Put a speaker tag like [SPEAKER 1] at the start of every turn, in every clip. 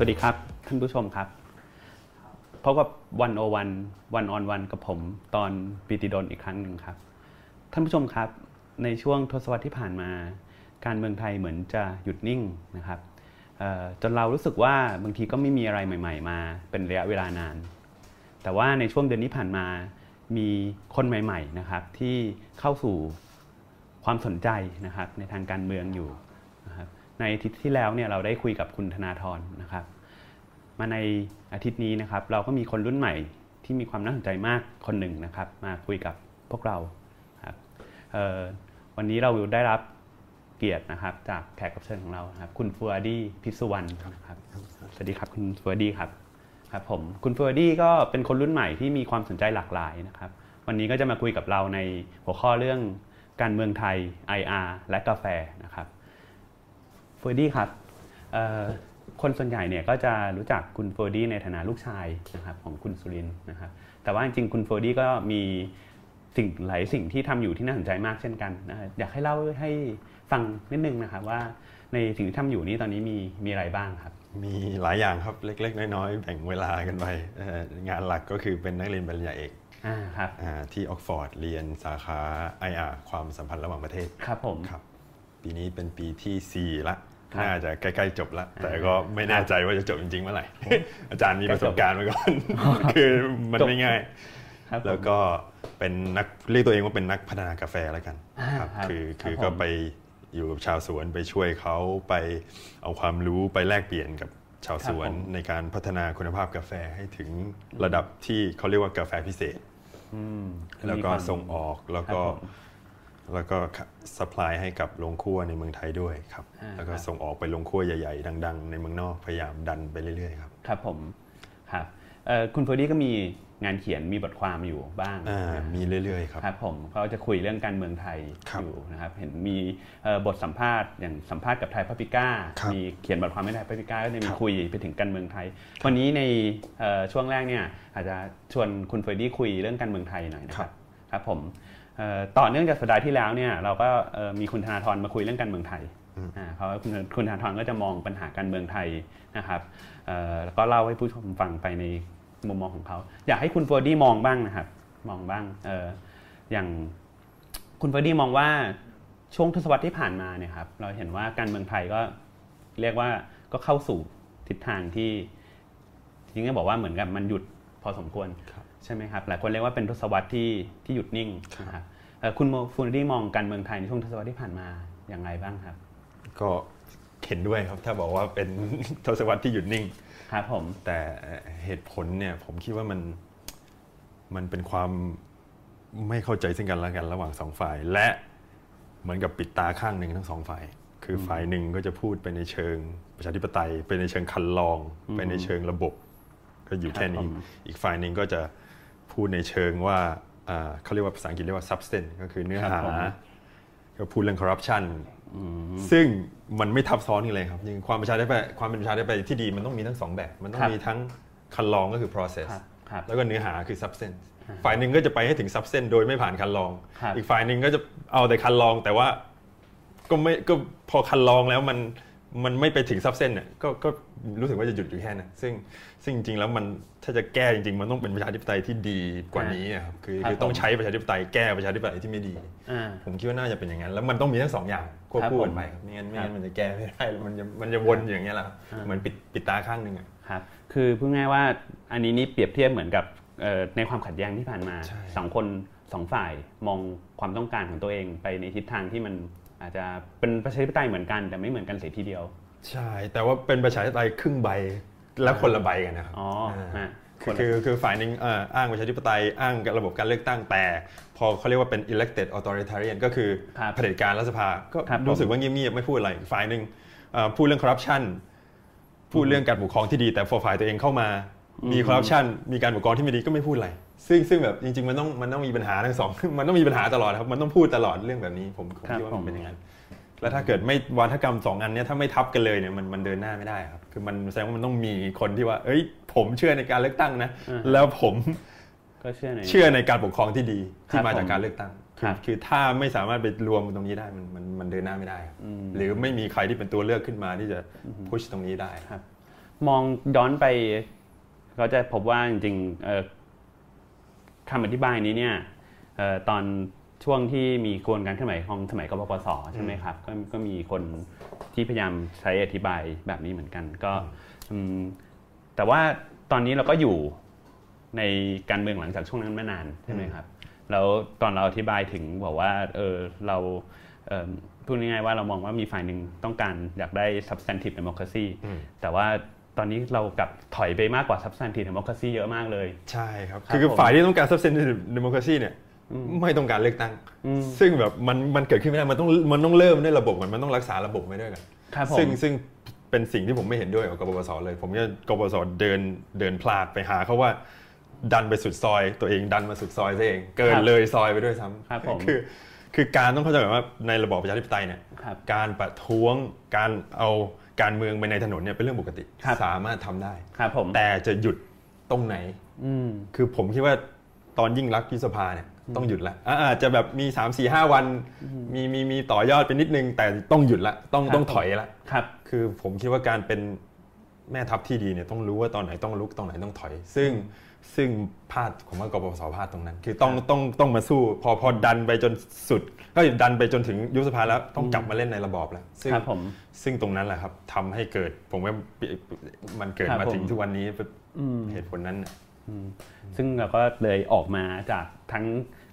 [SPEAKER 1] วัสดีครับท่านผู้ชมครับพบกับวันโอวันวันออนวันกับผมตอนปิติดลอีกครั้งหนึ่งครับ ท่านผู้ชมครับในช่วงทศวรรษที่ผ่านมา การเมืองไทยเหมือนจะหยุดนิ่งนะครับเอ่อจนเรารู้สึกว่าบางทีก็ไม่มีอะไรใหม่ ๆ มาเป็นระยะเวลานาน แต่ว่าในช่วงเดือนที่ผ่านมามีคนใหม่ๆนะครับที่เข้าสู่ความสนใจนะครับในทางการเมืองอยู่ นะครับในอาทิตย์ที่แล้วเนี่ยเราได้คุยกับคุณธนาธรนะครับ มาในอาทิตย์นี้นะครับ เราก็มีคนรุ่นใหม่ที่มีความน่าสนใจมากคนหนึ่งนะครับ มาคุยกับพวกเราครับเอ่อวันนี้เราได้รับเกียรตินะครับ จากแขกรับเชิญของเรานะครับ คุณฟัวดี้พิสุวรรณนะครับสวัสดีครับคุณฟัวดี้ครับครับผมคุณฟัวดี้ก็เป็นคนรุ่นใหม่ที่มีความสนใจหลากหลายนะครับ วันนี้ก็จะมาคุยกับเราในหัวข้อเรื่องการเมืองไทย IR และกาแฟนะครับ เฟอร์ดี้ครับเอ่อคนส่วนใหญ่เนี่ยก็จะรู้จักคุณเฟอร์ดี้ในฐานะลูกชายนะครับของคุณสุรินทร์นะครับ แต่ว่าจริงๆคุณเฟอร์ดี้ก็มีสิ่งหลายสิ่งที่ทำอยู่ที่น่าสนใจมากเช่นกันนะฮะอยากให้เล่าให้ฟังนิดนึงนะครับว่าในสิ่งที่ทำอยู่นี้ตอนนี้มีมีอะไรบ้างครับ
[SPEAKER 2] มีหลายอย่างครับเล็ก ๆ น้อยๆแบ่งเวลากันไปเอ่องานหลักก็คือเป็นนักเรียนปริญญาเอก
[SPEAKER 1] อ่าครับ
[SPEAKER 2] อาที่ออกฟอร์ดเรียนสาขา IR ความสัมพันธ์ระหว่างประเทศ
[SPEAKER 1] ครับผม
[SPEAKER 2] ครับปีนี้เป็นปีทีสี่4 ละ
[SPEAKER 1] ครับ
[SPEAKER 2] น่าจะใกล้ๆจบละ แต่ก็ไม่แน่ใจว่าจะจบจริงๆเมื่อไหร่ อาจารย์มีประสบการณ์มาก่อน คือมันไม่ง่าย
[SPEAKER 1] ครับผม
[SPEAKER 2] แล้วก็เป็นนักเรียกตัวเองว่าเป็นนักพัฒนากาแฟแล้วกัน
[SPEAKER 1] อ่า
[SPEAKER 2] ครับ
[SPEAKER 1] ครับ
[SPEAKER 2] คือ
[SPEAKER 1] ครับ
[SPEAKER 2] คือ
[SPEAKER 1] ผม
[SPEAKER 2] ก็ไปอยู่กับชาวสวนไปช่วยเขาไปเอาความรู้ไปแลกเปลี่ยนกับชาวสวน
[SPEAKER 1] ครับผม
[SPEAKER 2] ในการพัฒนาคุณภาพกาแฟให้ถึงระดับที่เขาเรียกว่ากาแฟพิเศษ
[SPEAKER 1] อืม
[SPEAKER 2] แล้วก็
[SPEAKER 1] มีคาม
[SPEAKER 2] ส่งออกแล้ว
[SPEAKER 1] ครั
[SPEAKER 2] ก็
[SPEAKER 1] บผม
[SPEAKER 2] แล้วก็สป라이ให้กับโรงครัวในเมืองไทยด้วยครับ
[SPEAKER 1] อ่า
[SPEAKER 2] แล้วก็
[SPEAKER 1] ครับ
[SPEAKER 2] ส่งออกไปโรงครัวใหญ่ๆ ดัง ๆ ในเมืองนอกพยายามดันไปเรื่อยๆครับ
[SPEAKER 1] ครับผมครับเอ่อคุณเฟอร์ดี้ก็มีงานเขียนมีบทความอยู่บ้าง
[SPEAKER 2] อ่า
[SPEAKER 1] นะ
[SPEAKER 2] มีเรื่อยๆครับ
[SPEAKER 1] ครับผมก็จะคุยเรื่องการเมืองไทย
[SPEAKER 2] ครับ
[SPEAKER 1] อยู่นะครับเห็นมีเอ่อบทสัมภาษณ์อย่างสัมภาษณ์กับไทยพับปิก้า
[SPEAKER 2] ครับ
[SPEAKER 1] มีเขียนบทความให้ไทยพับปิก้าก็จะมี
[SPEAKER 2] ครับ
[SPEAKER 1] คุยไปถึงการเมืองไทย วันนี้ในเอ่อช่วงแรกเนี่ยอาจจะชวนคุณเฟรดดี้คุยเรื่องการเมืองไทยหน่อยนะค
[SPEAKER 2] ครั
[SPEAKER 1] รับบ ครับผมเอ่อต่อเนื่องจากสัปดาห์ที่แล้วเนี่ยเราก็เอ่อมีคุณธนาธรมาคุยเรื่องการเมืองไทยอ่าเพราะว่าคุณคุณธนาธรก็จะมองปัญหาการเมืองไทยนะครับเอ่อแล้วก็เล่าให้ผู้ชมฟังไปในมุมมองของเขาอยากให้คุณเฟรดดี้มองบ้างนะครับมองบ้างเอ่อ อย่างคุณเฟอร์ดี้มองว่าช่วงทศวรรษที่ผ่านมาเนี่ยครับเราเห็นว่าการเมืองไทยก็เรียกว่าก็เข้าสู่ทิศทางที่จริงๆก็บอกว่าเหมือนกับมันหยุดพอสมควร
[SPEAKER 2] ครับ
[SPEAKER 1] ใช่ไหมครับหลายคนเรียกว่าเป็นทศวรรษที่ที่หยุดนิ่งนะครับเอ่อคุณฟูนดี้มองการเมืองไทยในช่วงทศวรรษที่ผ่านมาอย่างไรบ้างครับ
[SPEAKER 2] ก็เห็นด้วยครับถ้าบอกว่าเป็น ทศวรรษที่หยุดนิ่ง
[SPEAKER 1] ครับผม
[SPEAKER 2] แต่เหตุผลเนี่ยผมคิดว่ามันมันเป็นความไม่เข้าใจซึ่งกันและกันระหว่างสองฝ่าย และเหมือนกับปิดตาข้างหนึ่งทั้งสองฝ่าย คือฝ่ายหนึ่งก็จะพูดไปในเชิงประชาธิปไตย ไปในเชิงคันลอง ไปในเชิงระบบ ก็อยู่แค่
[SPEAKER 1] ครับ
[SPEAKER 2] นี้
[SPEAKER 1] ผม
[SPEAKER 2] อีกฝ่ายหนึ่งก็จะพูดในเชิงว่าอ่าเขาเรียกว่าภาษาอังกฤษเรียกว่า substance ก็คือเนื้อ
[SPEAKER 1] ครับ
[SPEAKER 2] หา
[SPEAKER 1] ผม
[SPEAKER 2] ก็พูดเรื่องคอร์รัปชันซึ่งมันไม่ทับซ้อนกันเลยครับจริงๆความประชาธิปไตยความเป็นประชาธิปไตยที่ดีมันต้องมีทั้งสองแบบ มันต้อ
[SPEAKER 1] ค
[SPEAKER 2] ง
[SPEAKER 1] รับ
[SPEAKER 2] มีทั้งคันลองก็คือ process
[SPEAKER 1] ครับครับ
[SPEAKER 2] แล้วก็เนื้อหาคือ substance ฝ่ายหนึ่งก็จะไปให้ถึง substance โดยไม่ผ่านคันลอง
[SPEAKER 1] ครับ
[SPEAKER 2] อีกฝ่ายหนึ่งก็จะเอาแต่คันลองแต่ว่าก็ไม่ก็พอคันลองแล้วมันมันไม่ไปถึง substance เนี่ยก็ก็รู้สึกว่าจะหยุดอยู่แค่นั้นซึ่งซึ่งจริงๆแล้วมันถ้าจะแก้จริงๆ มันต้องเป็นประชาธิปไตยที่ดีกว่านี้อะครับคือ
[SPEAKER 1] ครับ
[SPEAKER 2] คือต้อง
[SPEAKER 1] ผม
[SPEAKER 2] ใช้ประชาธิปไตยแก้ประชาธิปไตยที่ไม่ดี
[SPEAKER 1] อ่า
[SPEAKER 2] ผมคิดว่าน่าจะเป็นอย่างนั้น แล้วมันต้องมีทั้งสองอย่างควบ
[SPEAKER 1] ครับ
[SPEAKER 2] คู่กั
[SPEAKER 1] ผ
[SPEAKER 2] น
[SPEAKER 1] ม
[SPEAKER 2] ไปครับไม่งั้นไม่
[SPEAKER 1] ครั
[SPEAKER 2] งั้
[SPEAKER 1] บ
[SPEAKER 2] นมันจะแก้ไม่ได้แล้วมันจะมันจะวนอยู่อย่างเงี้ยแหละครับ
[SPEAKER 1] อ่า
[SPEAKER 2] เหมือนปิดปิดตาข้างหนึ่งอะ
[SPEAKER 1] ครับ คือพูดง่ายว่าอันนี้นี่เปรียบเทียบเหมือนกับเอ่อในความขัดแย้งที่ผ่านมา
[SPEAKER 2] ใช่
[SPEAKER 1] สองคนสองฝ่ายมองความต้องการของตัวเองไปในทิศทางที่มันอาจจะเป็นประชาธิปไตยเหมือนกันแต่ไม่เหมือนกันเสียทีเดียว
[SPEAKER 2] ใช่ แต่ว่าเป็นประชาธิปไตยครึ่งใบและคนละใบกันนะครับ
[SPEAKER 1] อ๋ออ่ะ
[SPEAKER 2] คือคือคือฝ่ายหนึ่งเอ่ออ้างประชาธิปไตยอ้างระบบการเลือกตั้งแต่ พอเขาเรียกว่าเป็น elected authoritarian ก็คือ
[SPEAKER 1] ครับ
[SPEAKER 2] เผด็จการรัฐสภาก็
[SPEAKER 1] ครับผม
[SPEAKER 2] รู้สึกว่าเงียบๆไม่พูดอะไรอีกฝ่ายหนึ่งเอ่อพูดเรื่องคอร์รัปชันพูดเรื่องการปกครองที่ดีแต่พอฝ่ายตัวเองเข้ามามีคอร์รัปชันมีการปกครองที่ไม่ดีก็ไม่พูดอะไร ซึ่งซึ่งแบบจริงๆมันต้องมันต้องมีปัญหาทั้งส อง มันต้องมีปัญหาตลอดครับมันต้องพูดตลอดเรื่องแบบนี้ผมผม
[SPEAKER 1] ครับ
[SPEAKER 2] คิดว่า
[SPEAKER 1] ผ
[SPEAKER 2] มั
[SPEAKER 1] ม
[SPEAKER 2] นเป็นอย่างนั้น แล้วถ้าเกิดไม่วาทกรรมสองอันเนี้ยถ้าไม่ทับกันเลยเนี่ยมันมันเดินหน้าไม่ได้ครับ คือมันแสดงว่ามันต้องมีคนที่ว่า เอ้ย ผมเชื่อในการเลือกตั้งนะ
[SPEAKER 1] อืม
[SPEAKER 2] แล้วผม
[SPEAKER 1] ก็เชื่อใน
[SPEAKER 2] เชื่อในการปกครองที่ดี
[SPEAKER 1] ครั
[SPEAKER 2] ที่
[SPEAKER 1] บ
[SPEAKER 2] มาจา
[SPEAKER 1] ผ
[SPEAKER 2] ก
[SPEAKER 1] ม
[SPEAKER 2] การเลือกตั้ง
[SPEAKER 1] ครับ
[SPEAKER 2] คือถ้าไม่สามารถไปรวมตรงนี้ได้มันมันมันเดินหน้าไม่ได้ครับหรือไม่มีใครที่เป็นตัวเลือกขึ้นมาที่จะพุชตรงนี้ได้
[SPEAKER 1] ครับ มองย้อนไปเราจะพบว่าจริงๆเอ่อคำอธิบายนี้เนี่ยเอ่อตอนช่วงที่มีกระบวนการเคลื่อนไหวของสมัยกบปสใช่ไหมครับก็ก็มีคนที่พยายามใช้อธิบายแบบนี้เหมือนกัน ก็อืมแต่ว่าตอนนี้เราก็อยู่ในการเมืองหลังจากช่วงนั้นไม่นานใช่ไหมครับแล้วตอนเราอธิบายถึงบอกว่าเออเราเอิ่มพูดง่ายๆว่าเรามองว่ามีฝ่ายหนึ่งต้องการอยากได้ substantive democracy
[SPEAKER 2] อืม
[SPEAKER 1] แต่ว่าตอนนี้เรากลับถอยไปมากกว่า substantive democracy เยอะมากเลย
[SPEAKER 2] ใช่ครับ
[SPEAKER 1] ครับ
[SPEAKER 2] คือ
[SPEAKER 1] ผม
[SPEAKER 2] ฝ่ายที่ต้องการ substantive democracy เนี่ยไม่ต้องการเลือกตั้ง
[SPEAKER 1] อืม
[SPEAKER 2] ซึ่งแบบมันมันเกิดขึ้นไม่ได้มันต้องมันต้องเริ่มด้วยระบบก่อนมันต้องรักษาระบบไว้ด้วยกัน
[SPEAKER 1] ครับผม
[SPEAKER 2] ซึ่งซึ่งเป็นสิ่งที่ผมไม่เห็นด้วยกับกบปสเลย ผมก็กบปสเดินเดินพลาดไปหาเขาว่า ดันไปสุดซอย ตัวเองดันมาสุดซอยซะเองเกิน
[SPEAKER 1] ครับ
[SPEAKER 2] เลยซอยไปด้วยซ้
[SPEAKER 1] ครับผม
[SPEAKER 2] ำคือคือการต้องเข้าใจก่อนว่าในระบอบประชาธิปไตยเนี่ย
[SPEAKER 1] ครับ
[SPEAKER 2] การประท้วงการเอาการเมืองไปในถนนเนี่ยเป็นเรื่องปกติ
[SPEAKER 1] ครับ
[SPEAKER 2] สามารถทำได้
[SPEAKER 1] ครับผม
[SPEAKER 2] แต่จะหยุดตรงไหน
[SPEAKER 1] อืม
[SPEAKER 2] คือผมคิดว่าตอนยิ่งรักษณ์ยุบสภาเนี่ยต้องหยุดละอ่ะอาจจะแบบมี 3 4 5 วันมีมีมีต่อยอดไปนิดนึง แต่ต้องหยุดละต้อง
[SPEAKER 1] ครับ
[SPEAKER 2] ต้องถอยละ
[SPEAKER 1] ครับ
[SPEAKER 2] คือผมคิดว่าการเป็นแม่ทัพที่ดีเนี่ยต้องรู้ว่าตอนไหนต้องลุกตอนไหนต้องถอย ซึ่งซึ่งพลาดผมว่ากบพศพลาดตรงนั้น คือต้องต้องต้องมาสู้ พอพอดันไปจนสุดก็ดันไปจนถึงยุบสภาแล้วต้องกลับมาเล่นในระบอบแล้วซึ่ง
[SPEAKER 1] ครับผม
[SPEAKER 2] ซึ่งตรงนั้นแหละครับทำให้เกิด ผมว่ามันเกิด
[SPEAKER 1] ครับ
[SPEAKER 2] มา
[SPEAKER 1] ผม
[SPEAKER 2] ถึงทุกวันนี้เหตุผลนั้นน่ะ
[SPEAKER 1] ซึ่งเราก็เลยออกมาจากทั้ง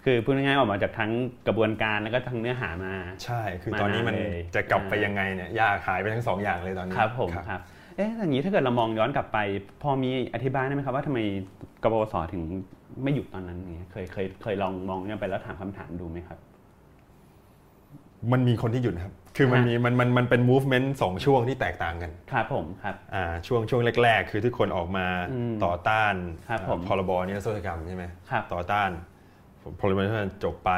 [SPEAKER 1] คือพูดง่ายๆออกมาจากทั้งกระบวนการแล้วก็ทั้งเนื้อหามา
[SPEAKER 2] ใช่ คือตอนนี้มัน
[SPEAKER 1] มานานเลย
[SPEAKER 2] จะกลับไปยังไงเนี่ยยากหายไปทั้งสองอย่างเลยตอนนี้
[SPEAKER 1] ครับผมครับ เอ๊ะอย่างนี้ถ้าเกิดเรามองย้อนกลับไป พอมีอธิบายได้ไหมครับว่าทำไมกบปสถึงไม่หยุดตอนนั้นอย่างเงี้ยเคยเคยเคยลองมองย้อนไปแล้วถามคำถามดูไหมครับ
[SPEAKER 2] มันมีคนที่หยุดนะครับ คือมัน
[SPEAKER 1] ฮะ
[SPEAKER 2] มีมันมันมันเป็น movement สองช่วงที่แตกต่างกัน
[SPEAKER 1] ครับผมครับ
[SPEAKER 2] อ่าช่วงช่วงแรก ๆ คือทุกคนออกมา
[SPEAKER 1] อืม
[SPEAKER 2] ต่อต้าน
[SPEAKER 1] ครับผม
[SPEAKER 2] พรบนิรโทษกรรมใช่ไหม
[SPEAKER 1] ครับ
[SPEAKER 2] ต่อต้านพรบนิรโทษกรรมจบไป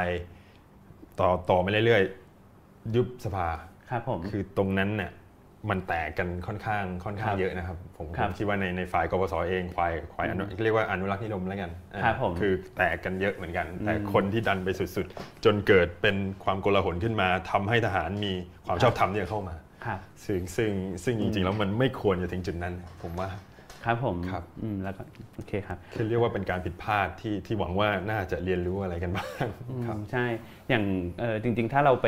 [SPEAKER 2] ต่อต่อไปเรื่อยๆ ยุบสภา
[SPEAKER 1] ครับผม
[SPEAKER 2] คือตรงนั้นเนี่ยมันแตกกันค่อนข้างค่อนข้า
[SPEAKER 1] ค
[SPEAKER 2] ง
[SPEAKER 1] รับ
[SPEAKER 2] เยอะนะครับผม
[SPEAKER 1] ครับ
[SPEAKER 2] ผมคิดว่าในในฝ่ายกบสเองฝ่ายฝ่ายอนุเรียกว่าอนุรักษ์นิยมแล้วกันอ่า
[SPEAKER 1] ครับผม
[SPEAKER 2] คือแตกกันเยอะเหมือนกัน แต่คนที่ดันไปสุดๆ จนเกิดเป็นความโกลาหลขึ้นมาทำให้ทหารมีความ
[SPEAKER 1] ครับ
[SPEAKER 2] ชอบธรรมที่จะเข้ามา
[SPEAKER 1] ครับ
[SPEAKER 2] ซึ่งซึ่งซึ่งจริงๆแล้วมันไม่ควรจะถึงจุดนั้น ผมว่า
[SPEAKER 1] ครับผม
[SPEAKER 2] ครับ
[SPEAKER 1] อืมแล้วก็โอเคครับ
[SPEAKER 2] คือเรียกว่าเป็นการผิดพลาดที่ที่หวังว่าน่าจะเรียนรู้อะไรกันบ้างครับ
[SPEAKER 1] ใช่ อย่างเอ่อจริง ๆ ถ้าเราไป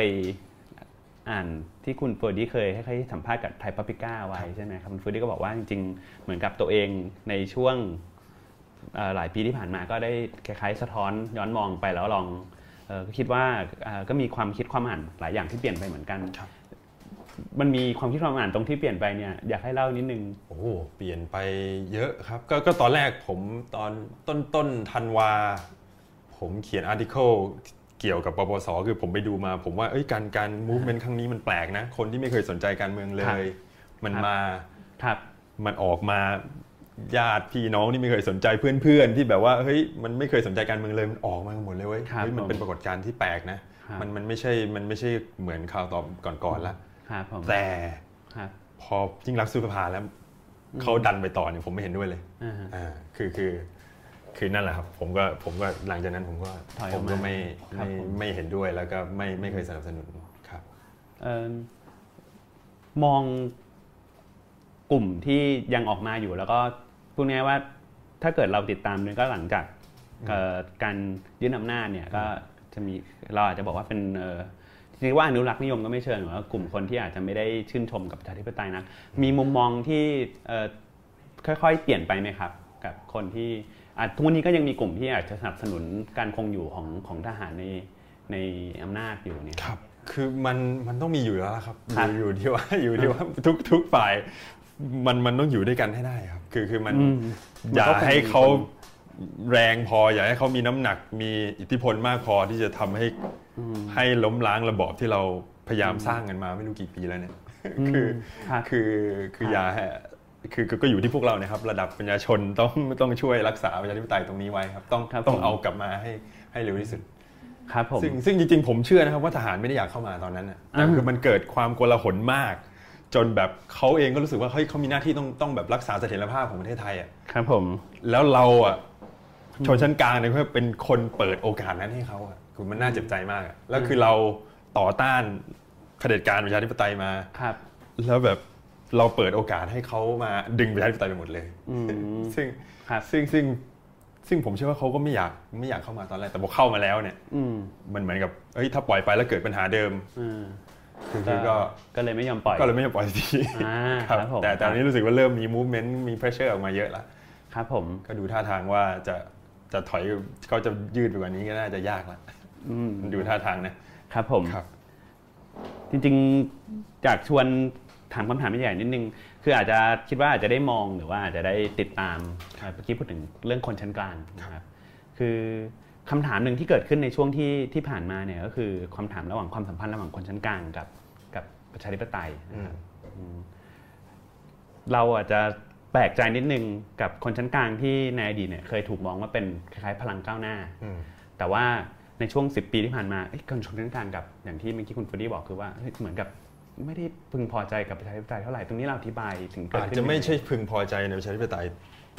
[SPEAKER 1] อ่านที่คุณเฟอร์ดี้เคยให้ให้สัมภาษณ์กับไทยพับพิก้าไว้ใช่ไหมครับคุณเฟอร์ดี้ก็บอกว่าจริง ๆ เหมือนกับตัวเองในช่วงเอ่อหลายปีที่ผ่านมาก็ได้คล้ายๆ สะท้อนย้อนมองไปแล้วลองเอ่อก็คิดว่าเอ่อก็มีความคิดความอ่านหลายอย่างที่เปลี่ยนไปเหมือนกัน
[SPEAKER 2] ครับ
[SPEAKER 1] มันมีความคิดความอ่านตรงที่เปลี่ยนไปเนี่ยอยากให้เล่านิดนึง
[SPEAKER 2] โอ้โหเปลี่ยนไปเยอะครับก็ก็ตอนแรกผมตอนต้นต้นธันวา ผมเขียนอาร์ติเคิลเกี่ยวกับปปส คือผมไปดูมา ผมว่าเอ้ยการการมูฟเมนต์ครั้งนี้มันแปลกนะ คนที่ไม่เคยสนใจการเมืองเล
[SPEAKER 1] ครับ
[SPEAKER 2] ย มันมา
[SPEAKER 1] ครับ
[SPEAKER 2] มันออกมาญาติพี่น้องที่ไม่เคยสนใจเพื่อนๆ ที่แบบว่าเฮ้ยมันไม่เคยสนใจการเมืองเลยมันออกมากันหมดเลยเว้ย
[SPEAKER 1] ครับ
[SPEAKER 2] เฮ้ยมัน
[SPEAKER 1] ผม
[SPEAKER 2] เป็นปรากฏการณ์ที่แปลกนะครับ มันมันไม่ใช่มันไม่ใช่เหมือนคราวต่อก่อนๆละ
[SPEAKER 1] ครับผม
[SPEAKER 2] แต่
[SPEAKER 1] ครับ
[SPEAKER 2] พอยิ่งรักษณ์สุภาแล้วเขาดันไปต่อเนี่ยผมไม่เห็นด้วยเลย
[SPEAKER 1] อ่าฮะ
[SPEAKER 2] อ่าคือคือคือนั่นแหละครับผมก็ผมก็หลังจากนั้นผมก็
[SPEAKER 1] ถอยออกมา
[SPEAKER 2] ผมก็ไม่
[SPEAKER 1] ครั
[SPEAKER 2] ไม่
[SPEAKER 1] บผม
[SPEAKER 2] ไม่เห็นด้วยแล้วก็ไม่ไม่เคยสนับสนุนครับ
[SPEAKER 1] เอิ่มมองกลุ่มที่ยังออกมาอยู่แล้วก็พูดง่ายๆว่าถ้าเกิดเราติดตามเนี่ยก็หลังจากเอ่อการยึดอำนาจเนี่ยก็จะมีเราอาจจะบอกว่าเป็นเอ่อเรียกว่าอนุรักษ์นิยมก็ไม่เชิงหรือว่ากลุ่มคนที่อาจจะไม่ได้ชื่นชมกับประชาธิปไตยนะมีมุมมองที่เอ่อค่อยๆ เปลี่ยนไปไหมครับ กับคนที่อาจทุกวันนี้ก็ยังมีกลุ่มที่อาจจะสนับสนุนการคงอยู่ของของทหารในในอำนาจอยู่เนี่ย
[SPEAKER 2] ครับ คือมันมันต้องมีอยู่แล้วล่ะครับอ
[SPEAKER 1] ครับ
[SPEAKER 2] ยู่อยู่ที่ว่า อยู่ที่ว่าทุกทุกฝ่ายมันมันต้องอยู่ด้วยกันให้ได้ครับ คือคือมัน
[SPEAKER 1] อืม
[SPEAKER 2] อย่า
[SPEAKER 1] มันก็คง
[SPEAKER 2] ให้เขา
[SPEAKER 1] ค
[SPEAKER 2] แรงพออย่าให้เขามีน้ำหนักมีอิทธิพลมากพอที่จะทำให้ให้ล้มล้างระบอบที่เราพยายามสร้างกันมาไม่รู้กี่ปีแล้วเนี่ยคือ
[SPEAKER 1] ครับ
[SPEAKER 2] คือคือ
[SPEAKER 1] ครับ
[SPEAKER 2] อยาให้คือคือก็อยู่ที่พวกเรานะครับ ระดับประชาชนต้องต้องช่วยรักษาประชาธิปไตยตรงนี้ไว้ครับ ต้อง
[SPEAKER 1] ครับ
[SPEAKER 2] ต้อ
[SPEAKER 1] ผ
[SPEAKER 2] ง
[SPEAKER 1] ม
[SPEAKER 2] เอากลับมาให้ให้เร็วที่สุด
[SPEAKER 1] ครับผม
[SPEAKER 2] ซึ่งซึ่งจริงๆผมเชื่อนะครับว่าทหารไม่ได้อยากเข้ามาตอนนั้นนะแต่
[SPEAKER 1] อ่า
[SPEAKER 2] คือมันเกิดความโกลาหลมาก จนแบบเขาเองก็รู้สึกว่าเฮ้ยเขามีหน้าที่ต้องต้องแบบรักษาเสถียรภาพของประเทศไทยอ่ะ
[SPEAKER 1] ครับผม
[SPEAKER 2] แล้วเราอ่ะชนชั้นกลางเนี่ยก็เป็นคนเปิดโอกาสนั้นให้เขาอ่ะคือมันน่าเจ็บใจมากอะแล้วคือเราต่อต้านเผด็จการประชาธิปไตยมา
[SPEAKER 1] ครับ
[SPEAKER 2] แล้วแบบ เราเปิดโอกาสให้เขามาดึงประชาธิปไตยไปหมดเลย
[SPEAKER 1] อืม
[SPEAKER 2] ซึ่ง
[SPEAKER 1] ครับ
[SPEAKER 2] ซึ่งซึ่งซึ่งผมเชื่อว่าเขาก็ไม่อยากไม่อยากเข้ามาตอนแรกแต่พอเข้ามาแล้วเนี่ย
[SPEAKER 1] อืม
[SPEAKER 2] มันเหมือนกับเอ้ยถ้าปล่อยไปแล้วเกิดปัญหาเดิม
[SPEAKER 1] อ่า
[SPEAKER 2] คือคือก็
[SPEAKER 1] ก็เลยไม่ยอมปล่อย
[SPEAKER 2] ก็เลยไม่อยากปล่อยสัก ที
[SPEAKER 1] อ่าค
[SPEAKER 2] ครั
[SPEAKER 1] รั
[SPEAKER 2] บบ
[SPEAKER 1] ผม
[SPEAKER 2] แต่แต่ตอนนี้รู้สึกว่าเริ่มมี movement มี pressure ออกมาเยอะละ
[SPEAKER 1] ครับผม
[SPEAKER 2] ก็ดูท่าทางว่าจะจะถอยเขาจะยืดไปกว่านี้ก็น่าจะยากละ
[SPEAKER 1] อืม
[SPEAKER 2] ดูท่าทางนะครับ
[SPEAKER 1] ผม
[SPEAKER 2] ครับ
[SPEAKER 1] จริงๆอยากชวนถามคำถามใหญ่ๆนิดนึง คืออาจจะคิดว่าอาจจะได้มองหรือว่าอาจจะได้ติดตามเมื่อกี้พูดถึงเรื่องคนชั้นกลางนะครับคือคำถามหนึ่งที่เกิดขึ้นในช่วงที่ที่ผ่านมาเนี่ยก็คือคำถามระหว่างความสัมพันธ์ระหว่างคนชั้นกลางกับกับประชาธิปไตยนะครับอืมเราอาจจะแปลกใจนิดนึงกับคนชั้นกลางที่ในอดีตเนี่ยเคยถูกมองว่าเป็นคล้ายๆพลังก้าวหน้า
[SPEAKER 2] อืม
[SPEAKER 1] แต่ว่าในช่วง 10 ปีที่ผ่านมาเอ้ยการชนเรื่องการกับอย่างที่เมื่อกี้คุณฟูดี้บอกคือว่าเฮ้ยเหมือนกับไม่ได้พึงพอใจกับประชาธิปไตยเท่าไหร่ ตรงนี้เราอธิบายถึงเกิด
[SPEAKER 2] อาจ
[SPEAKER 1] ขึ้น
[SPEAKER 2] จะไม่ใช่พึงพอใจในประชาธิปไตย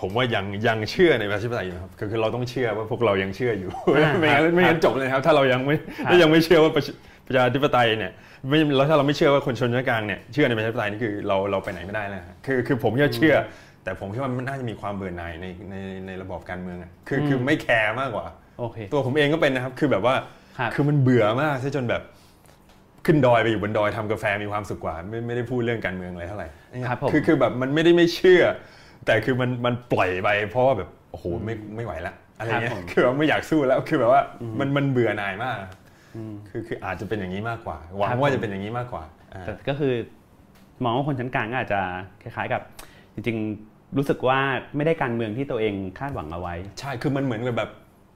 [SPEAKER 2] ผมว่ายังยังเชื่อในประชาธิปไตยอยู่นะครับคือคือเราต้องเชื่อว่าพวกเรายังเชื่ออยู่ ไม่งั้นไม่งั้นจบเลยนะครับ ถ้าเรายังไม่ถ้ายังไม่เชื่อว่าประชาประชาธิปไตยเนี่ยไม่แล้วถ้าเราไม่เชื่อว่าคนชนชั้นกลางเนี่ยเชื่อในประชาธิปไตยนี่คือเราเราไปไหนไม่ได้แล้วฮะคือคือผมแค่เชื่อ แต่ผมคิดว่ามันน่าจะมีความเบื่อหน่ายในในในระบอบการเมืองอะคือคือไม่แคร์มากกว่า
[SPEAKER 1] โอเค
[SPEAKER 2] ตัวผมเองก็เป็นนะครับ คือแบบว่า
[SPEAKER 1] ครับ
[SPEAKER 2] คือมันเบื่อมากซะจนแบบ ขึ้นดอยไปอยู่บนดอยทำกาแฟมีความสุขกว่า ไม่ไม่ได้พูดเรื่องการเมืองอะไรเท่าไหร่
[SPEAKER 1] ครับผม
[SPEAKER 2] อคือแบบมันไม่ได้ไม่เชื่อ แต่คือมันมันปล่อยไปเพราะว่าแบบโอ้โหไม่ไม่ไหวละอะไร
[SPEAKER 1] ครับ
[SPEAKER 2] เงี้ย
[SPEAKER 1] ผม
[SPEAKER 2] คือว่าไม่อยากสู้แล้วคือแบบว่ามันมันเบื่อหน่ายมาก คือคืออาจจะเป็นอย่างนี้มากกว่า หวั
[SPEAKER 1] ค
[SPEAKER 2] ง
[SPEAKER 1] รับผ
[SPEAKER 2] ว่า
[SPEAKER 1] ม
[SPEAKER 2] จะเป็นอย่างนี้มากกว่าอ่า
[SPEAKER 1] แต่ก็คือมองว่าคนชั้นกลางก็อาจจะคล้ายๆกับ จริงๆรู้สึกว่าไม่ได้การเมืองที่ตัวเองคาดหวังเอาไว้
[SPEAKER 2] ใช่ คือมันเหมือนกับแบบ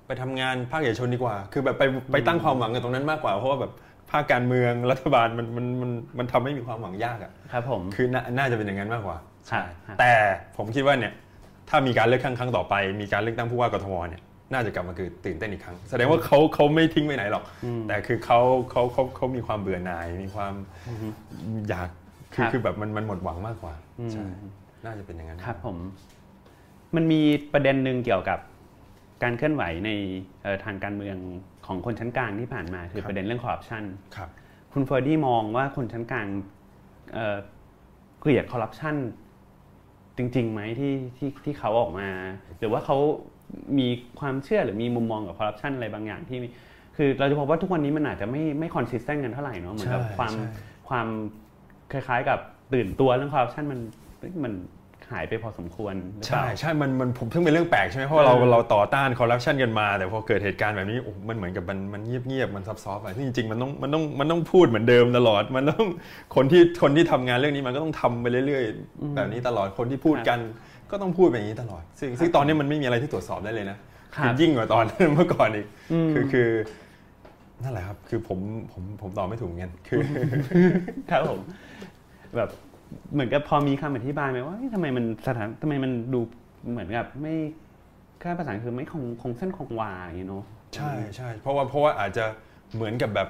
[SPEAKER 2] ไปทำงานภาคเอกชนดีกว่า คือแบบไปไปตั้งความหวังกับตรงนั้นมากกว่า เพราะว่าแบบภาคการเมืองรัฐบาลมันมันมันมันทำให้มีความหวังยากอะ่ะ
[SPEAKER 1] ครับผม
[SPEAKER 2] คือนาน่าจะเป็นอย่างนั้นมากกว่า
[SPEAKER 1] ใช่ครับ
[SPEAKER 2] แต่ผมคิดว่าเนี่ยถ้ามีการเลือกตั้งครั้งต่อไป มีการเลือกตั้งผู้ว่ากทมเนี่ยน่าจะกลับมาคือตื่นเต้นอีกครั้ง แสดงว่าเขาเขาไม่ทิ้งไปไหนหรอก แต่คือเขาเขาเขาเขามีความเบื่อหน่าย มีความอยาก
[SPEAKER 1] ค
[SPEAKER 2] คือ
[SPEAKER 1] รับ
[SPEAKER 2] คือแบบมันมันหมดหวังมากกว่า ใช่ น่าจะเป็นอย่างนั้น
[SPEAKER 1] ครับผมมันมีประเด็นหนึ่งเกี่ยวกับการเคลื่อนไหวในเอ่อทางการเมืองของคนชั้นกลางที่ผ่านมา คือ
[SPEAKER 2] ครับ
[SPEAKER 1] ประเด็นเรื่องคอร์รัปชัน
[SPEAKER 2] ครับ
[SPEAKER 1] คุณเฟอร์ดี้มองว่าคนชั้นกลางเอ่อเกลียดคอร์รัปชันจริงๆไหมที่ที่ที่เขาออกมา หรือว่าเขามีความเชื่อหรือมีมุมมองกับคอร์รัปชันอะไรบางอย่างที่มีคือเราจะพบว่าทุกวันนี้มันอาจจะไม่ไม่คอนสิสเทนต์กันเท่าไหร่เนาะเหมือนกับ
[SPEAKER 2] ใช่
[SPEAKER 1] ความ
[SPEAKER 2] ใช่
[SPEAKER 1] ความคล้ายๆกับตื่นตัวเรื่องคอร์รัปชันมันเฮ้ยมันหายไปพอสมควรหรือเป
[SPEAKER 2] ใช่
[SPEAKER 1] ล่า
[SPEAKER 2] ใช่ มันมันผมเพิ่งเป็นเรื่องแปลกใช่ไหมเพราะว่าเรา
[SPEAKER 1] เออ
[SPEAKER 2] เราต่อต้านคอร์รัปชันกันมา แต่พอเกิดเหตุการณ์แบบนี้โอ้โหมันเหมือนกับมันมันเงียบเงียบๆมันซับซ้อนไปจริงๆมันต้องมันต้องมันต้องพูดเหมือนเดิมตลอด มันต้องคนที่คนที่ทำงานเรื่องนี้มันก็ต้องทำไปเรื่อยๆ แบบนี้ตลอดคนที่พูดกันก็ต้องพูดแบบนี้ตลอด ซึ่งซึ่งตอนนี้มันไม่มีอะไรที่ตรวจสอบได้เลยนะครับ อยิ่งกว่าตอน เมื่อก่อนอีกคือคือนั่นแหละครับคือผมผมผมตอบไม่ถูกเหมือนกันคือ
[SPEAKER 1] ครับผมแบบเหมือนกับพอมีคำอธิบายไหมว่าเอ๊ะทำไมมันสถานทำไมมันดูเหมือนกับไม่ค่าภาษาคือไม่คงคงเส้นคงวาอย่างเงี้ยเนาะ
[SPEAKER 2] ใช่ใช่เพราะว่าเพราะว่าอาจจะเหมือนกับแบบ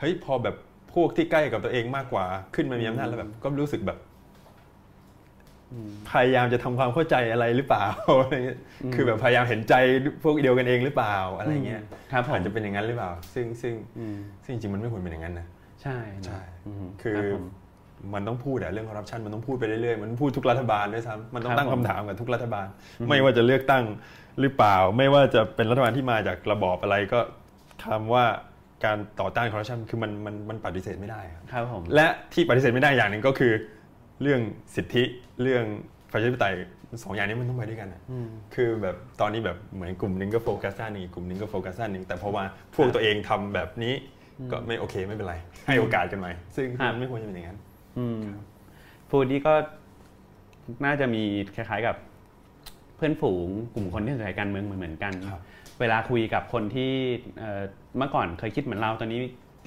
[SPEAKER 2] เฮ้ยพอแบบพวกที่ใกล้กับตัวเองมากกว่า ขึ้นมามีอำนาจแล้วแบบก็รู้สึกแบบพยายามจะทำความเข้าใจอะไรหรือเปล่า อะไรเงี้ยคือแบบพยายามเห็นใจพวกเดียวกันเองหรือเปล่าอะไรเงี้ย
[SPEAKER 1] อืมครับผม
[SPEAKER 2] อาจจะเป็นอย่างนั้นหรือเปล่า ซึ่งซึ่ง
[SPEAKER 1] อืม
[SPEAKER 2] ซึ่งจริงๆมันไม่ควรเป็นอย่างนั้นนะ
[SPEAKER 1] ใช่นะ
[SPEAKER 2] ใช่
[SPEAKER 1] อืม
[SPEAKER 2] คือ
[SPEAKER 1] รับผม
[SPEAKER 2] มันต้องพูดอะเรื่องคอร์รัปชันมันต้องพูดไปเรื่อยๆ มันพูดทุกรัฐบาลด้วยซ้ำมันต้อง
[SPEAKER 1] ครับ
[SPEAKER 2] ตั้ง
[SPEAKER 1] ผ
[SPEAKER 2] คำ
[SPEAKER 1] ม
[SPEAKER 2] ถามกับทุกรัฐบาล ไม่ว่าจะเลือกตั้งหรือเปล่า ไม่ว่าจะเป็นรัฐบาลที่มาจากระบอบอะไรก็คำว่าการต่อต้านคอร์รัปชันคือมันมันมันปฏิเสธไม่ได้ครับ
[SPEAKER 1] ครับผม
[SPEAKER 2] และที่ปฏิเสธไม่ได้อย่างหนึ่งก็คือ เรื่องสิทธิเรื่องประชาธิปไตยสองอย่างนี้มันต้องไปด้วยกันอะ
[SPEAKER 1] อืม
[SPEAKER 2] คือแบบตอนนี้แบบเหมือนกลุ่มหนึงก็โฟกัสด้านหนึ่งอีกกลุ่มหนึงก็โฟกัสด้านหนึ่งแต่พอมาพวกตัวเองทำแบบนี้ก็ไม่โอเคไม่เป็นไร ให้โอกาสกันไหมซึ่ง
[SPEAKER 1] ครับ
[SPEAKER 2] มันไม่ควรจะเป็นอย่างนั้น
[SPEAKER 1] อืมฟูดดี้ก็น่าจะมีคล้ายๆกับเพื่อนฝูงกลุ่มคนที่สนใจการเมืองเหมือนๆกัน
[SPEAKER 2] ครับ
[SPEAKER 1] เวลาคุยกับคนที่เอ่อเมื่อก่อนเคยคิดเหมือนเราตอนนี้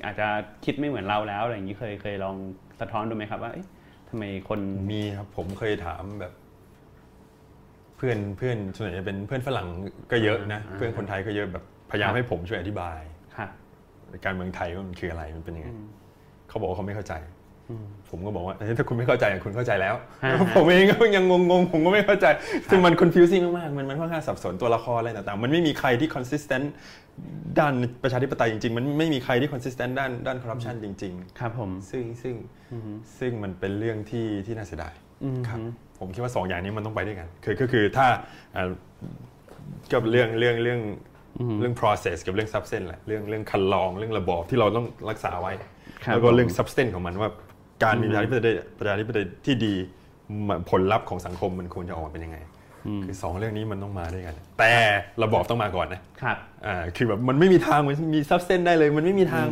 [SPEAKER 1] อาจจะคิดไม่เหมือนเราแล้วอะไรอย่างนี้เคยเคยลองสะท้อนดูไหมครับว่าเอ๊ะทำไมคน
[SPEAKER 2] มีครับผมเคยถามแบบ เพื่อนเพื่อนส่วนใหญ่จะเป็นเพื่อนฝรั่งก็เยอะนะ
[SPEAKER 1] อ่า
[SPEAKER 2] เพื่อนคนไทยก็เยอะแบบพยายามให้ผมช่วยอธิบาย
[SPEAKER 1] ครับ
[SPEAKER 2] การเมืองไทยว่ามันคืออะไรมันเป็นยังไงเขาบอกว่าเขาไม่เข้าใจ ผมก็บอกว่าเอ้ยถ้ าคุณไม่เข้าใจอ่ะคุณเข้าใจแล้ว
[SPEAKER 1] ฮะ
[SPEAKER 2] ผมเองก็ยังงงๆ ผมก็ไม่เข้าใจ ซึ่งมัน confusing มากๆ มันมันค่อนข้างสับสนตัวละครอะไรต่างๆ มันไม่มีใครที่ consistent ด้านประชาธิปไตยจริงๆ มันไม่มีใครที่ consistent ด้านด้าน corruption จริง
[SPEAKER 1] ครับผม
[SPEAKER 2] ๆ ซึ่งซึ่งซึ่งมันเป็นเรื่องที่ที่น่าเสียดายครับ ผมคิดว่าสองอย่างนี้มันต้องไปด้วยกัน คือก็คือถ้าเอ่อกับเรื่องเรื่องเรื่องเรื่อง process กับเรื่อง substance แหละ เรื่องเรื่องคันลองเรื่องระบอบที่เราต้องรักษาไว้
[SPEAKER 1] ครับ
[SPEAKER 2] แล้วก็เรื่อง substance ของมันว่าการมีประชาธิปไตยประชาธิปไตยที่ดีมันผลลัพธ์ของสังคมมันควรจะออกมาเป็นยังไง คือสองเรื่องนี้มันต้องมาด้วยกัน แต่ระบอบต้องมาก่อนนะ
[SPEAKER 1] ครับ
[SPEAKER 2] อ่าคือแบบมันไม่มีทางมันมีซับเส้นได้เลย มันไม่มีทาง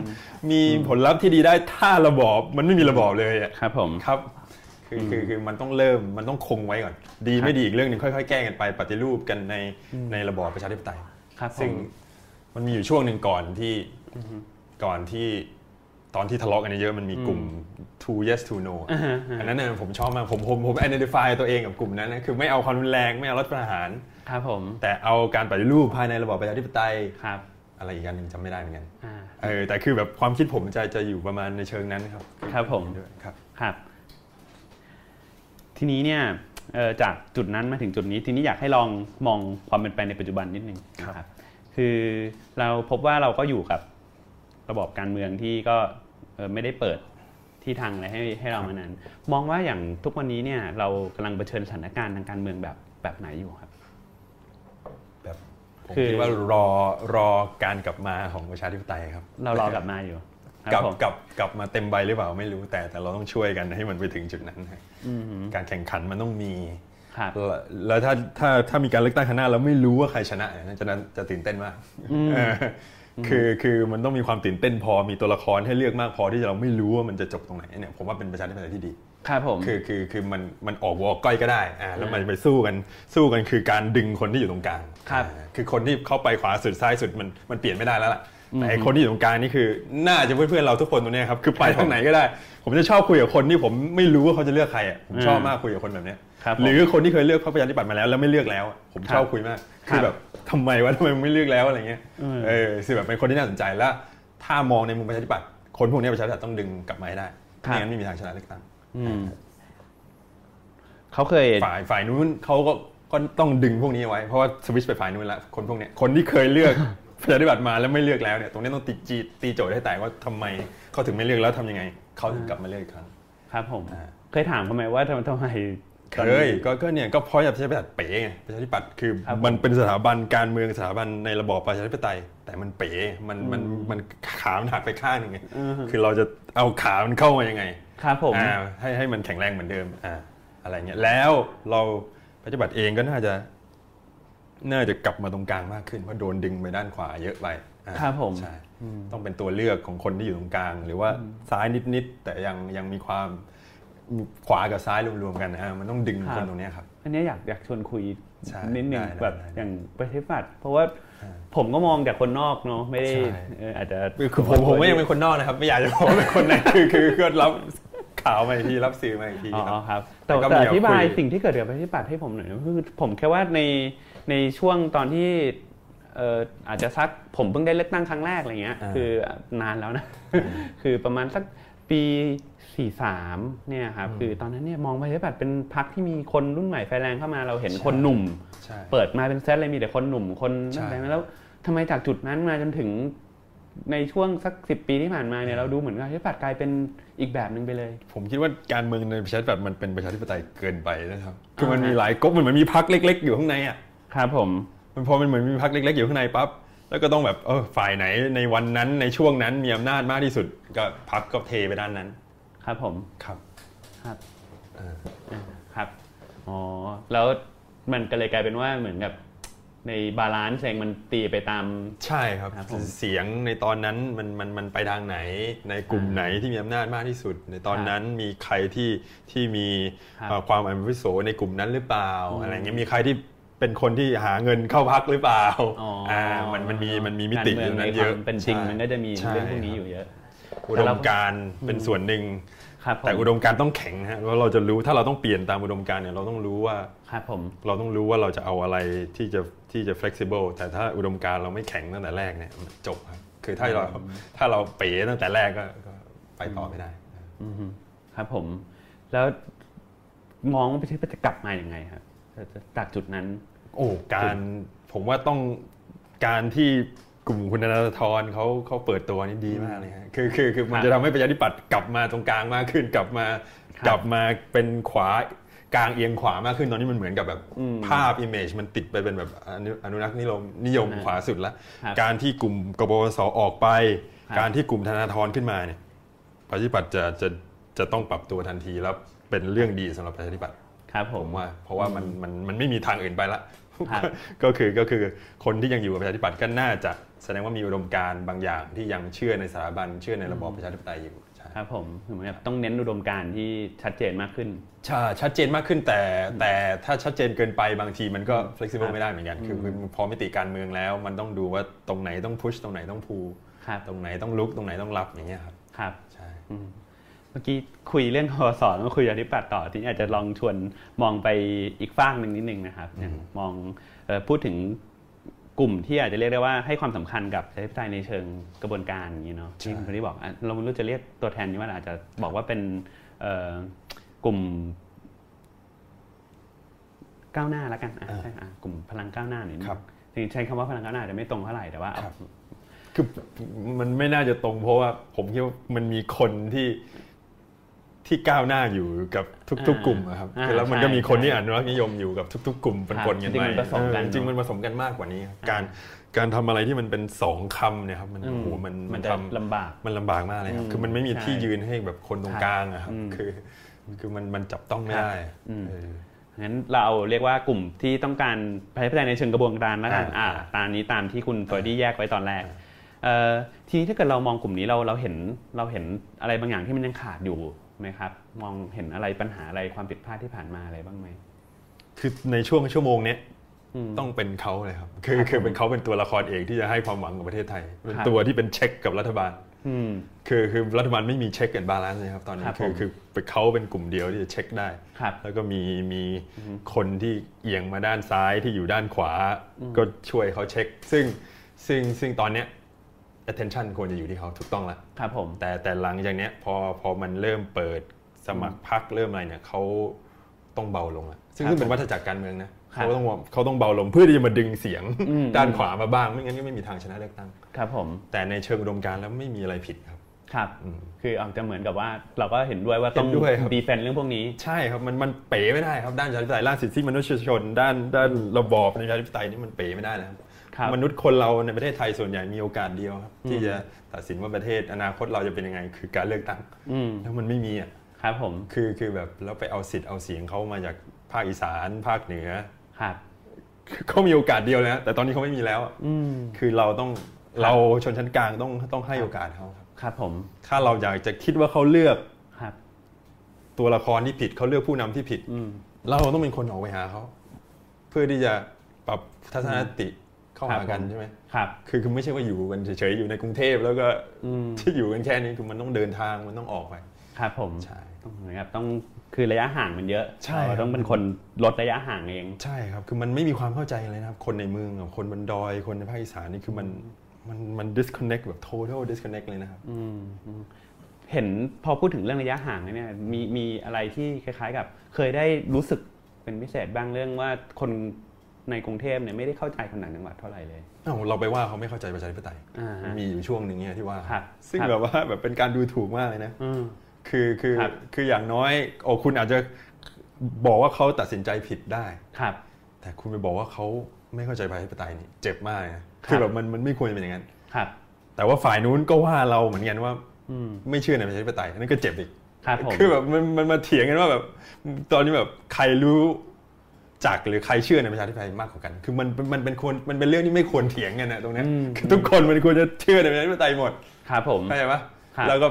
[SPEAKER 2] มีผลลัพธ์ที่ดีได้ถ้าระบอบมันไม่มีระบอบเลยอะ
[SPEAKER 1] ครับผม
[SPEAKER 2] ครับคือคือคือมันต้องเริ่มมันต้องคงไว้ก่อน ดีไม่ดีอีกเรื่องหนึ่งค่อยๆ แก้กันไปปฏิรูปกันในในระบอบประชาธิปไตย
[SPEAKER 1] ครับผม
[SPEAKER 2] ซึ่งมันมีอยู่ช่วงหนึ่งก่อนที่ก่อนที่ตอนที่ทะเลาะกันเยอะๆมันมีกลุ่ม two yes two no อะอันนั้นนะผมชอบมากผมผมผม identify ตัวเองกับกลุ่มนั้นนะคือไม่เอาความรุนแรงไม่เอารัฐประหาร
[SPEAKER 1] ครับผม
[SPEAKER 2] แต่เอาการปฏิรูปภายในระบอบประชาธิปไตย
[SPEAKER 1] ครับ
[SPEAKER 2] อะไรอีกอันหนึ่งจำไม่ได้เหมือนกัน
[SPEAKER 1] อ่า
[SPEAKER 2] เออแต่คือแบบความคิดผมจะจะอยู่ประมาณในเชิงนั้นครับ
[SPEAKER 1] ครับผม
[SPEAKER 2] ด้วยครับ
[SPEAKER 1] ครับ ทีนี้เนี่ยเอ่อจากจุดนั้นมาถึงจุดนี้ ทีนี้อยากให้ลองมองความเป็นไปในปัจจุบันนิดนึง
[SPEAKER 2] ครับ
[SPEAKER 1] นะครับ คือเราพบว่าเราก็อยู่กับระบอบการเมืองที่ก็เอ่อไม่ได้เปิดที่ทางอะไรให้ให้เรามานานมองว่าอย่างทุกวันนี้เนี่ย เรากำลังเผชิญสถานการณ์ทางการเมืองแบบแบบไหนอยู่ครับ
[SPEAKER 2] แบบผม
[SPEAKER 1] คือ
[SPEAKER 2] คิดว่ารอรอการกลับมาของประชาธิปไตยครับ
[SPEAKER 1] เรารอกลับมาอยู่
[SPEAKER 2] ก
[SPEAKER 1] ค
[SPEAKER 2] ลั
[SPEAKER 1] รั
[SPEAKER 2] บบ
[SPEAKER 1] ผม
[SPEAKER 2] กลับกลับมาเต็มใบหรือเปล่าไม่รู้แต่แต่เราต้องช่วยกันให้มันไปถึงจุดนั้นครับการแข่งขันมันต้องมี
[SPEAKER 1] ครับ
[SPEAKER 2] แล้วแล้วถ้าถ้าถ้ามีการเลือกตั้งข้างหน้าแล้วไม่รู้ว่าใครชนะเนี่ยจะนั้นจะตื่นเต้นมากเออคือคือมันต้องมีความตื่นเต้นพอมีตัวละครให้เลือกมากพอที่เราไม่รู้ว่ามันจะจบตรงไหนเนี่ยผมว่าเป็นประชาธิปไตยที่ดี
[SPEAKER 1] ครับผม
[SPEAKER 2] คือคือคือมันมันออกวอก้อยก็ได้อ่าแล้วมันไปสู้กันสู้กันคือการดึงคนที่อยู่ตรงกลาง
[SPEAKER 1] ครับ
[SPEAKER 2] อ่าคือคนที่เข้าไปขวาสุดซ้ายสุดมันมันเปลี่ยนไม่ได้แล้วล่ะแต่ไอ้คนที่อยู่ตรงกลางนี่คือ น่าจะเพื่อนๆเราทุกคนตรงเนี้ยครับคือไปทางไหนก็ได้ ผมจะชอบคุยกับคนที่ผมไม่รู้ว่าเขาจะเลือกใครอ่ะผมชอบมากคุยกับคนแบบเนี้ย
[SPEAKER 1] ครับผม
[SPEAKER 2] หรือคนที่เคยเลือกพรรคประชาธิปัตย์มาแล้วแล้วไม่เลือกแล้วอ่ะผมชอบ
[SPEAKER 1] ครับ
[SPEAKER 2] คุยมาก
[SPEAKER 1] ครับ
[SPEAKER 2] คือแบบทำไมวะทำไมมึงไม่เลือกแล้วอะไรเงี้ย
[SPEAKER 1] อืม
[SPEAKER 2] เออคือแบบเป็นคนที่น่าสนใจแล้ว ถ้ามองในมุมประชาธิปัตย์คนพวกเนี้ยประชาธิปัตย์ต้องดึงกลับมาให้ได้ไม่งั้นไม่มีทางชนะเลือกตั้ง
[SPEAKER 1] มเขาเคย
[SPEAKER 2] ฝ่ายฝ่ายนู้นเขาก็ก็ต้องดึงพวกนี้ไว้เพราะว่าสวิตชไปฝ่ายนู้นละคนพวกเนี้ยคนที่เคยเลือก ปฏิบัติมาแล้วไม่เลือกแล้วเนี่ยตรงนี้ต้องตีจีตีโจทย์ให้แตกว่าทำไมเขาถึงไม่เลือกแล้วทำยังไงเขาถึงกลับมาเลือกอีกครั้ง
[SPEAKER 1] ครับผม
[SPEAKER 2] อ่า
[SPEAKER 1] เคยถามเขาไหมว่าทำทำไม
[SPEAKER 2] เค
[SPEAKER 1] ตอนนี้
[SPEAKER 2] ยก็ก็เนี่ยก็เพราะประชาธิปัตย์เป๋ไงประชาธิปัตย์คือ
[SPEAKER 1] ครับ
[SPEAKER 2] มันเป็นสถาบันการเมืองสถาบันในระบอบประชาธิปไตย แต่มันเป๋มันมันมันขา มันหักไปข้างหนึ่งไง
[SPEAKER 1] อือฮึ
[SPEAKER 2] คือเราจะเอาขามันเข้ามายังไง
[SPEAKER 1] ครับผม
[SPEAKER 2] อ่าให้ให้มันแข็งแรงเหมือนเดิมอ่าอะไรเงี้ยแล้วเราปฏิบัติเองก็น่าจะน่าจะกลับมาตรงกลางมากขึ้นเพราะโดนดึงไปด้านขวาเยอะไปอ่า
[SPEAKER 1] ครับผม
[SPEAKER 2] ใช่ต้องเป็นตัวเลือกของคนที่อยู่ตรงกลาง หรือว่าซ้ายนิดๆแต่ยังยังมีความขวากับซ้ายรวมๆกันนะฮะมันต้องดึง
[SPEAKER 1] ค
[SPEAKER 2] ค
[SPEAKER 1] รั
[SPEAKER 2] น
[SPEAKER 1] บ
[SPEAKER 2] ตรงเนี้ยครับ
[SPEAKER 1] อันเนี้ยอยากอยากชวนคุย
[SPEAKER 2] ใช่
[SPEAKER 1] นิดหนึ่ง
[SPEAKER 2] ได้ได้
[SPEAKER 1] แบบ
[SPEAKER 2] ได้
[SPEAKER 1] อย่างประชาธิปัตย์เพราะว่าผมก็มองจากคนนอกเนาะไม่ได้
[SPEAKER 2] ใช่
[SPEAKER 1] เอ่ออาจจะ
[SPEAKER 2] คือผมผมก็ยังเป็นคนนอกนะครับ ไม่อยากจะบอกว่าเป็นคน ในคือคือก็รับข่าวมาอีกทีรับสื่อมาอีกที
[SPEAKER 1] อ๋
[SPEAKER 2] ครั
[SPEAKER 1] อ
[SPEAKER 2] บ
[SPEAKER 1] ครับ แต่
[SPEAKER 2] แล้วก็
[SPEAKER 1] แต่
[SPEAKER 2] มี
[SPEAKER 1] อธิบาย
[SPEAKER 2] คุย
[SPEAKER 1] สิ่งที่เกิดกับประชาธิปัตย์ให้ผมหน่อยนะคือผมแค่ว่าในในช่วงตอนที่เอ่ออาจจะสักผมเพิ่งได้เลือกตั้งครั้งแรกอะไรเงี้ย คือนานแล้วนะ คือประมาณสักปี 43เนี่ยครับคือตอนนั้นเนี่ยมองประชาธิปัตย์เป็นพรรคที่มีคนรุ่นใหม่ไฟแรงเข้ามาเราเห็นคนหนุ่ม
[SPEAKER 2] ใช่
[SPEAKER 1] เปิดมาเป็นเซตเลยมีแต่คนหนุ่มคนนั่น
[SPEAKER 2] ใช่
[SPEAKER 1] ไปแล้วทำไมจากจุดนั้นมาจนถึงในช่วงสักสิปีที่ผ่านมาเนี่ยเราดูเหมือนกับประชาธิปัตย์กลายเป็นอีกแบบหนึ่งไปเลย
[SPEAKER 2] ผมคิดว่าการเมืองในประชาธิปัตย์มันเป็นประชาธิปไตยเกินไปนะครับ คือ
[SPEAKER 1] อ่ามั
[SPEAKER 2] มันมีหลายก๊กมันเหมือนมีพักเล็ก ๆ อยู่ข้างในอ่ะ
[SPEAKER 1] ครับผม
[SPEAKER 2] มันพอมันเหมือนมีพักเล็ก ๆ อยู่ข้างในปั๊บ แล้วก็ต้องแบบเออฝ่ายไหนในวันนั้นในช่วงนั้นมีอำนาจมากที่สุด ก็พักก็เทไปด้านนั้น
[SPEAKER 1] ครับผม
[SPEAKER 2] ครับ
[SPEAKER 1] ครับ
[SPEAKER 2] เออ
[SPEAKER 1] อ่าครับอ๋อแล้วมันก็เลยกลายเป็นว่าเหมือนกับในบาลานซ์เองมันตีไปตาม
[SPEAKER 2] ใช่ครับ
[SPEAKER 1] ครับผม
[SPEAKER 2] เสียงในตอนนั้นมันมันมันไปทางไหน ในกลุ่มไหนที่มีอำนาจมากที่สุด ในตอนนั้นมีใครที่ที่มี
[SPEAKER 1] ครับ
[SPEAKER 2] เอ่อความอาวุโสในกลุ่มนั้นหรือเปล่าอะไรเงี้ยมีใครที่เป็นคนที่หาเงินเข้าพักหรือเปล่า
[SPEAKER 1] อ๋อ
[SPEAKER 2] อ่ามันมันมีมันมีมิติ
[SPEAKER 1] การ
[SPEAKER 2] อ
[SPEAKER 1] เมืง
[SPEAKER 2] ยู่นั้นเย
[SPEAKER 1] ใค
[SPEAKER 2] อะ
[SPEAKER 1] วามเป็นจริงมันก็จะมี
[SPEAKER 2] ใช่
[SPEAKER 1] เรื่องพวกนี้
[SPEAKER 2] ค
[SPEAKER 1] อ
[SPEAKER 2] บ
[SPEAKER 1] ยู่เยอะ
[SPEAKER 2] อุดมการณ์เป็นส่วนหนึ่ง
[SPEAKER 1] ครับผม
[SPEAKER 2] แต่อุดมการณ์ต้องแข็งฮะแล้วเราจะรู้ถ้าเราต้องเปลี่ยนตามอุดมการณ์เนี่ยเราต้องรู้ว่า
[SPEAKER 1] ครับผม
[SPEAKER 2] เราต้องรู้ว่าเราจะเอาอะไรที่จะที่จะ flexible แต่ถ้าอุดมการณ์เราไม่แข็งตั้งแต่แรกเนี่ยจบครับคือถ้าเราถ้าเราเป๋ตั้งแต่แรกก็ก็ไปต่อไม่ได้
[SPEAKER 1] ครับผม แล้วมองว่าประเทศจะกลับมาอย่างไงครับจากจุดนั้น
[SPEAKER 2] โอ้การผมว่าต้องการที่กลุ่มคุณธนาธรเขาเขาเปิดตัวนี่ดีมากเลยฮะคือคือคือมั
[SPEAKER 1] ครั
[SPEAKER 2] น
[SPEAKER 1] บ
[SPEAKER 2] จะทำให้ประชาธิปัตย์กลับมาตรงกลางมากขึ้นกลับมา
[SPEAKER 1] ครับ
[SPEAKER 2] กลับมาเป็นขวากลางเอียงขวามากขึ้นตอนนี้มันเหมือนกับแบบ
[SPEAKER 1] อืม
[SPEAKER 2] ภาพอิมเมจมันติดไปเป็นแบบอนุอนุรักษ์นิยมนิยม
[SPEAKER 1] อ่า
[SPEAKER 2] ขวาสุดละ
[SPEAKER 1] ครับ
[SPEAKER 2] การที่กลุ่มกบวสออกไป
[SPEAKER 1] ครับ
[SPEAKER 2] การที่กลุ่มธนาธรขึ้นมาเนี่ยประชาธิปัตย์จะจะจะต้องปรับตัวทันทีแล้วเป็นเรื่องดีสำหรับประชาธิปัตย์
[SPEAKER 1] ครับผ
[SPEAKER 2] ผม มว่าเพราะว่ามันมันมันไม่มีทางอื่นไปละ
[SPEAKER 1] ครับ
[SPEAKER 2] ก็คือก็คือคนที่ยังอยู่กับประชาธิปัตย์ก็น่าจะแสดงว่ามีอุดมการณ์บางอย่างที่ยังเชื่อในสถาบันเชื่อในระบอบประชาธิปไตยอยู่ใช่
[SPEAKER 1] ครับผมเหมือนกับต้องเน้นอุดมการณ์ที่ชัดเจนมากขึ้น
[SPEAKER 2] ใช่ชัดเจนมากขึ้นแต่แต่ถ้าชัดเจนเกินไปบางทีมันก็
[SPEAKER 1] ครั
[SPEAKER 2] flexible
[SPEAKER 1] บ
[SPEAKER 2] ไม่ได้เหมือนกันคือคือพอมิติการเมืองแล้ว มันต้องดูว่าตรงไหนต้องพุชตรงไหนต้องพู
[SPEAKER 1] ครับ
[SPEAKER 2] ตรงไหนต้องลุกตรงไหนต้องรับอย่างเงี้ยครับ
[SPEAKER 1] ครับ
[SPEAKER 2] ใช่
[SPEAKER 1] เมื่อกี้คุยเรื่องคอสอนก็คุยอธิปัตย์ต่อ ที่นี่อาจจะลองชวนมองไปอีกฝ้างหนึ่งนิดนึงนะครับอย่างมองเอ่อพูดถึงกลุ่มที่อาจจะเรียกได้ว่าให้ความสำคัญกับประชาธิปไตยในเชิงกระบวนการอย่างนี้เนาะ
[SPEAKER 2] ใช่
[SPEAKER 1] ที่คุณที่บอกอ่ะเราไม่รู้จะเรียกตัวแทนนี้ว่าอะไรอาจจะบอกว่าเป็นเอ่อกลุ่มก้าวหน้าละกันอ่ะใช่อ่ะกลุ่มพลังก้าวหน้าเนี่ยจริงๆใช้คำว่าพลังก้าวหน้าอาจจะไม่ตรงเท่าไหร่แต่ว่าเอา
[SPEAKER 2] คือมันไม่น่าจะตรงเพราะว่าผมคิดว่ามันมีคนที่ที่ก้าวหน้าอยู่กับทุก
[SPEAKER 1] อ่า
[SPEAKER 2] ๆ กลุ่มอะครับ
[SPEAKER 1] อ่า
[SPEAKER 2] แล้วมัน
[SPEAKER 1] ใช่
[SPEAKER 2] ก็มีคน
[SPEAKER 1] ใช่
[SPEAKER 2] ที่อนุรักษ์นิยมอยู่กับทุก ๆ กลุ่มเป็น
[SPEAKER 1] ครับ
[SPEAKER 2] คนกัน
[SPEAKER 1] จริง
[SPEAKER 2] ไป
[SPEAKER 1] ๆมันผสมกัน
[SPEAKER 2] เออจริง
[SPEAKER 1] เนอะ
[SPEAKER 2] มันผสมกันมากกว่านี้ครับการการทำอะไรที่มันเป็นสองคำเนี่ยครับมัน
[SPEAKER 1] อืม
[SPEAKER 2] โอ้โหมัน
[SPEAKER 1] มั
[SPEAKER 2] มันน
[SPEAKER 1] จะ
[SPEAKER 2] ทำ
[SPEAKER 1] ลำบาก
[SPEAKER 2] มันลำบากมากเลยครั
[SPEAKER 1] อื
[SPEAKER 2] บ
[SPEAKER 1] ม
[SPEAKER 2] คือมันไม่มี
[SPEAKER 1] ใช่
[SPEAKER 2] ที่ยืนให้แบบคนตร
[SPEAKER 1] ค
[SPEAKER 2] ง
[SPEAKER 1] รับ
[SPEAKER 2] กลางอะครับ
[SPEAKER 1] อืม
[SPEAKER 2] คือ คือมันมันจับต้องไม่
[SPEAKER 1] ครับ
[SPEAKER 2] ได้
[SPEAKER 1] อืม
[SPEAKER 2] เออ
[SPEAKER 1] งั้นเราเรียกว่ากลุ่มที่ต้องการประชาธิปไตยในเชิงกระบวนการแล้วกัน
[SPEAKER 2] อ่า
[SPEAKER 1] อ่าตามนี้ตามที่คุณเฟอร์ดี้แยกไว้ตอนแรกเอ่อทีนี้ถ้าเกิดเรามองกลุ่มนี้เราเราเห็นเราเห็นอะไรบางอย่างที่มันยังขาดอยู่ไหมครับ มองเห็นอะไรปัญหาอะไรความผิดพลาดที่ผ่านมาอะไรบ้างไหม
[SPEAKER 2] คือในช่วงชั่วโมงเนี้ย
[SPEAKER 1] อืม
[SPEAKER 2] ต้องเป็นเขาเลยครับคือคือเป็นเขาเป็นตัวละครเอกที่จะให้ความหวังกับประเทศไทย เป็น
[SPEAKER 1] ครับ
[SPEAKER 2] ตัวที่เป็นเช็คกับรัฐบาล
[SPEAKER 1] อืม
[SPEAKER 2] คือคือรัฐบาลไม่มีเช็คแอนบาลานซ์นะครับตอนนี้
[SPEAKER 1] ครับ
[SPEAKER 2] คื
[SPEAKER 1] ผ
[SPEAKER 2] อ
[SPEAKER 1] ม
[SPEAKER 2] คือเขาเป็นกลุ่มเดียวที่จะเช็คได้
[SPEAKER 1] ครับ
[SPEAKER 2] แล้วก็มีมีคนที่เอียงมาด้านซ้ายที่อยู่ด้านขวา ก็ช่วยเขาเช็ค ซึ่งซึ่งซึ่งตอนเนี้ย attention ควรจะอยู่ที่เขาถูกต้องแล้ว
[SPEAKER 1] ครับผม
[SPEAKER 2] แต่แต่หลังจากเนี้ยพอพอมันเริ่มเปิดสมัครพักเริ่มอะไรเนี่ยเขาต้องเบาลงละซึ่ง
[SPEAKER 1] ครับ
[SPEAKER 2] ซึ่งเป็นวัฏจักรการเมืองนะ
[SPEAKER 1] ครั
[SPEAKER 2] เขา
[SPEAKER 1] บ
[SPEAKER 2] ต้องว่าเขาต้องเบาลงเพื่อที่จะมาดึงเสียง
[SPEAKER 1] อืม
[SPEAKER 2] ด้านขวามาบ้างไม่งั้นก็ไม่มีทางชนะเลือกตั้ง
[SPEAKER 1] ครับผม
[SPEAKER 2] แต่ในเชิงอุดมการณ์แล้วไม่มีอะไรผิดครับ
[SPEAKER 1] ครับ
[SPEAKER 2] อืม
[SPEAKER 1] คืออาจจะเหมือนกับว่าเราก็เห็นด้วยว่าต้อง
[SPEAKER 2] เห็นด้วยครับ
[SPEAKER 1] ดีเฟนต์เรื่องพวกนี้
[SPEAKER 2] ใช่ครับมันมันเป๋ไม่ได้ครับด้านประชาธิปไตยด้านสิทธิมนุษยชน ด้านด้านระบอบประชาธิปไตยนี่มันเป๋ไม่ได้นะครับ
[SPEAKER 1] ครับ
[SPEAKER 2] มนุษย์คนเราในประเทศไทยส่วนใหญ่มีโอกาสเดียวครับที่จะตัดสินว่าประเทศอนาคตเราจะเป็นยังไง คือการเลือกตั้ง
[SPEAKER 1] อืม
[SPEAKER 2] แล้วมันไม่มีอ่ะ
[SPEAKER 1] ครับผม
[SPEAKER 2] คือคือแบบแล้วไปเอาสิทธิ์เอาเสียงเขามาจากภาคอีสานภาคเหนือ
[SPEAKER 1] ครับ
[SPEAKER 2] คือเขามีโอกาสเดียวแล้ว แต่ตอนนี้เขาไม่มีแล้วอะ
[SPEAKER 1] อืม
[SPEAKER 2] คือเราต้องเราชนชั้นกลางต้องต้องให้โอกาสเขาครับ
[SPEAKER 1] ครับผม
[SPEAKER 2] ถ้าเราอยากจะคิดว่าเขาเลือก
[SPEAKER 1] ครับ
[SPEAKER 2] ตัวละครที่ผิดเขาเลือกผู้นำที่ผิด
[SPEAKER 1] อืม
[SPEAKER 2] เราต้องเป็นคนออกไปหาเขาเพื่อที่จะปรับทัศนคติเข้า
[SPEAKER 1] ครับ
[SPEAKER 2] หากัน
[SPEAKER 1] ผม
[SPEAKER 2] ใช่ไหม
[SPEAKER 1] ครับ
[SPEAKER 2] คือคือไม่ใช่ว่าอยู่กันเฉยๆอยู่ในกรุงเทพแล้วก็
[SPEAKER 1] อืม
[SPEAKER 2] ที่อยู่กันแค่นี้คือมันต้องเดินทางมันต้องออกไป
[SPEAKER 1] ครับผม
[SPEAKER 2] ใช่
[SPEAKER 1] ต้องเหมือนกับต้องคือระยะห่างมันเยอะ
[SPEAKER 2] ใช่
[SPEAKER 1] เราต้องเป็นคนลดระยะห่างเอง
[SPEAKER 2] ใช่ครับ คือมันไม่มีความเข้าใจเลยนะครับ คนในเมืองกับคนบนดอย คนในภาคอีสานนี่คือมันมันมัน disconnect แบบ total disconnect เลยนะครับ
[SPEAKER 1] อืมอืมเห็นพอพูดถึงเรื่องระยะห่างแล้วเนี่ยมีมีอะไรที่คล้าย ๆ กับ เคยได้รู้สึกเป็นพิเศษบ้างเรื่องว่าคนในกรุงเทพเนี่ยไม่ได้เข้าใจคนต่างจังหวัดเท่าไหร่เลย
[SPEAKER 2] เอ้าเราไปว่าเขาไม่เข้าใจประชาธิปไตย
[SPEAKER 1] อ่าฮะ
[SPEAKER 2] มีอยู่ช่วงหนึ่งเนี่ยที่ว่า
[SPEAKER 1] ครับ
[SPEAKER 2] ซึ่ง
[SPEAKER 1] ครับ
[SPEAKER 2] แบบว่าแบบเป็นการดูถูกมากเลยนะ
[SPEAKER 1] อืม
[SPEAKER 2] คือคือ
[SPEAKER 1] ครับ
[SPEAKER 2] คืออย่างน้อยโอ้คุณอาจจะบอกว่าเขาตัดสินใจผิดได้
[SPEAKER 1] ครับ
[SPEAKER 2] แต่คุณไปบอกว่าเขาไม่เข้าใจประชาธิปไตยนี่เจ็บมากเลยนะ
[SPEAKER 1] ครับ
[SPEAKER 2] คือแบบมันมันไม่ควรจะเป็นอย่างนั้น
[SPEAKER 1] ครับ
[SPEAKER 2] แต่ว่าฝ่ายนู้นก็ว่าเราเหมือนกันว่า
[SPEAKER 1] อืม
[SPEAKER 2] ไม่เชื่อในประชาธิปไตยอันนั่นก็เจ็บอีก
[SPEAKER 1] ครับผม
[SPEAKER 2] คือแบบมันมันมาเถียงกันว่าแบบตอนนี้แบบใครรู้จักหรือใครเชื่อในประชาธิปไตยมากกว่ากัน คือมันมันมันเป็นคนมันเป็นเรื่องที่ไม่ควรเถียงกันนะตรงเนี้ยคือทุกคนมันควรจะเชื่อในประชาธิปไตยหมด
[SPEAKER 1] ครับผม
[SPEAKER 2] เข้าใจปะ
[SPEAKER 1] ครับ
[SPEAKER 2] แล้วก็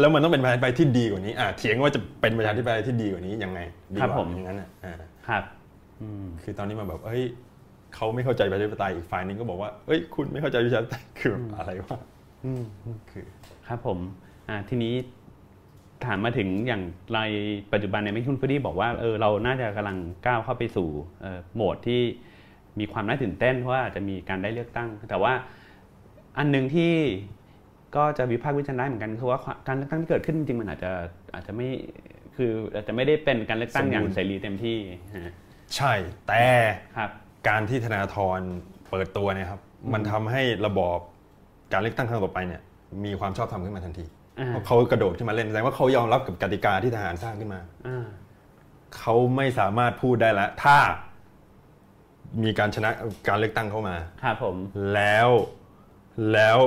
[SPEAKER 2] แล้วมันต้องเป็นประชาธิปไตยที่ดีกว่านี้อ่ะเถียงว่าจะเป็นประชาธิปไตยที่ดีกว่านี้ยังไงดีกว่าอย่างนั้นน่ะอ่ะ
[SPEAKER 1] ครับอืม
[SPEAKER 2] คือตอนนี้มาแบบเอ้ยเขาไม่เข้าใจประชาธิปไตยอีกฝ่ายหนึงก็บอกว่าเอ้ยคุณไม่เข้าใจประชาธิปไตยคือแบบอะไรวะ
[SPEAKER 1] อืม
[SPEAKER 2] คือ
[SPEAKER 1] ครับผมอ่าทีนี้ถามมาถึงอย่างในปัจจุบันเนี่ยไม่คุณฟูดี้บอกว่าเออเราน่าจะกำลังก้าวเข้าไปสู่เอ่อโหมดที่มีความน่าตื่นเต้นเพราะว่าอาจจะมีการได้เลือกตั้ง แต่ว่าอันหนึ่งที่ก็จะวิพากษ์วิจารณ์ได้เหมือนกันคือว่าความการเลือกตั้งที่เกิดขึ้นจริงๆมันอาจจะ อาจจะไม่คืออาจจะไม่ได้เป็นการเลือกตั้งอย่าง
[SPEAKER 2] สมบูรณ์
[SPEAKER 1] เสรีเต็มที่ฮะ
[SPEAKER 2] ใช่แต่
[SPEAKER 1] ครับ
[SPEAKER 2] การที่ธนาธรเปิดตัวเนี่ยครับมันทำให้ระบอบการเลือกตั้งครั้งต่อไปเนี่ยมีความชอบธรรมขึ้นมาทันที
[SPEAKER 1] อ่า
[SPEAKER 2] เพราะเขากระโดดขึ้นมาเล่นแสดงว่าเขายอมรับกับกติกาที่ทหารสร้างขึ้นมา
[SPEAKER 1] อ่า
[SPEAKER 2] เขาไม่สามารถพูดได้แล้ว ถ้ามีการชนะการเลือกตั้งเข้ามา
[SPEAKER 1] ครับผม
[SPEAKER 2] แล้วแล้ว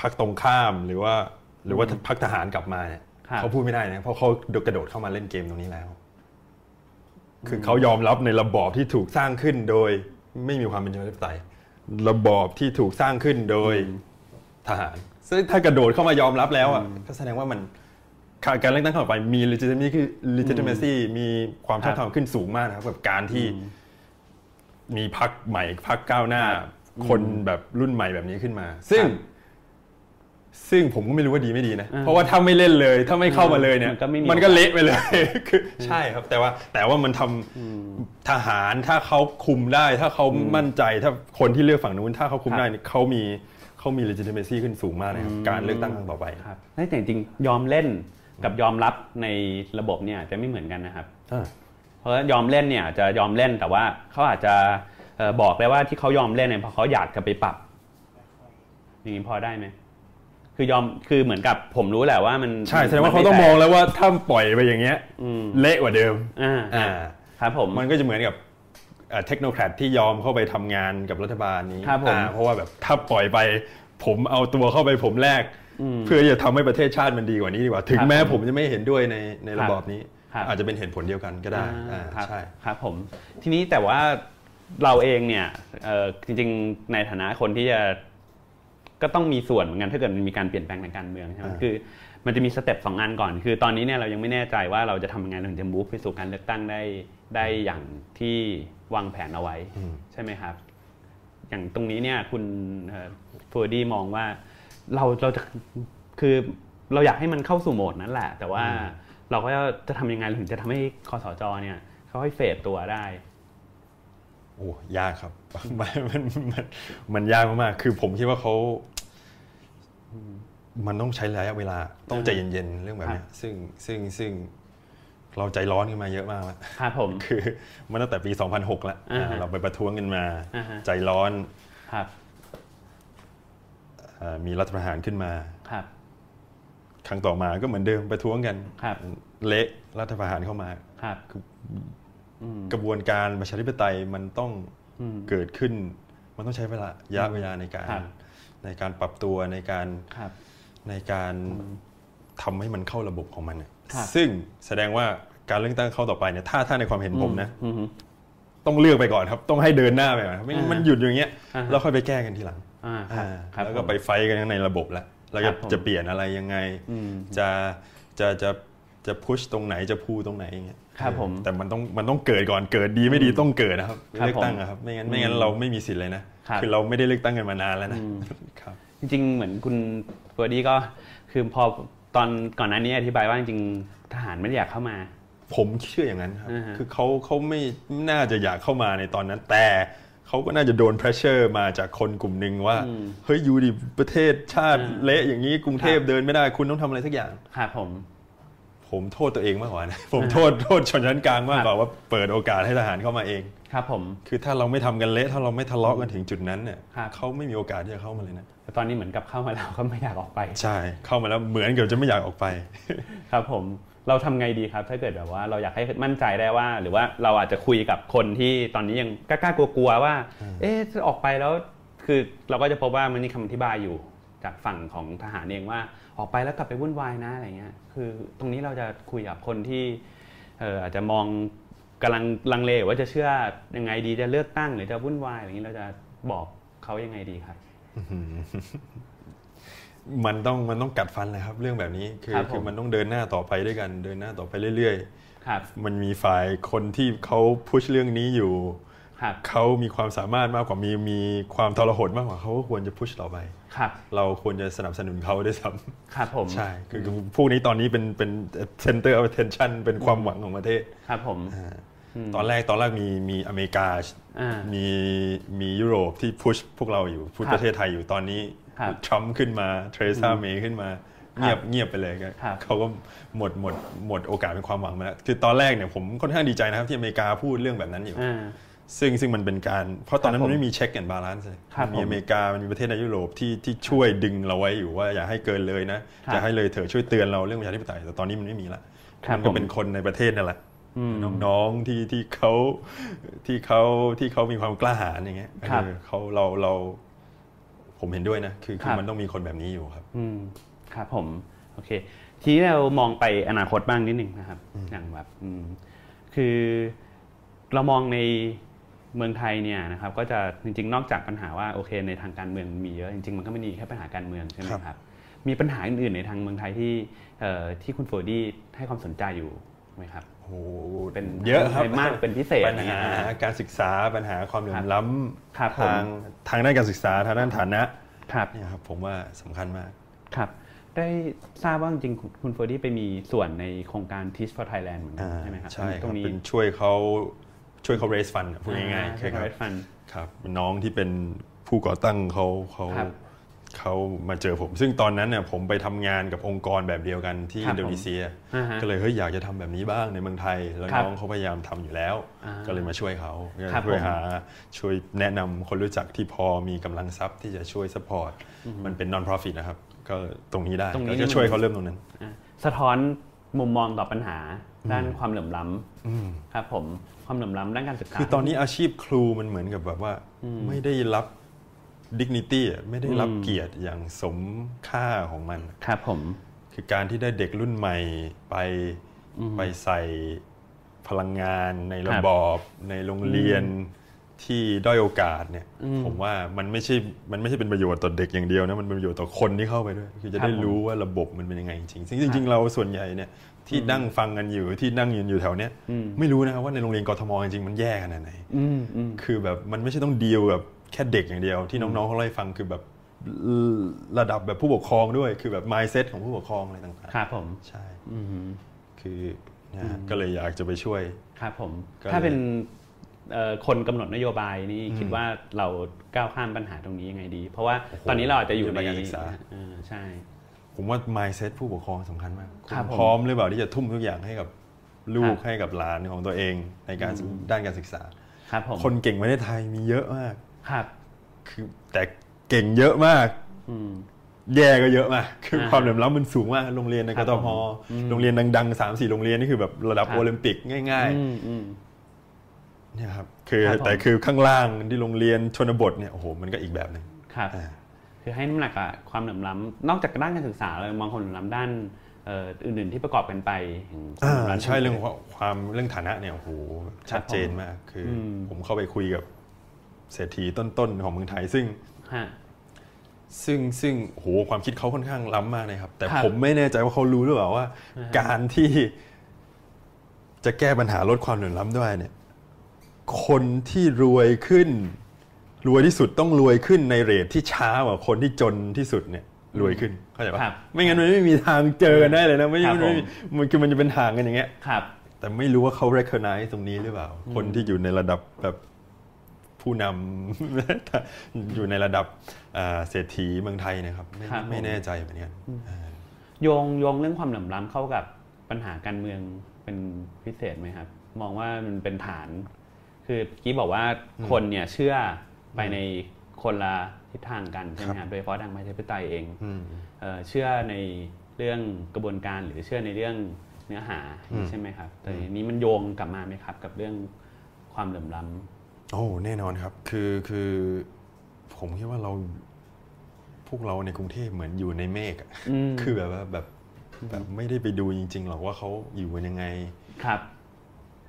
[SPEAKER 2] พักตรงข้ามหรือว่า หรือว่าพักทหารกลับมาเนี่ย
[SPEAKER 1] ครับ
[SPEAKER 2] เขาพูดไม่ได้นะเพราะเขากระโดดเข้ามาเล่นเกมตรงนี้แล้ว คือเขายอมรับในระบอบที่ถูกสร้างขึ้นโดยไม่มีความเป็นประชาธิปไตยระบอบที่ถูกสร้างขึ้นโดยทหาร ซึ่งถ้ากระโดดเข้ามายอมรับแล้วอ่ะก็แสดงว่ามันการเลือกตั้งเข้าไปมี legitimacy คือ legitimacy มีความชอบธรรมขึ้นสูงมากนะครับกับการที่ มีพักใหม่พักก้าวหน้า คนแบบรุ่นใหม่แบบนี้ขึ้นมา ซึ่ง ซึ่งผมก็ไม่รู้ว่าดีไม่ดีนะ เพราะว่าถ้าไม่เล่นเลย ถ้าไม่เข้ามาเลยเนี่ย
[SPEAKER 1] มันก็ไม่มี
[SPEAKER 2] มันก็เละไปเลย คือใช่ครับ แต่ว่าแต่ว่ามันทำทหารถ้าเขาคุมได้ ถ้าเขามั่นใจถ้าคนที่เลือกฝั่งนู้น ถ้าเขาคุมได้เนี่ยเขามีเขามี legitimacy ขึ้นสูงมากนะครับการเลือกตั้งครั้งต่อไป
[SPEAKER 1] ครับแต่จริงๆยอมเล่นกับยอมรับในระบบเนี่ยจะไม่เหมือนกันนะครับ เพราะยอมเล่นเนี่ยอาจจะยอมเล่นแต่ว่าเขาอาจจะเอ่อบอกได้ว่าที่เขายอมเล่นเนี่ยเพราะเขาอยากจะไปปรับอย่างนี้พอได้ไหมคือยอมคือเหมือนกับผมรู้แหละว่ามัน
[SPEAKER 2] ใช่แสดงว่าเขาต้องมองแล้วว่าถ้าปล่อยไปอย่างเงี้ยเละกว่าเดิม
[SPEAKER 1] อ่า
[SPEAKER 2] อ่า
[SPEAKER 1] ครับผม
[SPEAKER 2] มันก็จะเหมือนกับเทคโนแครดที่ยอมเข้าไปทำงานกับรัฐบาลนี้
[SPEAKER 1] ครับผม
[SPEAKER 2] อ่าเพราะว่าแบบถ้าปล่อยไป ผมเอาตัวเข้าไปผมแรก เพื่อจะทำให้ประเทศชาติมันดีกว่านี้ดีกว่า ถึง
[SPEAKER 1] ครับ
[SPEAKER 2] แม้ผมจะไม่เห็นด้วยในในระบอบนี้
[SPEAKER 1] ครับ
[SPEAKER 2] อาจจะเป็นเหตุผลเดียวกันก็ได้
[SPEAKER 1] อ่า
[SPEAKER 2] อ่า
[SPEAKER 1] ครับ
[SPEAKER 2] ใช่
[SPEAKER 1] ครับผมทีนี้แต่ว่าเราเองเนี่ยเอ่อจริงๆในฐานะคนที่จะก็ต้องมีส่วนเหมือนกันถ้าเกิดมันมีการเปลี่ยนแปลงทางการเมืองใช่ไหมคือ มันจะมีสเต็ปสองงานก่อน คือตอนนี้เนี่ยเรายังไม่แน่ใจว่าเราจะทำยังไงเราถึงจะมูฟไปสู่การเลือกตั้งได้ได้อย่างที่วางแผนเอาไว้ใช่ไหมครับ อย่างตรงนี้เนี่ยคุณฟูดี้มองว่าเราเราจะคือเราอยากให้มันเข้าสู่โหมดนั้นแหละ แต่ว่าเราก็จะทำยังไงถึงจะทำให้คอสจเนี่ยเขาให้เฟดตัวได้
[SPEAKER 2] โอ้ยากครับ มันมันมันมันยากมากๆคือผมคิดว่าเขา มันต้องใช้ระยะเวลา ต้องใจเย็นๆเรื่องแบบเนี้ยซึ่งซึ่งซึ่งเราใจร้อนกันมาเยอะมากแล้ว
[SPEAKER 1] ครับ ผม
[SPEAKER 2] คือมันตั้งแต่ปี 2006 แล้ว
[SPEAKER 1] อ่าฮะ
[SPEAKER 2] อ่าเราไปประท้วงกันมา
[SPEAKER 1] อ่าฮะ
[SPEAKER 2] ใจร้อน
[SPEAKER 1] ครับ
[SPEAKER 2] เอ่อมีรัฐประหารขึ้นมา
[SPEAKER 1] ครับ
[SPEAKER 2] ครั้งต่อมาก็เหมือนเดิมประท้วงกัน
[SPEAKER 1] ครับ
[SPEAKER 2] เละรัฐประหารเข้ามา
[SPEAKER 1] ครับ
[SPEAKER 2] กระบวนการประชาธิปไตยมันต้อง
[SPEAKER 1] อืม
[SPEAKER 2] เกิดขึ้น มันต้องใช้เวลาระยะเวลาในการ
[SPEAKER 1] ครับ
[SPEAKER 2] ในการปรับตัวในการ
[SPEAKER 1] ครับ
[SPEAKER 2] ในการทำให้มันเข้าระบบของมันน่ะ
[SPEAKER 1] ครับ
[SPEAKER 2] ซึ่งแสดงว่าการเลือกตั้งเข้าต่อไปเนี่ยถ้าถ้าในความเห็นผมนะ
[SPEAKER 1] อืม
[SPEAKER 2] ต้องเลือกไปก่อนครับ ต้องให้เดินหน้าไปก่อนครับไม่งั้น
[SPEAKER 1] อ่ามั
[SPEAKER 2] มันหยุดอย่างเงี้ย
[SPEAKER 1] อ่าฮะ
[SPEAKER 2] แล้วค่อยไปแก้กันทีหลัง
[SPEAKER 1] อ่าครั
[SPEAKER 2] อ่า
[SPEAKER 1] บครับ
[SPEAKER 2] แล้วก็
[SPEAKER 1] ผม
[SPEAKER 2] ไปไฟท์กันข้างในระบบแล้วเรา
[SPEAKER 1] ครั
[SPEAKER 2] จะ
[SPEAKER 1] บผม
[SPEAKER 2] จะเปลี่ยนอะไรยังไง
[SPEAKER 1] อืม
[SPEAKER 2] จะจะจะจะพุชตรงไหนจะพูตรงไหนอย่างเงี้ย
[SPEAKER 1] ครับผม
[SPEAKER 2] แต่มันต้องมันต้องเกิดก่อนเกิดดีไม่ดีต้องเกิดนะครับ
[SPEAKER 1] ครับ
[SPEAKER 2] เลือกตั้งอะครับไม่งั้นไม่งั้นเราไม่มีสิทธิ์เลยนะครับ อเราไม่ได้เลือกตั้งกันมานานแล้วนะ ครับ
[SPEAKER 1] จริงๆ เหมือนคุณเฟอร์ดี้ก็คือพอตอนก่อนหน้านี้อธิบายว่าจริงๆทหารไม่ได้อยากเข้ามา
[SPEAKER 2] ผมเชื่ออย่างนั้นครับ
[SPEAKER 1] อ่าฮะ
[SPEAKER 2] คือเขาเขาไม่น่าจะอยากเข้ามาในตอนนั้น แต่เขาก็น่าจะโดน pressure มาจากคนกลุ่มหนึ่งว่า เฮ้ยอยู่ดิประเทศชาติ
[SPEAKER 1] อ่า
[SPEAKER 2] เละอย่างนี้กรุงเทพเดินไม่ได้คุณต้องทำอะไรสักอย่าง
[SPEAKER 1] ครับผม
[SPEAKER 2] ผมโทษตัวเองมากกว่านะ ผมโทษโทษชนชั้นกลางมากกว่าว่าเปิดโอกาสให้ทหารเข้ามาเอง
[SPEAKER 1] ครับผม
[SPEAKER 2] คือถ้าเราไม่ทำกันเละถ้าเราไม่ทะเลาะกันถึงจุดนั้นเนี่ย
[SPEAKER 1] ครับ
[SPEAKER 2] เขาไม่มีโอกาสที่จะเข้ามาเลยนะ
[SPEAKER 1] แต่ตอนนี้เหมือนกับเข้ามาแล้วก็ ไม่อยากออกไป
[SPEAKER 2] ใช่เข้ามาแล้วเหมือนกับจะไม่อยากออกไป
[SPEAKER 1] ครับผมเราทำไงดีครับ ถ้าเกิดแบบว่าเราอยากให้มั่นใจได้ว่า หรือว่าเราอาจจะคุยกับคนที่ตอนนี้ยังกล้าๆกลัวๆว่า เอ๊ะจะออกไปแล้ว คือเราก็จะพบว่ามันมีคำอธิบายอยู่จากฝั่งของทหารเองว่า ออกไปแล้วกลับไปวุ่นวายนะอะไรเงี้ย คือตรงนี้เราจะคุยกับคนที่เอ่ออาจจะมองกำลังลังเลว่าจะเชื่อยังไงดีจะเลือกตั้งหรือจะวุ่นวายอะไรเงงี้เราจะบอกเขายังไงดีครับ
[SPEAKER 2] มันต้องมันต้องกัดฟันนะครับ เรื่องแบบนี้คือ
[SPEAKER 1] ครับผม
[SPEAKER 2] คือมันต้องเดินหน้าต่อไปด้วยกันเดินหน้าต่อไปเรื่อย
[SPEAKER 1] ครับ
[SPEAKER 2] ๆ มันมีฝ่ายคนที่เขาพุชเรื่องนี้อยู่
[SPEAKER 1] ครับ
[SPEAKER 2] เขามีความสามารถมากกว่ามีมีความทรหดมากกว่าเขาก็ควรจะพุชต่อไป
[SPEAKER 1] ครับ
[SPEAKER 2] เราควรจะสนับสนุนเขาด้วยซ้ำ
[SPEAKER 1] ครับผม
[SPEAKER 2] ใช่ คือคือพวกนี้ตอนนี้เป็นเป็น center of attention เป็นความหวังของประเทศ
[SPEAKER 1] ครับผม
[SPEAKER 2] ตอนแรกตอนแรกมีมีอเมริกา
[SPEAKER 1] อ่ามี
[SPEAKER 2] มีมียุโรปที่พุชพวกเราอยู่พุช
[SPEAKER 1] ครับ
[SPEAKER 2] ประเทศไทยอยู่ตอนนี้
[SPEAKER 1] ครับ
[SPEAKER 2] ทรัมป์ขึ้นมาเทรซ่าเมย์ขึ้นมา เงียบเงียบไปเลยก็
[SPEAKER 1] ครับ
[SPEAKER 2] เขาก็หมดหมดหมดโอกาสเป็นความหวังไปแล้วคือตอนแรกเนี่ยผมค่อนข้างดีใจนะครับที่อเมริกาพูดเรื่องแบบนั้นอยู่
[SPEAKER 1] อ่า
[SPEAKER 2] ซึ่งซึ่งมันเป็นการ เพราะตอนนั้น
[SPEAKER 1] ครับผม
[SPEAKER 2] มันไม่มีเช็คแอนบาลานซ์เลย
[SPEAKER 1] ครับ
[SPEAKER 2] มัน
[SPEAKER 1] ผ
[SPEAKER 2] มี
[SPEAKER 1] ม
[SPEAKER 2] อเมริกา มันมีประเทศในยุโรปที่ที่ช่วยดึงเราไว้อยู่ว่าอย่าให้เกินเลยนะครับ อย่าให้เลยเถอะช่วยเตือนเราเรื่องประชาธิปไตยแต่ตอนนี้มันไม่มีละ
[SPEAKER 1] ครับ
[SPEAKER 2] มัก็
[SPEAKER 1] ผม
[SPEAKER 2] เป็นคนในประเทศนั่นแหละ
[SPEAKER 1] อืม
[SPEAKER 2] น้องๆที่ที่เขาที่เขาที่เขามีความกล้าหาญอย่างเงี้ย
[SPEAKER 1] ครับ
[SPEAKER 2] เออเขาเราเราผมเห็นด้วยนะคือคื
[SPEAKER 1] ค
[SPEAKER 2] อ
[SPEAKER 1] รับ
[SPEAKER 2] มันต้องมีคนแบบนี้อยู่ครับ
[SPEAKER 1] อืมครับผมโอเค ทีนี้เรามองไปอนาคตบ้างนิดหนึ่งนะครับ อย่างแบบอืมคือเรามองในเมืองไทยเนี่ยนะครับ ก็จะจริง ๆ นอกจากปัญหาว่าโอเค ในทางการเมืองมีเยอะจริง ๆ มันก็ไม่ไดีแค่ปัญหาการเมืองใช่ไหม
[SPEAKER 2] ครับ
[SPEAKER 1] ครับ มีปัญหาอื่นๆในทางเมืองไทยที่เอ่อที่คุณโฟดี้ให้ความสนใจอยู่ไหมครับ
[SPEAKER 2] โอ้โห
[SPEAKER 1] เป็น
[SPEAKER 2] เยอะครับ
[SPEAKER 1] ป็นมากเป็นพิเศษ
[SPEAKER 2] ปัญหา
[SPEAKER 1] นะฮะ
[SPEAKER 2] การศึกษาปัญหาความเหลื่อ
[SPEAKER 1] ครั
[SPEAKER 2] ม
[SPEAKER 1] บ
[SPEAKER 2] ล้ำ
[SPEAKER 1] ครับผม
[SPEAKER 2] ทางทางด้านการศึกษาทางด้านฐานะครับ เนี่ยครับผมว่าสำคัญมาก
[SPEAKER 1] ครับ ได้ทราบว่าจริงๆคุณคุณโฟดี้ไปมีส่วนในโครงการ Teach for Thailand เหมือนกัน
[SPEAKER 2] อ่า
[SPEAKER 1] ใช่ไหมครับ
[SPEAKER 2] ใช่ค
[SPEAKER 1] ตร
[SPEAKER 2] รับ
[SPEAKER 1] งนี้
[SPEAKER 2] เป็นช่วยเขาช่วยเขา raise fund อะพูดง่ายๆ
[SPEAKER 1] ใช่
[SPEAKER 2] ใช่
[SPEAKER 1] ค
[SPEAKER 2] ค
[SPEAKER 1] รั
[SPEAKER 2] รั
[SPEAKER 1] บบ ฟัน
[SPEAKER 2] ครับน้องที่เป็นผู้ก่อตั้งเขาเขา
[SPEAKER 1] ครับ
[SPEAKER 2] เขามาเจอผม ซึ่งตอนนั้นเนี่ยผมไปทำงานกับองค์กรแบบเดียวกันที่
[SPEAKER 1] ครับ
[SPEAKER 2] อินโดนีเซีย
[SPEAKER 1] อ่าฮะ
[SPEAKER 2] ก็เลยเฮ้ยอยากจะทำแบบนี้บ้างในเมืองไทย แล้ว
[SPEAKER 1] ครับ
[SPEAKER 2] น้องเขาพยายามทำอยู่แล้ว
[SPEAKER 1] อ่า
[SPEAKER 2] ก็เลยมาช่วยเขาก็
[SPEAKER 1] ครับ
[SPEAKER 2] ช่วย
[SPEAKER 1] ผม
[SPEAKER 2] หาช่วยแนะนำคนรู้จักที่พอมีกำลังทรัพย์ที่จะช่วย support มันเป็น non profit นะครับก็ตรงนี้ได้
[SPEAKER 1] ตรงนี้
[SPEAKER 2] ก็
[SPEAKER 1] นี่มัน
[SPEAKER 2] ช่วยเขาเริ่มตรงนั้น
[SPEAKER 1] อ่ะสะท้อนมุมมองต่อปัญหาด้านความเหลื่อมล้ำครับผมความเหลื่อมล้ำด้านการศึกษา
[SPEAKER 2] คือตอนนี้อาชีพครูมันเหมือนกับแบบว่า ไม่ได้รับ dignity อะไม่ได้รับ
[SPEAKER 1] อืม
[SPEAKER 2] เกียรติอย่างสมค่าของมัน
[SPEAKER 1] ครับผม
[SPEAKER 2] คือการที่ได้เด็กรุ่นใหม่ไปไปใส่พลังงานในระบอบในโรงเรียนที่ด้อยโอกาสเนี่ย ผมว่ามันไม่ใช่มันไม่ใช่เป็นประโยชน์ต่อเด็กอย่างเดียวนะมันเป็นประโยชน์ต่อคนที่เข้าไปด้วย คือจะได้
[SPEAKER 1] ครับผม
[SPEAKER 2] รู้ว่าระบบมันเป็นยังไงจริงๆซึ่งจริง ๆ เราส่วนใหญ่เนี่ยที่นั่งฟังกันอยู่ที่นั่งยืนอยู่แถวเนี้ยไม่รู้นะครับว่าในโรงเรียนกทมจริงๆมันแย่ขนาดไหน
[SPEAKER 1] อืมอืม
[SPEAKER 2] คือแบบมันไม่ใช่ต้องดีลกับแค่เด็กอย่างเดียว ที่น้องๆเขาเล่าให้ฟังคือแบบระดับแบบผู้ปกครองด้วย คือแบบ mindset ของผู้ปกครองอะไรต่าง
[SPEAKER 1] ครับผม
[SPEAKER 2] ๆใช่คือนะฮะก็เลยอยากจะไปช่วย
[SPEAKER 1] ครับผม
[SPEAKER 2] ก็เลย
[SPEAKER 1] ถ้าเป็นเอ่อคนกำหนดนโยบายนี่คิดว่าเราก้าวข้ามปัญหาตรงนี้ยังไงดี เพราะว่าตอนนี้เราอาจจะอยู่ใน
[SPEAKER 2] การศึกษา
[SPEAKER 1] เออใช่
[SPEAKER 2] ผมว่า mindset ผู้ปกครองสำคัญมากคุ
[SPEAKER 1] ครับ
[SPEAKER 2] ณ
[SPEAKER 1] ผม
[SPEAKER 2] พร้อมหรือเปล่าที่จะทุ่มทุกอย่างให้กับลูก
[SPEAKER 1] ครับ
[SPEAKER 2] ให้กับหลานของตัวเองในการด้านการศึกษา
[SPEAKER 1] ครับผม
[SPEAKER 2] คนเก่งประเทศไทยมีเยอะมาก
[SPEAKER 1] ครับ
[SPEAKER 2] คือแต่เก่งเยอะมาก
[SPEAKER 1] อืม
[SPEAKER 2] แย่ก็เยอะมาก คือ
[SPEAKER 1] อ่า
[SPEAKER 2] ความเหลื่อมล้ำมันสูงมาก โรงเรียนใน
[SPEAKER 1] ค
[SPEAKER 2] ก
[SPEAKER 1] รับ
[SPEAKER 2] ท
[SPEAKER 1] ผม
[SPEAKER 2] โรงเรียนดังๆ 3 4 โรงเรียนนี่คือแบบระดับ
[SPEAKER 1] ครับ
[SPEAKER 2] โอลิมปิกง่าย
[SPEAKER 1] อืมอืม
[SPEAKER 2] ๆเนี่ยครับ คือ
[SPEAKER 1] ครับผม
[SPEAKER 2] แต่คือข้างล่างที่โรงเรียนชนบทเนี่ย โอ้โห มันก็อีกแบบหนึ่ง
[SPEAKER 1] ครับ
[SPEAKER 2] อ่า
[SPEAKER 1] คือให้น้ำหนักกับความเหลื่อมล้ำนอกจากด้านการศึกษาเรายังมองความเหลื่อมล้ำด้านเอ่ออื่นๆที่ประกอบกันไปอย่าง
[SPEAKER 2] อ่า
[SPEAKER 1] ความเหลื่มล้ำ
[SPEAKER 2] ใช่เรื่องของความเรื่องฐานะเนี่ยโอ้โหชัดเจนมาก คืออ
[SPEAKER 1] ม
[SPEAKER 2] ผมเข้าไปคุยกับเศรษฐีต้นๆของเมืองไทย ซึ่ง
[SPEAKER 1] ฮะ
[SPEAKER 2] ซึ่งซึ่งโหความคิดเขาค่อนข้างล้ำมากนะครับ แต่
[SPEAKER 1] ครับ
[SPEAKER 2] ผมไม่แน่ใจว่าเขารู้หรือเปล่าว่า การที่จะแก้ปัญหาลดความเหลื่อมล้ำได้เนี่ย คนที่รวยขึ้น รวยที่สุดต้องรวยขึ้นในเรทที่ช้ากว่าคนที่จนที่สุดเนี่ย รวยขึ้นเข้าใจปะ
[SPEAKER 1] ครับ
[SPEAKER 2] ไม่งั้นมันไม่มีทางเจอกันได้เลยนะไม่
[SPEAKER 1] ครับ
[SPEAKER 2] ไม่ไม่
[SPEAKER 1] ผม
[SPEAKER 2] มันคือมันจะเป็นห่างกันอย่างเงี้ย
[SPEAKER 1] ครับ
[SPEAKER 2] แต่ไม่รู้ว่าเขา recognize ตรงนี้หรือเปล่า คนที่อยู่ในระดับแบบผู้นำ อยู่ในระดับอ่าเศรษฐีเมืองไทยนะครับไม่
[SPEAKER 1] ครับผม
[SPEAKER 2] ไม่แน่ใจเหมือนกันอ่า
[SPEAKER 1] โยงโยงเรื่องความเหลื่อมล้ำเข้ากับปัญหาการเมืองเป็นพิเศษไหมครับ มองว่ามันเป็นฐาน คือเมื่อกี้บอกว่าคนเนี่ยเชื่อไปในคนละทิศทางกันใช่ไหมครับโดยเฉพาะทางประชาธิปไตยเอง
[SPEAKER 2] อืม
[SPEAKER 1] เอ่อเชื่อในเรื่องกระบวนการหรือเชื่อในเรื่องเนื้อหาใช่ไหมครับ แต่ทีนี้มันโยงกลับมาไหมครับ กับเรื่องความเหลื่อมล้ำ
[SPEAKER 2] โอ้แน่นอนครับคือคือผมคิดว่าเราพวกเราในกรุงเทพเหมือนอยู่ในเมฆอะ
[SPEAKER 1] อืม
[SPEAKER 2] คือแบบว่าแบบแบบไม่ได้ไปดูจริง ๆ หรอกว่าเขาอยู่กันยังไง
[SPEAKER 1] ครับ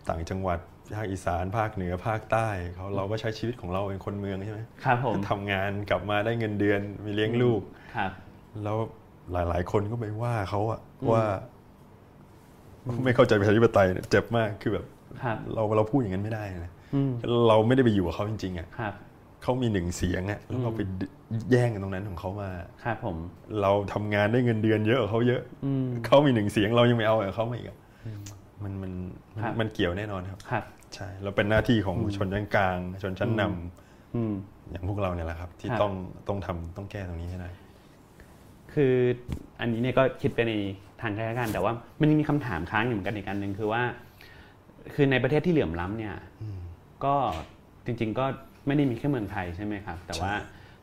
[SPEAKER 2] ต่างจังหวัดภาคอีสานภาคเหนือภาคใต้เขาเราก็ใช้ชีวิตของเราเป็นคนเมืองใช่ไหม
[SPEAKER 1] ครับผม
[SPEAKER 2] ทำงานกลับมาได้เงินเดือนมีเลี้ยงลูก
[SPEAKER 1] ครับ
[SPEAKER 2] แล้วหลาย ๆ คนก็ไปว่าเขาอะว่า ไม่เข้าใจประชาธิปไตยเนี่ยเจ็บมากคือแบบ
[SPEAKER 1] ครับ
[SPEAKER 2] เราเราพูดอย่างนั้นไม่ได้นะ
[SPEAKER 1] อืม
[SPEAKER 2] เราไม่ได้ไปอยู่กับเขาจริงๆอะ
[SPEAKER 1] ครับ
[SPEAKER 2] เขามีหนึ่งเสียงอะแล้วเราไปแย่งกันตรงนั้นของเขามา
[SPEAKER 1] ครับผม
[SPEAKER 2] เราทำงานได้เงินเดือนเยอะกว่าเขาเยอะ
[SPEAKER 1] อืม
[SPEAKER 2] เขามีหนึ่งเสียงเรายังไม่เอากับเขามาอีกอะมันมันมัน
[SPEAKER 1] ครับ
[SPEAKER 2] มันเกี่ยวแน่นอนครับ
[SPEAKER 1] ครับ
[SPEAKER 2] ใช่แล้วเป็นหน้าที่ของชนชั้นกลาง ชนชั้นนำ
[SPEAKER 1] อืม
[SPEAKER 2] อย่างพวกเราเนี่ยแหละครับ ที่
[SPEAKER 1] ครับ
[SPEAKER 2] ต้องต้องทำต้องแก้ตรงนี้ให้ได้
[SPEAKER 1] ค คืออันนี้เนี่ยก็คิดไปในทางคล้ายๆกันแต่ว่ามันยังมีคำถามค้างอยู่เหมือนกันอีกอันหนึ่งคือว่า คือในประเทศที่เหลื่อมล้ำเนี่ยก็จริง ๆ ก็ไม่ได้มีแค่เมืองไทยใช่ไหมครับ แต่ว่า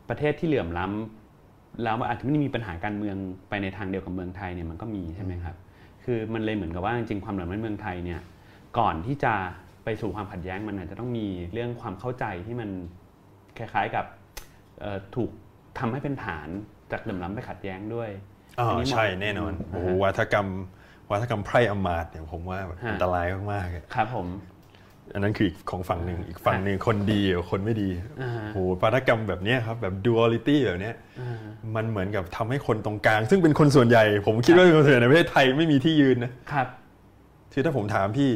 [SPEAKER 1] ประเทศที่เหลื่อมล้ำแล้วมันอาจจะไม่ได้มีปัญหาการเมืองไปในทางเดียวกับเมืองไทยเนี่ยมันก็มีใช่ไหมครับ คือมันเลยเหมือนกับว่าจริงๆความเหลื่อมล้ำในเมืองไทยเนี่ย ก่อนที่จะไปสู่ความขัดแย้งมันอาจจะต้องมีเรื่องความเข้าใจที่มันคล้ายๆกับเอ่อถูกทำให้เป็นฐานจากเหลื่อมล้ำไปขัดแย้งด้วย
[SPEAKER 2] อ๋อ
[SPEAKER 1] อันนี้มอง
[SPEAKER 2] ใช่แน่นอน
[SPEAKER 1] อืม
[SPEAKER 2] โอ้โหวัฒกรรมวัฒกรรมไพร่อำมาตย์เนี่ยผมว่าแบบ
[SPEAKER 1] ฮะ
[SPEAKER 2] อันตรายมากๆอะ
[SPEAKER 1] ครับผม
[SPEAKER 2] อันนั้นคืออีกของฝั่งหนึ่งอีกฝั่งหนึ่งคนดีกับคนไม่ดี
[SPEAKER 1] อ่า
[SPEAKER 2] โอ้
[SPEAKER 1] ฮะ
[SPEAKER 2] โหวัฒกรรมแบบเนี้ยครับแบบดูอลิตี้แบบเนี้ย
[SPEAKER 1] อ่า
[SPEAKER 2] มันเหมือนกับทำให้คนตรงกลาง ซึ่งเป็นคนส่วนใหญ่ ผมคิดว่าเป็นคนส่วนใหญ่ในประเทศไทยไม่มีที่ยืนนะครับ คือถ้าผมถามพี่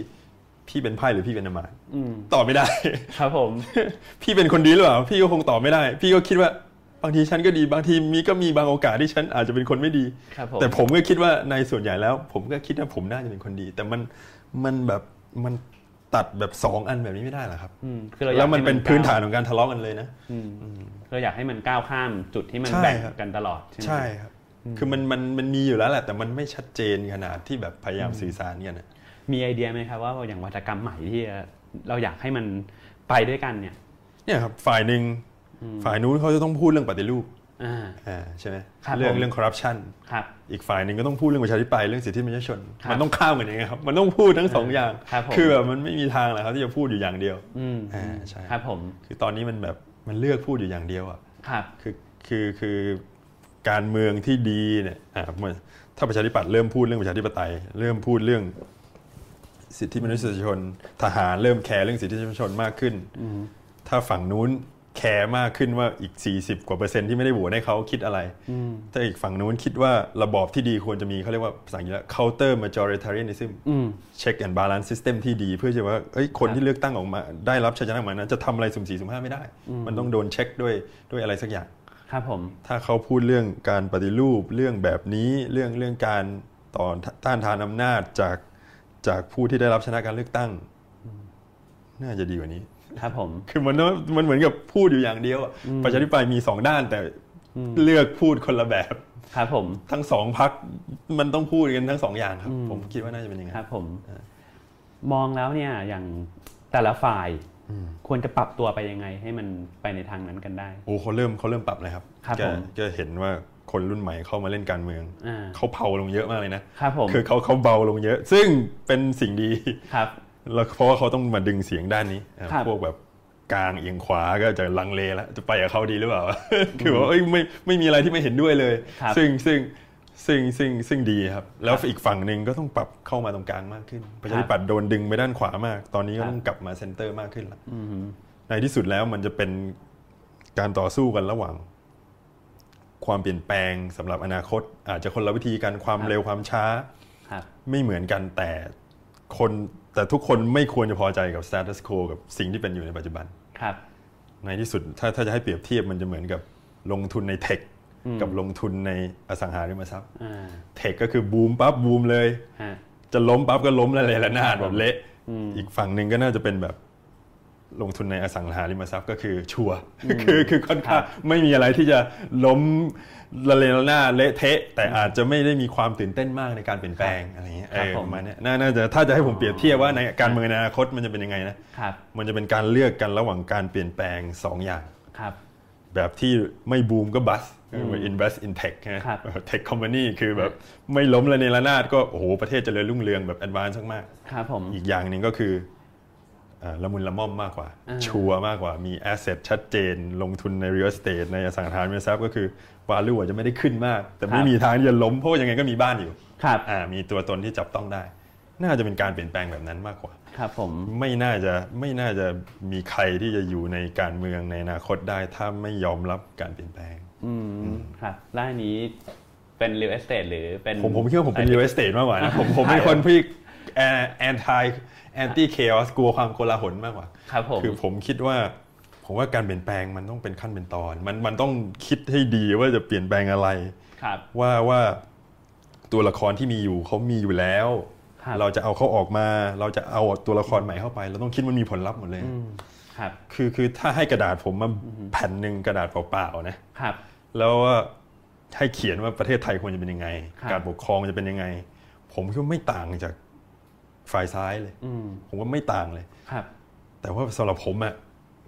[SPEAKER 2] พี่เป็นไพ่หรือพี่เป็นอำมาตย์
[SPEAKER 1] อืม
[SPEAKER 2] ตอบไม่ได้
[SPEAKER 1] ครับผม
[SPEAKER 2] พี่เป็นคนดีหรือเปล่าพี่ก็คงตอบไม่ได้ พี่ก็คิดว่าบางทีฉันก็ดีบางทีมีก็มีบางโอกาสที่ฉันอาจจะเป็นคนไม่ดี
[SPEAKER 1] ครับผม
[SPEAKER 2] แต่ผมก็คิดว่าในส่วนใหญ่แล้ว ผมก็คิดว่าผมน่าจะเป็นคนดี แต่มันมันแบบมันตัดแบบสองอันแบบนี้ไม่ได้หรอครับ
[SPEAKER 1] อืมคือเราอยาก
[SPEAKER 2] แล้วมัน
[SPEAKER 1] ให้
[SPEAKER 2] เป็น
[SPEAKER 1] ก้ว
[SPEAKER 2] พื้นฐานของการทะเลาะกันเลยนะ
[SPEAKER 1] อืมเราอยากให้มันก้าวข้ามจุดที่มัน
[SPEAKER 2] ใช่
[SPEAKER 1] แบ่ง
[SPEAKER 2] ครับ
[SPEAKER 1] กันตลอดใช่ไหม
[SPEAKER 2] ใช่ครับ คือมันมันมันมีอยู่แล้วแหละแต่มันไม่ชัดเจนขนาดที่แบบพยายามสื่อสารกันอะ
[SPEAKER 1] มีไอเดียไหมครับว่าอย่างวัฒกรรมใหม่ที่เราอยากให้มันไปด้วยกันเนี่ย
[SPEAKER 2] เนี่ยครับฝ่ายหนึ่งฝ่ายนู้นเขาจะต้องพูดเรื่องปฏิรูป
[SPEAKER 1] อ่า
[SPEAKER 2] อ่าใช่ไหม
[SPEAKER 1] ครับ
[SPEAKER 2] เรื่อ
[SPEAKER 1] ผ
[SPEAKER 2] ง
[SPEAKER 1] ม
[SPEAKER 2] เรื่องคอร์รัปชัน
[SPEAKER 1] ครับ
[SPEAKER 2] อีกฝ่ายหนึ่งก็ต้องพูดเรื่องประชาธิปไตยเรื่องสิทธิมนุษยชน
[SPEAKER 1] ครับ
[SPEAKER 2] มันต้องข้ามกันอย่างเงี้ยครับมันต้องพูดทั้งสองอย่าง
[SPEAKER 1] ครับผม
[SPEAKER 2] อแบบมันไม่มีทางหรอกครับที่จะพูดอยู่อย่างเดียว
[SPEAKER 1] อืม
[SPEAKER 2] อ่าใช่
[SPEAKER 1] ครับผม
[SPEAKER 2] คือตอนนี้มันแบบมันเลือกพูดอยู่อย่างเดียวอ่ะ
[SPEAKER 1] ครับ
[SPEAKER 2] คือคือคือการเมืองที่ดีเนี่ยอ่ามันถ้าประชาธิปัตย์เริ่มพูดเรื่องประชาธิปไตย เริ่มพูดเรื่องสิทธิมนุษยชน ทหารเริ่มแคร์เรื่องสิทธิมนุษยชนมากขึ้น
[SPEAKER 1] อืม
[SPEAKER 2] ถ้าฝั่งนู้นแคร์มากขึ้นว่าอีก 40 กว่าเปอร์เซ็นต์ที่ไม่ได้โหวตให้เขาคิดอะไร
[SPEAKER 1] อืม
[SPEAKER 2] ถ้าอีกฝั่งนู้นคิดว่าระบอบที่ดีควรจะมีเขาเรียกว่าภาษาอังกฤษว่า counter majoritarianism
[SPEAKER 1] อืม
[SPEAKER 2] check and balance system ที่ดี เพื่อจะว่าเอ้ยคนที่เลือกตั้งออกมาได้รับชัยชนะออกมานั้นจะทำอะไรสุ่มสี่สุ่มห้าไม่ได้ มันต้องโดนเช็คด้วยด้วยอะไรสักอย่าง
[SPEAKER 1] ครับผม
[SPEAKER 2] ถ้าเขาพูดเรื่องการปฏิรูปเรื่องแบบนี้เรื่องเรื่องการต่อต้านทานอำนาจจากจากผู้ที่ได้รับชนะการเลือกตั้ง น่าจะดีกว่านี้
[SPEAKER 1] ครับผม
[SPEAKER 2] คือมันว่ามันเหมือนกับพูดอยู่อย่างเดียวอะประชาธิปไตยมีสองด้านแต่
[SPEAKER 1] อืม
[SPEAKER 2] เลือกพูดคนละแบบ
[SPEAKER 1] ครับผม
[SPEAKER 2] ทั้งสองพักมันต้องพูดกันทั้งสองอย่างครับ ผมคิดว่าน่าจะเป็นอย่าง
[SPEAKER 1] ค
[SPEAKER 2] นั้
[SPEAKER 1] รั
[SPEAKER 2] น
[SPEAKER 1] บผม
[SPEAKER 2] เออ
[SPEAKER 1] มองแล้วเนี่ยอย่างแต่ละฝ่ายควรจะปรับตัวไปยังไงให้มันไปในทางนั้นกันได้
[SPEAKER 2] โอ้เขาเริ่มเขาเริ่มปรับเลยครับ
[SPEAKER 1] ครับ
[SPEAKER 2] แก
[SPEAKER 1] ผม
[SPEAKER 2] แกเห็นว่าคนรุ่นใหม่เข้ามาเล่นการเมือง
[SPEAKER 1] อ่า
[SPEAKER 2] เขาเผาลงเยอะมากเลยนะครับ
[SPEAKER 1] ผม
[SPEAKER 2] คือเขาเขาเบาลงเยอะ ซึ่งเป็นสิ่งดี
[SPEAKER 1] ครับ
[SPEAKER 2] แล้วเพราะว่าเขาต้องมาดึงเสียงด้านนี้อ่ะ
[SPEAKER 1] ครับ
[SPEAKER 2] พวกแบบกลางเอียงขวาก็จะลังเลแล้ว จะไปกับเขาดีหรือเป ล่า คือว่าเอ้ยไม่ไม่มีอะไรที่ไม่เห็นด้วยเลย
[SPEAKER 1] ครับ
[SPEAKER 2] ซึ่งซึ่งซึ่งซึ่งซึ่งดีครับ แล้วอีกฝั่งหนึ่งก็ต้องปรับเข้ามาตรงกลางมากขึ้นประชาธิปัตย์โดนดึงไปด้านขวามาก ตอนนี้ก็ต้องกลับมาเซนเตอร์มากขึ้นละ
[SPEAKER 1] อืม
[SPEAKER 2] ในที่สุดแล้วมันจะเป็นการต่อสู้กันระหว่าง ความเปลี่ยนแปลงสำหรับอนาคต อาจจะคนละวิธีกันความเร็วความช้า
[SPEAKER 1] ครับ
[SPEAKER 2] ไม่เหมือนกันแต่คนแต่ทุกคนไม่ควรจะพอใจกับ status quo กับสิ่งที่เป็นอยู่ในปัจจุบัน
[SPEAKER 1] ครับ
[SPEAKER 2] ในที่สุดถ้าถ้าจะให้เปรียบเทียบมันจะเหมือนกับลงทุนในเทค
[SPEAKER 1] อืม
[SPEAKER 2] กับลงทุนในอสังหาริมทรัพย์
[SPEAKER 1] อ่า
[SPEAKER 2] เทคก็คือบูมปั๊บบูมเลย
[SPEAKER 1] ฮะ
[SPEAKER 2] จะล้มปั๊บก็ล้มละเลยละนาด
[SPEAKER 1] ค
[SPEAKER 2] แบ
[SPEAKER 1] รับบ
[SPEAKER 2] เละ
[SPEAKER 1] อืม
[SPEAKER 2] อีกฝั่งหนึ่งก็น่าจะเป็นแบบลงทุนในอสังหาริมทรัพย์ก็คือชัวร์คือคือค่อนข้างไม่มีอะไรที่จะล้มละเลละนาดเละเทะ แต่อาจจะไม่ได้มีความตื่นเต้นมากในการเปลี่ยนแปลงอะไรเงี้ยเอ
[SPEAKER 1] ครับ
[SPEAKER 2] อ
[SPEAKER 1] ผม
[SPEAKER 2] ประมาณเนี้ยน่าน่าจะถ้าจะให้ผมเปรียบเทียบว่าในการเมืองในอนาคตมันจะเป็นยังไงนะครับ มันจะเป็นการเลือกกันระหว่างการเปลี่ยนแปลงสองอย่าง
[SPEAKER 1] ครับ
[SPEAKER 2] แบบที่ไม่บูมก็บัสคือว่า invest in tech นะ
[SPEAKER 1] ครับ
[SPEAKER 2] tech company คือแบบไม่ล้มละเนระนาดก็โอ้โหประเทศเจริญรุ่งเรืองแบบ advance มาก
[SPEAKER 1] ครับผม
[SPEAKER 2] ๆอีกอย่างหนึ่งก็คือเอ่อละมุนละม่อมมากกว่า
[SPEAKER 1] อ่า
[SPEAKER 2] ชัวร์มากกว่ามี asset ชัดเจน ลงทุนใน real estate ในอสังหาริมทรัพย์ก็คือ value อาจจะไม่ได้ขึ้นมาก แต่ไม่มีทางที่จะล้มเพราะว่ายังไงก็มีบ้านอยู่
[SPEAKER 1] ครับ
[SPEAKER 2] อ่ามีตัวตนที่จับต้องได้ น่าจะเป็นการเปลี่ยนแปลงแบบนั้นมากกว่า
[SPEAKER 1] ครับผม
[SPEAKER 2] ไม่น่าจะไม่น่าจะมีใครที่จะอยู่ในการเมืองในอนาคตได้ ถ้าไม่ยอมรับการเปลี่ยนแปลง
[SPEAKER 1] อืม ครับแล้วอันนี้เป็น real estate หรือเป็น
[SPEAKER 2] ผมผมคิดว่าผมเป็น real estate มากกว่านะ ผมผมเป็นคนพี่แอนตี้แอนตี้เคอสกลัวความโกลาหลมากกว่า
[SPEAKER 1] ครับผม
[SPEAKER 2] คือผมคิดว่า ผมว่าการเปลี่ยนแปลงมันต้องเป็นขั้นเป็นตอน มันมันต้องคิดให้ดีว่าจะเปลี่ยนแปลงอะไร
[SPEAKER 1] ครับ
[SPEAKER 2] ว่าว่าตัวละครที่มีอยู่เขามีอยู่แล้ว
[SPEAKER 1] ครับ
[SPEAKER 2] เราจะเอาเขาออกมา เราจะเอาตัวละครใหม่เข้าไป เราต้องคิดมันมีผลลัพธ์หมดเลย
[SPEAKER 1] อืมครับ
[SPEAKER 2] คือคือถ้าให้กระดาษผมมาแผ่นหนึ่งกระดาษเปล่าๆนะครับ แล้วว่า ให้เขียนว่าประเทศไทยควรจะเป็นยังไง
[SPEAKER 1] ครับ
[SPEAKER 2] การปกครองจะเป็นยังไง ผมคิดว่าไม่ต่างจากฝ่ายซ้ายเลย
[SPEAKER 1] อืม
[SPEAKER 2] ผมว่าไม่ต่างเลย
[SPEAKER 1] ครับ
[SPEAKER 2] แต่ว่าสำหรับผมอะ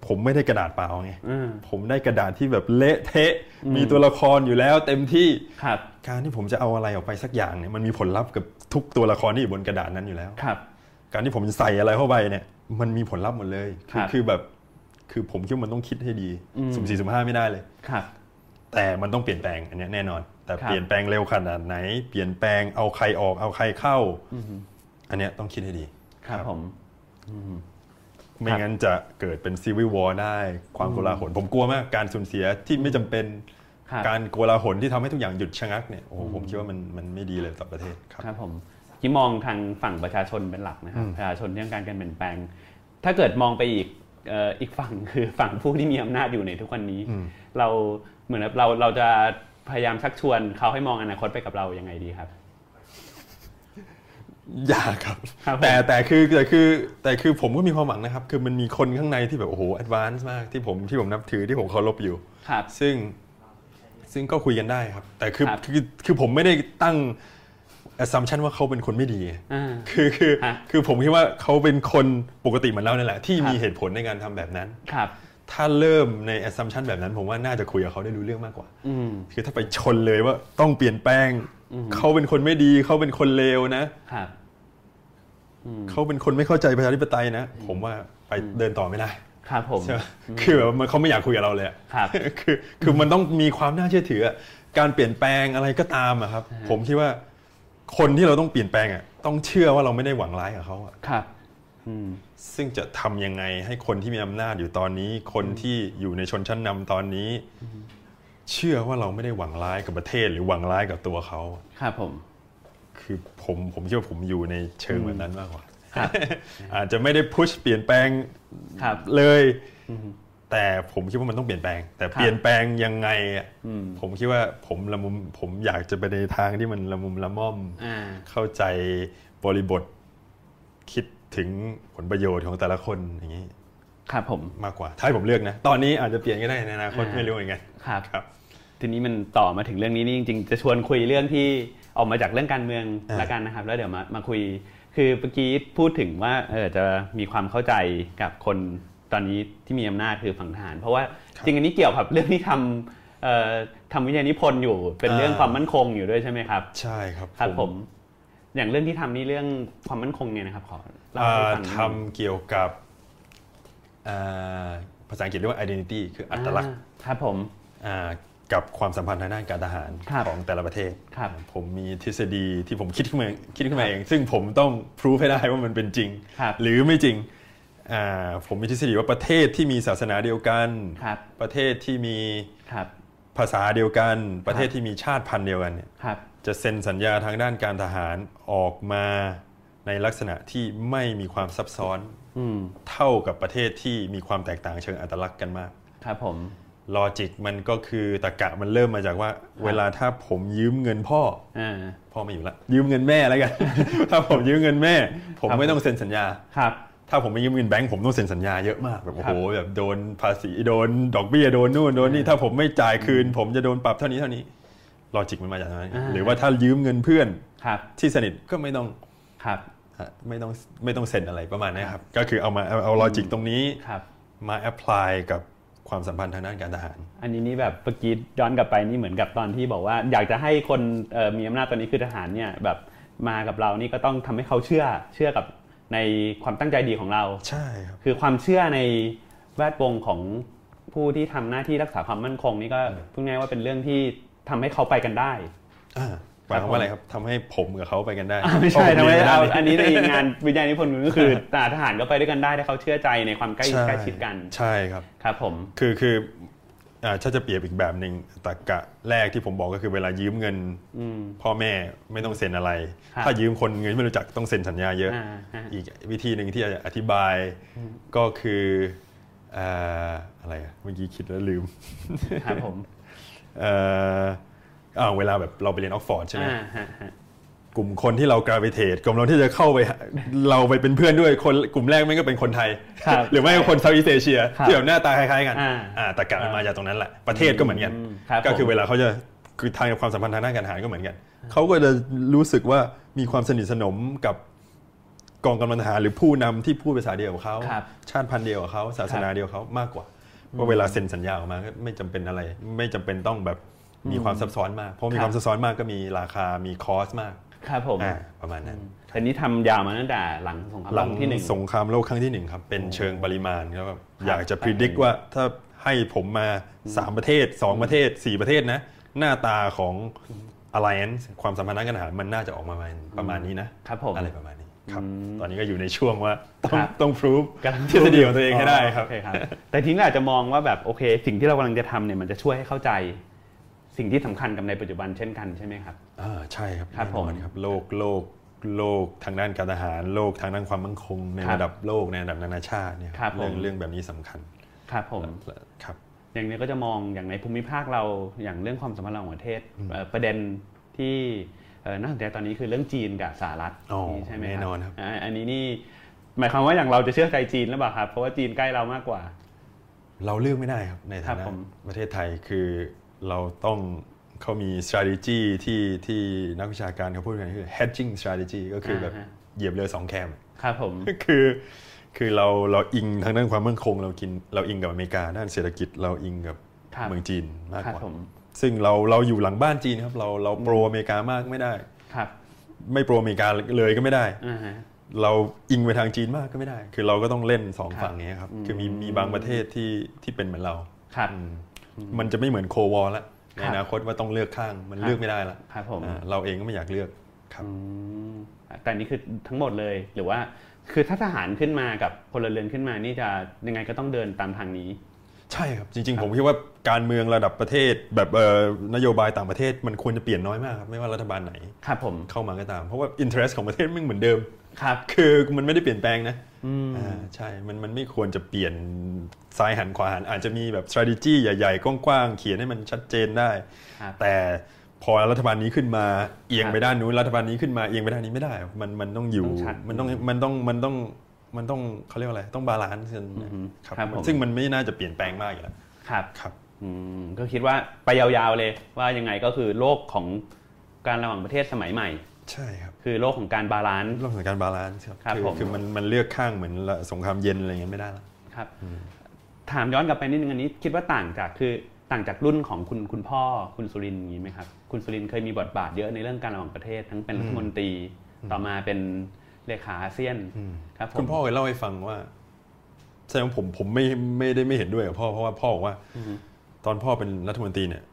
[SPEAKER 2] ผมไม่ได้กระดาษเปล่าไง
[SPEAKER 1] อืม
[SPEAKER 2] ผมได้กระดาษที่แบบเละเทะ มีตัวละครอยู่แล้วเต็มที่
[SPEAKER 1] ครับ
[SPEAKER 2] การที่ผมจะเอาอะไรออกไปสักอย่างเนี่ยมันมีผลลัพธ์กับทุกตัวละครที่อยู่บนกระดาษนั้นอยู่แล้ว
[SPEAKER 1] ครับ
[SPEAKER 2] การที่ผมจะใส่อะไรเข้าไปเนี่ยมันมีผลลัพธ์หมดเลย
[SPEAKER 1] ครับ
[SPEAKER 2] อแบบคือผมคิดว่ามันต้องคิดให้ดีสุ่มสี่สุ่มห้าไม่ได้เลย
[SPEAKER 1] ครับ
[SPEAKER 2] แต่มันต้องเปลี่ยนแปลงอันเนี้ยแน่นอน แต่
[SPEAKER 1] ครับ
[SPEAKER 2] เปลี่ยนแปลงเร็วขนาดไหน เปลี่ยนแปลงเอาใครออกเอาใครเข้า อันเนี้ยต้องคิดให้ดี
[SPEAKER 1] ครับผม
[SPEAKER 2] ไม่งั้นจะเกิดเป็นซีวิวอร์ได้ความโกลาหลผมกลัวมากการสูญเสียที่ไม่จำเป็น
[SPEAKER 1] ครับ
[SPEAKER 2] การโกลาหลที่ทำให้ทุกอย่างหยุดชะงักเนี่ยโอ้โหผมคิดว่ามันมันไม่ดีเลยต่อประเทศครับ
[SPEAKER 1] ครับผมที่มองทางฝั่งประชาชนเป็นหลักนะครับ
[SPEAKER 2] อืม
[SPEAKER 1] ประชาชนเรื่องการการเปลี่ยนแปลง ถ้าเกิดมองไปอีกเอ่ออีกฝั่ง คือ ฝั่งผู้ที่มีอำนาจอยู่ในทุกวันนี้ เราเหมือนกับเราเราจะพยายามชักชวนเขาให้มองอนาคตไปกับเรายังไงดีครับ
[SPEAKER 2] ยากครับ
[SPEAKER 1] ครับผม
[SPEAKER 2] แต่แต่คือแต่คือแต่คือผมก็มีความหวังนะครับ คือมันมีคนข้างในที่แบบโอ้โหแอดวานซ์มากที่ผมที่ผมนับถือที่ผมเคารพอยู่
[SPEAKER 1] ครับ
[SPEAKER 2] ซึ่งซึ่งก็คุยกันได้ครับ แต่คือ
[SPEAKER 1] ครับ
[SPEAKER 2] คือคือผมไม่ได้ตั้ง assumption ว่าเขาเป็นคนไม่ดี
[SPEAKER 1] อ่า
[SPEAKER 2] คือคือ
[SPEAKER 1] ฮะ
[SPEAKER 2] คือผมคิดว่าเขาเป็นคนปกติเหมือนเราเนี่ยแหละ
[SPEAKER 1] ค
[SPEAKER 2] ที่
[SPEAKER 1] รับ
[SPEAKER 2] มีเหตุผลในการทำแบบนั้น
[SPEAKER 1] ครับ
[SPEAKER 2] ถ้าเริ่มใน assumption แบบนั้น ผมว่าน่าจะคุยกับเขาได้รู้เรื่องมากกว่า
[SPEAKER 1] อืม
[SPEAKER 2] คือถ้าไปชนเลยว่าต้องเปลี่ยนแปลง เขาเป็นคนไม่ดีเขาเป็นคนเลวนะ
[SPEAKER 1] ครับ
[SPEAKER 2] เขาเป็นคนไม่เข้าใจประชาธิปไตยนะ ผมว่าไปเดินต่อไม่ได้
[SPEAKER 1] ครับผม
[SPEAKER 2] ใช่ไหมคือแบบมันเขาไม่อยากคุยกับเราเลยอะ
[SPEAKER 1] ครับ
[SPEAKER 2] คือคือมันต้องมีความน่าเชื่อถืออะการเปลี่ยนแปลงอะไรก็ตามอะครับ ผมคิดว่าคนที่เราต้องเปลี่ยนแปลงอะต้องเชื่อว่าเราไม่ได้หวังร้ายกับเขาอะ
[SPEAKER 1] ครับ อืม
[SPEAKER 2] ซึ่งจะทำยังไงให้คนที่มีอำนาจอยู่ตอนนี้ คนที่อยู่ในชนชั้นนำตอนนี้ เชื่อว่าเราไม่ได้หวังร้ายกับประเทศหรือหวังร้ายกับตัวเขา
[SPEAKER 1] ครับผม
[SPEAKER 2] คือผมผมคิดว่าผมอยู่ในเชิงแบบนั้นมากกว่า
[SPEAKER 1] ครับ
[SPEAKER 2] อาจจะไม่ได้พุชเปลี่ยนแปลง
[SPEAKER 1] ครับ
[SPEAKER 2] เลย แต่ผมคิดว่ามันต้องเปลี่ยนแปลง แต่เปลี่ยนแปลงยังไงอะผมคิดว่าผมละมุมผมอยากจะไปในทางที่มันละมุมละม่อม
[SPEAKER 1] อ่า
[SPEAKER 2] เข้าใจบริบท คิดถึงผลประโยชน์ของแต่ละคนอย่างนี้
[SPEAKER 1] ครับผม
[SPEAKER 2] มากกว่า ถ้าให้ผมเลือกนะ ตอนนี้อาจจะเปลี่ยนก็ได้ในอนาคต
[SPEAKER 1] อ่า
[SPEAKER 2] ไม่รู้เหมือนกัน
[SPEAKER 1] ครับ
[SPEAKER 2] ครับ
[SPEAKER 1] ทีนี้มันต่อมาถึงเรื่องนี้นี่จริงๆ จะชวนคุยเรื่องที่ออกมาจากเรื่องการเมือง
[SPEAKER 2] อ่า
[SPEAKER 1] ละกันนะครับ แล้วเดี๋ยวมามาคุย คือเมื่อกี้พูดถึงว่าเออจะมีความเข้าใจกับคนตอนนี้ที่มีอำนาจคือฝั่งทหาร เพราะว่า
[SPEAKER 2] ครับ
[SPEAKER 1] จริงอันนี้เกี่ยวกับเรื่องที่ทำเอ่อทำวิทยานิพนธ์อยู่เป็น
[SPEAKER 2] อ่า
[SPEAKER 1] เรื่องความมั่นคงอยู่ด้วยใช่ไหมครับ
[SPEAKER 2] ใช่ครับ
[SPEAKER 1] ครับผม อย่างเรื่องที่ทำนี่เรื่องความมั่นคงเนี่ยนะครับขอเล่า
[SPEAKER 2] อ่
[SPEAKER 1] ให้
[SPEAKER 2] า
[SPEAKER 1] ฟังนิดนึง
[SPEAKER 2] ทำเกี่ยวกับอ่าภาษาอังกฤษเรียกว่า identity คืออัตลักษณ์
[SPEAKER 1] อ่าครับผม
[SPEAKER 2] อ่ากับความสัมพันธ์ทางด้านการทหาร
[SPEAKER 1] ครับ
[SPEAKER 2] ของแต่ละประเทศ
[SPEAKER 1] ครับ
[SPEAKER 2] ผมมีทฤษฎีที่ผมคิดขึ้นมาคิดขึ้นมาเอง ซึ่งผมต้องพิสูจให้ได้ว่ามันเป็นจริง
[SPEAKER 1] ครับ
[SPEAKER 2] หรือไม่จริงอ่าผมมีทฤษฎีว่าประเทศที่มีศาสนาเดียวกัน
[SPEAKER 1] ครับ
[SPEAKER 2] ประเทศที่มี
[SPEAKER 1] ครับ
[SPEAKER 2] ภาษาเดียวกัน ประเทศที่มีชาติพันธุ์เดียวกันเนี่ย
[SPEAKER 1] ครับ
[SPEAKER 2] จะเซ็นสัญญาทางด้านการทหารออกมาในลักษณะที่ไม่มีความซับซ้อน
[SPEAKER 1] อืม
[SPEAKER 2] เท่ากับประเทศที่มีความแตกต่างเชิงอัตลักษณ์กันมาก
[SPEAKER 1] ครับผม
[SPEAKER 2] ลอจิกมันก็คือตะกะมันเริ่มมาจากว่า เวลาถ้าผมยืมเงินพ่อ
[SPEAKER 1] อ่า
[SPEAKER 2] พ่อไม่อยู่ละยืมเงินแม่แล้ว กัน ถ้าผมยืมเงินแม่ ผม
[SPEAKER 1] ครับ
[SPEAKER 2] ไม่ต้องเซ็นสัญญา
[SPEAKER 1] ครับ
[SPEAKER 2] ถ้าผมไปยืมเงินแบงค์ผมต้องเซ็นสัญญาเยอะมากแบบโอ้
[SPEAKER 1] ครั
[SPEAKER 2] โห
[SPEAKER 1] บ
[SPEAKER 2] แบบโดนภาษีโดนดอกเบี้ยโดนนู่นโดนนี่ถ้าผมไม่จ่ายคืน ผมจะโดนปรับเท่านี้เท่านี้ลอจิกมันมาจากตรงนั้นหรือว่าถ้ายืมเงินเพื่อน
[SPEAKER 1] ครับ
[SPEAKER 2] ที่สนิทก็ไม่ต้อง
[SPEAKER 1] ครับ
[SPEAKER 2] ฮะไม่ต้องไม่ต้องเซ็นอะไรประมาณนี้ครับก็คือเอามาเอาเอาลอจิกตรงนี้
[SPEAKER 1] ครับ
[SPEAKER 2] มาแอพพลายกับความสัมพันธ์ทางด้านการทหาร
[SPEAKER 1] อันนี้นี่แบบเมื่อกี้ย้อนกลับไปนี่เหมือนกับตอนที่บอกว่า อยากจะให้คนเอ่อมีอำนาจตอนนี้คือทหารเนี่ยแบบมากับเรานี่ก็ต้องทำให้เขาเชื่อเชื่อกับในความตั้งใจดีของเรา
[SPEAKER 2] ใช่ครับ
[SPEAKER 1] คือความเชื่อในแวดวงของผู้ที่ทำหน้าที่รักษาความมั่นคงนี่ก็พูดง่ายว่าเป็นเรื่องที่ทำให้เขาไปกันได้
[SPEAKER 2] อ่าหมายความว่าอะไรครับทำให้ผมกับเขาไปกันได้
[SPEAKER 1] อ่าไม่ใช่ทำ
[SPEAKER 2] เพราะ
[SPEAKER 1] ไม
[SPEAKER 2] ผ
[SPEAKER 1] เอา
[SPEAKER 2] ย
[SPEAKER 1] อันนี้ในงานวิญญาณนิพนธ์ก็คือทหารทหารก็ไปด้วยกันได้ถ้าเขาเชื่อใจในความใกล้ใกล้ชิดกัน
[SPEAKER 2] ใช่ครับ
[SPEAKER 1] ครับผม
[SPEAKER 2] คือคืออ่าถ้าจะเปรียบอีกแบบหนึ่งตรกกะแรกที่ผมบอกก็คือเวลายืมเงิน
[SPEAKER 1] อืม
[SPEAKER 2] พ่อแม่ไม่ต้องเซ็นอะไร
[SPEAKER 1] ครับ
[SPEAKER 2] ถ้ายืมคนเงินที่ไม่รู้จักต้องเซ็นสัญญาเยอะ
[SPEAKER 1] อ่าฮะ
[SPEAKER 2] อีกวิธีหนึ่งที่จะอธิบายก็คืออ่าอะไรอะเมื่อกี้คิดแล้วลืม
[SPEAKER 1] ครับผม
[SPEAKER 2] เอ่ออ่าเวลาแบบเราไปเรียนออกฟอร์ดใช่ไหม
[SPEAKER 1] อ่าฮะฮะ
[SPEAKER 2] กลุ่มคนที่เรากรา v i เท e กลุ่มเราที่จะเข้าไปหาเราไปเป็นเพื่อนด้วยคนกลุ่มแรกแม่งก็เป็นคนไทย
[SPEAKER 1] ครับ
[SPEAKER 2] หรือไม่ก็คนเซาท์อีสเอเชีย
[SPEAKER 1] ครับ
[SPEAKER 2] ที่แบบหน้าตาคล้ายๆกัน
[SPEAKER 1] อ่า
[SPEAKER 2] อ่าแต่กลับมันมาจากตรงนั้นแหละ ประเทศก็เหมือนกัน
[SPEAKER 1] อืมครับ
[SPEAKER 2] ก็คือ
[SPEAKER 1] ผม
[SPEAKER 2] เวลาเขาจะ คือทางความสัมพันธ์ทางด้านการทหารก็เหมือนกันเขาก็จะรู้สึกว่ามีความสนิทสนมกับกองกำลังทหารหรือผู้นำที่พูดภาษาเดียวกับเขา
[SPEAKER 1] ครับ
[SPEAKER 2] ชาติพันธุ์เดียวกับเขาศาสนาเดียวกับเขามากกว่าเพราะเวลาเซ็นสัญญาออกมาก็ไม่จำเป็นอะไร ไม่จำเป็นต้องแบบมีความซับซ้อนมากเพราะ
[SPEAKER 1] ค
[SPEAKER 2] มี
[SPEAKER 1] รับ
[SPEAKER 2] ความซับซ้อนมากก็มีราคามีคอสมาก
[SPEAKER 1] ครับผม
[SPEAKER 2] อ่าประมาณนั้น
[SPEAKER 1] แต่นี้ทำยาวมาตั้งแต่หลังสงคราม
[SPEAKER 2] ห
[SPEAKER 1] โล
[SPEAKER 2] ลัง
[SPEAKER 1] กที่หนึ่ง
[SPEAKER 2] สงครามโลกครั้งที่หนึ่งครับเป็นเชิงปริมาณครับแบบอยากจะพิจิตรว่าถ้าให้ผมมา 3 ประเทศ 2 ประเทศ 4 ประเทศนะ หน้าตาของ Alliance ความสัมพันธ์ทางการทหารมันน่าจะออกมาประมาณประมาณนี้นะครับ
[SPEAKER 1] ผม
[SPEAKER 2] อะไรประมาณนี้ครับตอนนี้ก็อยู่ในช่วงว่าต้อง
[SPEAKER 1] ครับ
[SPEAKER 2] ต้องพิสูจทฤษฎีของตัวเองให้ได้ครับ
[SPEAKER 1] โอเคครับ แต่ทีนี้เราอาจจะมองว่าแบบโอเค สิ่งที่เรากำลังจะทำเนี่ยมันจะช่วยให้เข้าใจ สิ่งที่สำคัญกับในปัจจุบันเช่นกันใช่ไหมครับ
[SPEAKER 2] อ่าใช่ครับ
[SPEAKER 1] ครับ
[SPEAKER 2] แน่นอน
[SPEAKER 1] ผม
[SPEAKER 2] ครับโลกโลกโลกทางด้านการทหาร โลกทางด้านความมั่นคง ใน
[SPEAKER 1] ครับ
[SPEAKER 2] ระดับโลกในระดับนานาชาติเนี่ย
[SPEAKER 1] ครับผม
[SPEAKER 2] เรื่องเรื่องแบบนี้สำคัญ
[SPEAKER 1] ครับผม
[SPEAKER 2] ครับ
[SPEAKER 1] อย่างนี้ก็จะมองอย่างในภูมิภาคเราอย่างเรื่องความสัมพันธ์ระหว่างประเทศเอ่อประเด็นที่เอ่อน่าสนใจตอนนี้คือเรื่องจีนกับสหรัฐ
[SPEAKER 2] อ๋อ
[SPEAKER 1] นี่ใช่ไหม
[SPEAKER 2] แน่นอนครับ
[SPEAKER 1] าอันนี้นี่หมายความว่าอย่างเราจะเชื่อใจจีนหรือเปล่าครับ เพราะว่าจีนใกล้เรามากกว่า
[SPEAKER 2] เราเลือกไม่ได้ครับใน
[SPEAKER 1] ครั
[SPEAKER 2] ฐา
[SPEAKER 1] บ
[SPEAKER 2] นะ
[SPEAKER 1] ผม
[SPEAKER 2] ประเทศไทยคือเราต้องเขามี strategy ที่ที่นักวิชาการเขาพูดกันคือ hedging strategy ก็คือแบบ
[SPEAKER 1] อ่าฮะ
[SPEAKER 2] เหยียบเรือสองแคม
[SPEAKER 1] ครับผม
[SPEAKER 2] คือคือเราเราอิงทางด้านความมั่นคง เรากินเราอิงกับอเมริกาด้านเศรษฐกิจเราอิงกับ
[SPEAKER 1] ครับ
[SPEAKER 2] เมืองจีนมาก
[SPEAKER 1] ครับ
[SPEAKER 2] กว่า
[SPEAKER 1] ผม
[SPEAKER 2] ซึ่งเราเราอยู่หลังบ้านจีนครับเราเราโปรอเมริกามากไม่ได้
[SPEAKER 1] ครับ
[SPEAKER 2] ไม่โปรอเมริกาเลยก็ไม่ได้
[SPEAKER 1] อ่าฮะ
[SPEAKER 2] เราอิงไปทางจีนมากก็ไม่ได้ คือเราก็ต้องเล่นสอง
[SPEAKER 1] ครับ
[SPEAKER 2] ฝั่งนี้ยครับคือมีมีบางประเทศที่ที่เป็นเหมือนเรา
[SPEAKER 1] ครับ
[SPEAKER 2] มันจะไม่เหมือนโควอลละใน
[SPEAKER 1] ครับ
[SPEAKER 2] อนาคตว่าต้องเลือกข้างมั
[SPEAKER 1] ค
[SPEAKER 2] น
[SPEAKER 1] รับ
[SPEAKER 2] เลือกไม่ได้ละ
[SPEAKER 1] ครับผม
[SPEAKER 2] อ่าเราเองก็ไม่อยากเลือกครับ
[SPEAKER 1] อืมแต่อันนี้คือทั้งหมดเลยหรือว่า คือถ้าทหารขึ้นมากับพลเรือนขึ้นมานี่จะยังไงก็ต้องเดินตามทางนี้
[SPEAKER 2] ใช่ครับจริง ๆ ผมคิดว่าการเมืองระดับประเทศ แบบเอ่อนโยบายต่างประเทศมันควรจะเปลี่ยนน้อยมากครับไม่ว่ารัฐบาลไหน
[SPEAKER 1] ครับผม
[SPEAKER 2] เข้ามาก็ตาม เพราะว่าอินเทรสของประเทศมันเหมือนเดิม
[SPEAKER 1] ครับ
[SPEAKER 2] คือมันไม่ได้เปลี่ยนแปลงนะอ่าใช่มันมันไม่ควรจะเปลี่ยนซ้ายหันขวาหันอาจจะมีแบบ s t r a t e g y ใหญ่ๆกว้างๆเขียนให้มันชัดเจนได้
[SPEAKER 1] ครับ
[SPEAKER 2] แต่พอรัฐบาลนี้ขึ้นมาเอียง
[SPEAKER 1] ครับ
[SPEAKER 2] ไปด้านนู้นรัฐบาลนี้ขึ้นมาเอียงไปด้านนี้ไม่ได้ครับมันมันต้องอยู่
[SPEAKER 1] ต้องชัด
[SPEAKER 2] มันต้องมันต้องมันต้องมันต้องเขาเรียกว่าอะไรต้องบาลานซ์กัน
[SPEAKER 1] อือฮึ
[SPEAKER 2] ครับ
[SPEAKER 1] ครับผม
[SPEAKER 2] ซึ่งมันไม่น่าจะเปลี่ยนแปลงมากอยู่แล้ว
[SPEAKER 1] ครับ
[SPEAKER 2] ครับ
[SPEAKER 1] อืมก็คิดว่าไปยาวๆเลยว่ายังไงก็คือโลกของการระหว่างประเทศสมัยใหม่
[SPEAKER 2] ใช่ครับ
[SPEAKER 1] คือโลกของการบาลานซ์
[SPEAKER 2] เรื่องของการบาลานซ์ครับ
[SPEAKER 1] ครับ
[SPEAKER 2] คือ
[SPEAKER 1] ผม
[SPEAKER 2] คือมันมันเลือกข้างเหมือนละสงครามเย็นอะไรอย่างเงี้ยไม่ได้ละ
[SPEAKER 1] ครับ ถามย้อนกลับไปนิดนึงอันนี้ คิดว่าต่างจากคือต่างจากรุ่นของคุณคุณพ่อคุณสุรินทร์อย่างนี้ไหมครับ คุณสุรินทร์เคยมีบทบาทเยอะในเรื่องการระหว่างประเทศ ทั้งเป็นรัฐมนตรีต่อมาเป็นเลขาอาเซียนครับผม
[SPEAKER 2] คุณพ่อเคยเล่าให้ฟังว่าแสดงว่าผมผมไม่ไม่ได้ไม่เห็นด้วยกับพ่อเพราะว่าพ่อบอกว่า
[SPEAKER 1] อือฮึ
[SPEAKER 2] ตอนพ่อเป็นรัฐมนตรีเนี่ย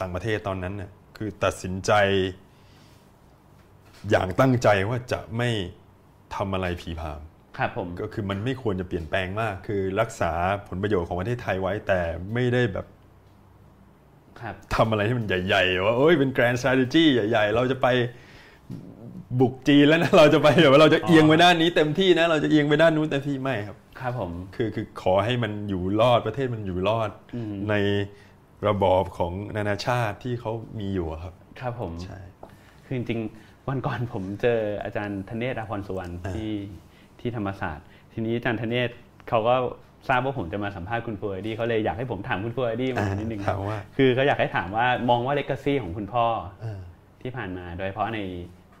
[SPEAKER 2] ต่างประเทศตอนนั้นเนี่ยคือตัดสินใจ อย่างตั้งใจว่าจะไม่ทำอะไรผีพราม
[SPEAKER 1] ครับผม
[SPEAKER 2] ก็คือมันไม่ควรจะเปลี่ยนแปลงมาก คือรักษาผลประโยชน์ของประเทศไทยไว้ แต่ไม่ได้แบบ
[SPEAKER 1] ครับ
[SPEAKER 2] ทำอะไรที่มันใหญ่ๆว่าโอ้ยเป็น grand strategy ใหญ่ ๆ เราจะไปบุกจีนแล้วนะ เราจะไปแบบว่าเราจะเอียงไปด้านนี้เต็มที่นะ เราจะเอียงไปด้านนู้นเต็มที่ไม่ครับ
[SPEAKER 1] ครับผม
[SPEAKER 2] คือคือขอให้มันอยู่รอดประเทศมันอยู่รอดในระบอบของนานาชาติที่เขามีอยู่อะครับ
[SPEAKER 1] ครับผม
[SPEAKER 2] ใช่
[SPEAKER 1] คือจริงๆ วันก่อนผมเจออาจารย์ธเนศอาพรสุวรรณ
[SPEAKER 2] อ่า
[SPEAKER 1] ที่ที่ธรรมศาสตร์ ทีนี้อาจารย์ธเนศเขาก็ทราบว่าผมจะมาสัมภาษณ์คุณฟลอร์ดี้เขาเลยอยากให้ผมถามคุณฟลอร์ดี้มานิดนึงค
[SPEAKER 2] ถา
[SPEAKER 1] รับ
[SPEAKER 2] มว่า
[SPEAKER 1] คือเขาอยากให้ถามว่ามองว่าเลก a ซีของคุณพ่อ
[SPEAKER 2] เออ
[SPEAKER 1] ที่ผ่านมา โดยเฉพาะใน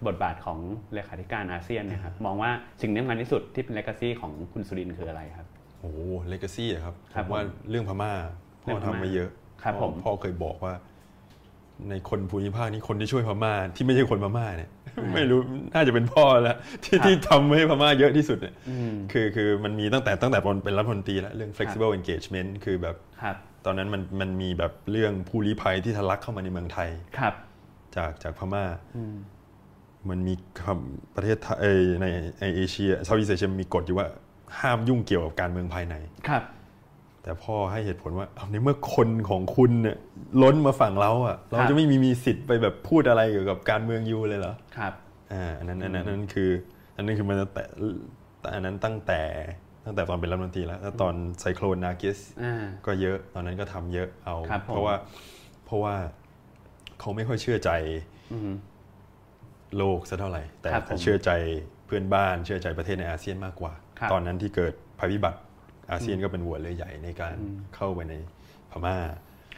[SPEAKER 1] บทบาทของเลขาธิการอาเซียนเนะครับมองว่าสิ่งที่สำคัญที่สุดที่เป็นเลก a ซีของคุณสุรินทร์คืออะไรครับ
[SPEAKER 2] โอ้เลกาซี่ครับผ
[SPEAKER 1] ครับ
[SPEAKER 2] มว่าเรื่องพม่าพ่
[SPEAKER 1] เรื่
[SPEAKER 2] อ
[SPEAKER 1] องพม่า
[SPEAKER 2] ทำมาเยอะ
[SPEAKER 1] ครับ
[SPEAKER 2] พ่อ
[SPEAKER 1] ผม
[SPEAKER 2] พ่อเคยบอกว่า ในคนภูมิภาคนี้คนที่ช่วยพม่าที่ไม่ใช่คนพม่าเนี่ย ไม่รู้น่าจะเป็นพ่อแล้วที่ที่ทำให้พม่าเยอะที่สุดเนี่ย
[SPEAKER 1] อืม
[SPEAKER 2] คือคือมันมีตั้งแต่ตั้งแต่ตอนเป็นรัฐมนตรีแล้วเรื่อง flexible engagement คือแบบ
[SPEAKER 1] ครับ
[SPEAKER 2] ตอนนั้นมันมันมีแบบเรื่องผู้ลี้ภัยที่ทะลักเข้ามาในเมืองไทย
[SPEAKER 1] ครับ
[SPEAKER 2] จากจากพม่า
[SPEAKER 1] อืม
[SPEAKER 2] มันมีคำประเทศไทยเอ่ยในในเอเชียเซาท์อีสเอเชียมีกฎอยู่ว่าห้ามยุ่งเกี่ยวกับการเมืองภายใน
[SPEAKER 1] ครับ
[SPEAKER 2] แต่พ่อให้เหตุผลว่าเอาในเมื่อคนของคุณเนี่ยล้นมาฝั่งเราอะ่ะ เรา
[SPEAKER 1] ครับ
[SPEAKER 2] จะไม่มีมีสิทธิ์ไปแบบพูดอะไรเกี่ยวกับการเมืองยูเลยเหรอ
[SPEAKER 1] ครับ
[SPEAKER 2] อ่าอันนั้นอันนั้นอันนั้นคือ อันนั้นคือมันตั้งแต่อันนั้นตั้งแต่ตั้งแต่ตอนเป็นรัฐมนตรีแล้วแล้วตอนไซโคลนนากิส
[SPEAKER 1] อ่า
[SPEAKER 2] ก็เยอะตอนนั้นก็ทำเยอะเอา
[SPEAKER 1] ครับผม
[SPEAKER 2] เพราะว่าเพราะว่าเขาไม่ค่อยเชื่อใจ
[SPEAKER 1] อืม
[SPEAKER 2] โลกซะเท่าไหร่ แต่
[SPEAKER 1] ครับผม
[SPEAKER 2] แต่เชื่อใจเพื่อนบ้านเชื่อใจประเทศในอาเซียนมากกว่า
[SPEAKER 1] ครับ
[SPEAKER 2] ตอนนั้นที่เกิดภัยพิบัติอาเซียนก็เป็นหัวเรือใหญ่ในการเข้าไปในพม่า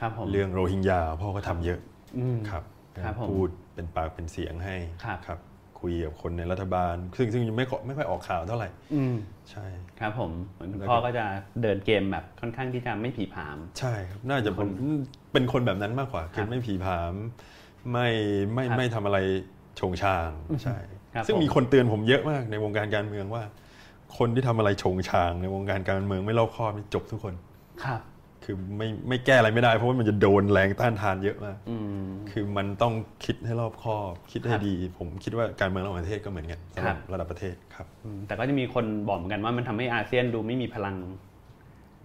[SPEAKER 1] ครับผม
[SPEAKER 2] เรื่องโรฮิงญาพ่อก็ทำเยอะ
[SPEAKER 1] อืม
[SPEAKER 2] ครับ
[SPEAKER 1] ครับผม
[SPEAKER 2] พูดเป็นปากเป็นเสียงให้
[SPEAKER 1] ครับ
[SPEAKER 2] ครับคุยกับคนในรัฐบาล ซึ่งซึ่งยังไม่ค่อยไม่ค่อยออกข่าวเท่าไหร่
[SPEAKER 1] อืม
[SPEAKER 2] ใช่
[SPEAKER 1] ครับผมเหมือนคุณ
[SPEAKER 2] แล้วก็
[SPEAKER 1] พ่อก็จะเดินเกมแบบค่อนข้างที่จะไม่ผีผาม
[SPEAKER 2] ใช่ครับน่าจะเป็นเป็นคนแบบนั้นมากกว่า
[SPEAKER 1] ครั
[SPEAKER 2] คือบ ไม่ผีผาม ไม่ไม่
[SPEAKER 1] ครับ
[SPEAKER 2] ไม่ทำอะไรโฉงชางใช่
[SPEAKER 1] ครับ
[SPEAKER 2] ซึ่ง
[SPEAKER 1] ผม
[SPEAKER 2] มีคนเตือนผมเยอะมากในวงการการเมืองว่า คนที่ทำอะไรโฉงชาง ในวงการการเมืองไม่รอบคอบนี่จบทุกคน
[SPEAKER 1] ครับ
[SPEAKER 2] คือไม่ไม่แก้อะไรไม่ได้ เพราะว่ามันจะโดนแรงต้านทานเยอะมาก
[SPEAKER 1] อืม
[SPEAKER 2] คือมันต้องคิดให้รอบคอบคิดให้
[SPEAKER 1] ครับ
[SPEAKER 2] ดี ผมคิดว่าการเมืองระหว่างประเทศก็เหมือนกันสำห
[SPEAKER 1] ครั
[SPEAKER 2] รับ
[SPEAKER 1] บ
[SPEAKER 2] ระดับประเทศครับ
[SPEAKER 1] อืมแต่ก็จะมีคนบอกเหมือนกันว่ามันทำให้อาเซียนดูไม่มีพลัง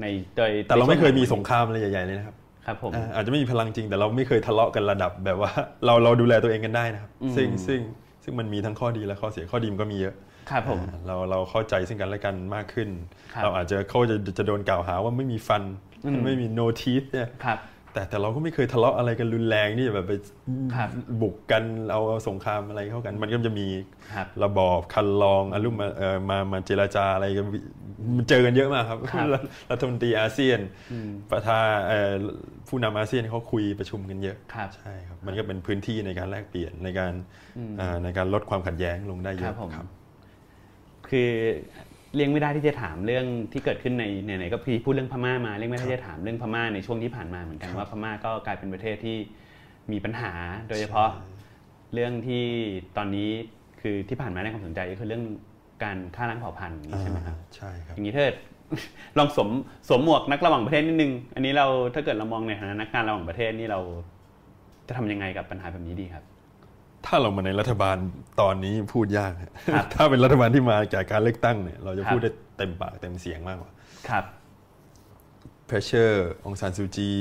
[SPEAKER 1] ในโดย
[SPEAKER 2] แต่เราไม่เคยมีสงครามอะไรใหญ่ๆเลยนะครับ
[SPEAKER 1] ครับผม
[SPEAKER 2] อ่าอาจจะไม่มีพลังจริง แต่เราไม่เคยทะเลาะกันระดับแบบว่า เราเราดูแลตัวเองกันได้นะครับ
[SPEAKER 1] อืม
[SPEAKER 2] ซึ่งซึ่งซึ่งมันมีทั้งข้อดีและข้อเสียข้อดีมันก็มีเยอะ
[SPEAKER 1] ครับผม
[SPEAKER 2] อ่าเราเราเข้าใจซึ่งกันและกันมากขึ้น
[SPEAKER 1] ครับ
[SPEAKER 2] เราอาจจะเขาจะจะโดนกล่าวหาว่าไม่มีฟัน
[SPEAKER 1] อืม
[SPEAKER 2] ไม่มี no teeth เนี่ย
[SPEAKER 1] ครับ
[SPEAKER 2] แต่แต่เราก็ไม่เคยทะเลาะอะไรกันรุนแรงนี่แบบไป
[SPEAKER 1] ครับ
[SPEAKER 2] บุกกันเอาเอาสงครามอะไรเข้ากัน มันก็จะมี
[SPEAKER 1] ครับ
[SPEAKER 2] ระบอบคันลองอารมณ์มาเอ่อมามาเจรจาอะไรกันมันเจอกันเยอะมากครับ
[SPEAKER 1] ครับ
[SPEAKER 2] รัฐ รัฐมนตรีอาเซียน
[SPEAKER 1] อืม
[SPEAKER 2] ประธานเอ่อผู้นำอาเซียนเขาคุยประชุมกันเยอะ
[SPEAKER 1] ครับ
[SPEAKER 2] ใช่ครับมันก็เป็นพื้นที่ในการแลกเปลี่ยนในการ
[SPEAKER 1] อืม
[SPEAKER 2] เอ่อในการลดความขัดแย้งลงได้เย
[SPEAKER 1] ครับ
[SPEAKER 2] อะ
[SPEAKER 1] ผม
[SPEAKER 2] ครับ
[SPEAKER 1] คือเลี่ยงไม่ได้ที่จะถามเรื่องที่เกิดขึ้นในไหนๆก็พี่พูดเรื่องพม่ามาเลี่ยงไม่ได้ที่จะถามเรื่องพม่าในช่วงที่ผ่านมาเหมือนกันว่าพม่าก็กลายเป็นประเทศที่มีปัญหาโดยเฉพาะ เรื่องที่ตอนนี้คือที่ผ่านมาได้ความสนใจก็คือเรื่องการฆ่าล้างเผ่าพันธุ์อย่างนี้ใช่ไหมครับ
[SPEAKER 2] อ่าใช่ครับ
[SPEAKER 1] อย่างนี้เถิด ลองสวมสวมหมวกนักระหว่างประเทศนิดนึง อันนี้เราถ้าเกิดเรามองในฐานะนักการระหว่างประเทศนี่เราจะทำยังไงกับปัญหาแบบนี้ดีครับ
[SPEAKER 2] ถ้าเรามาในรัฐบาลตอนนี้พูดยากฮะ ถ้าเป็นรัฐบาลที่มาจากการเลือกตั้งเนี่ยเราจะ
[SPEAKER 1] ครับ
[SPEAKER 2] พูดได้เต็มปากเต็มเสียงมากกว่า
[SPEAKER 1] ครับ
[SPEAKER 2] pressure องซานซูจี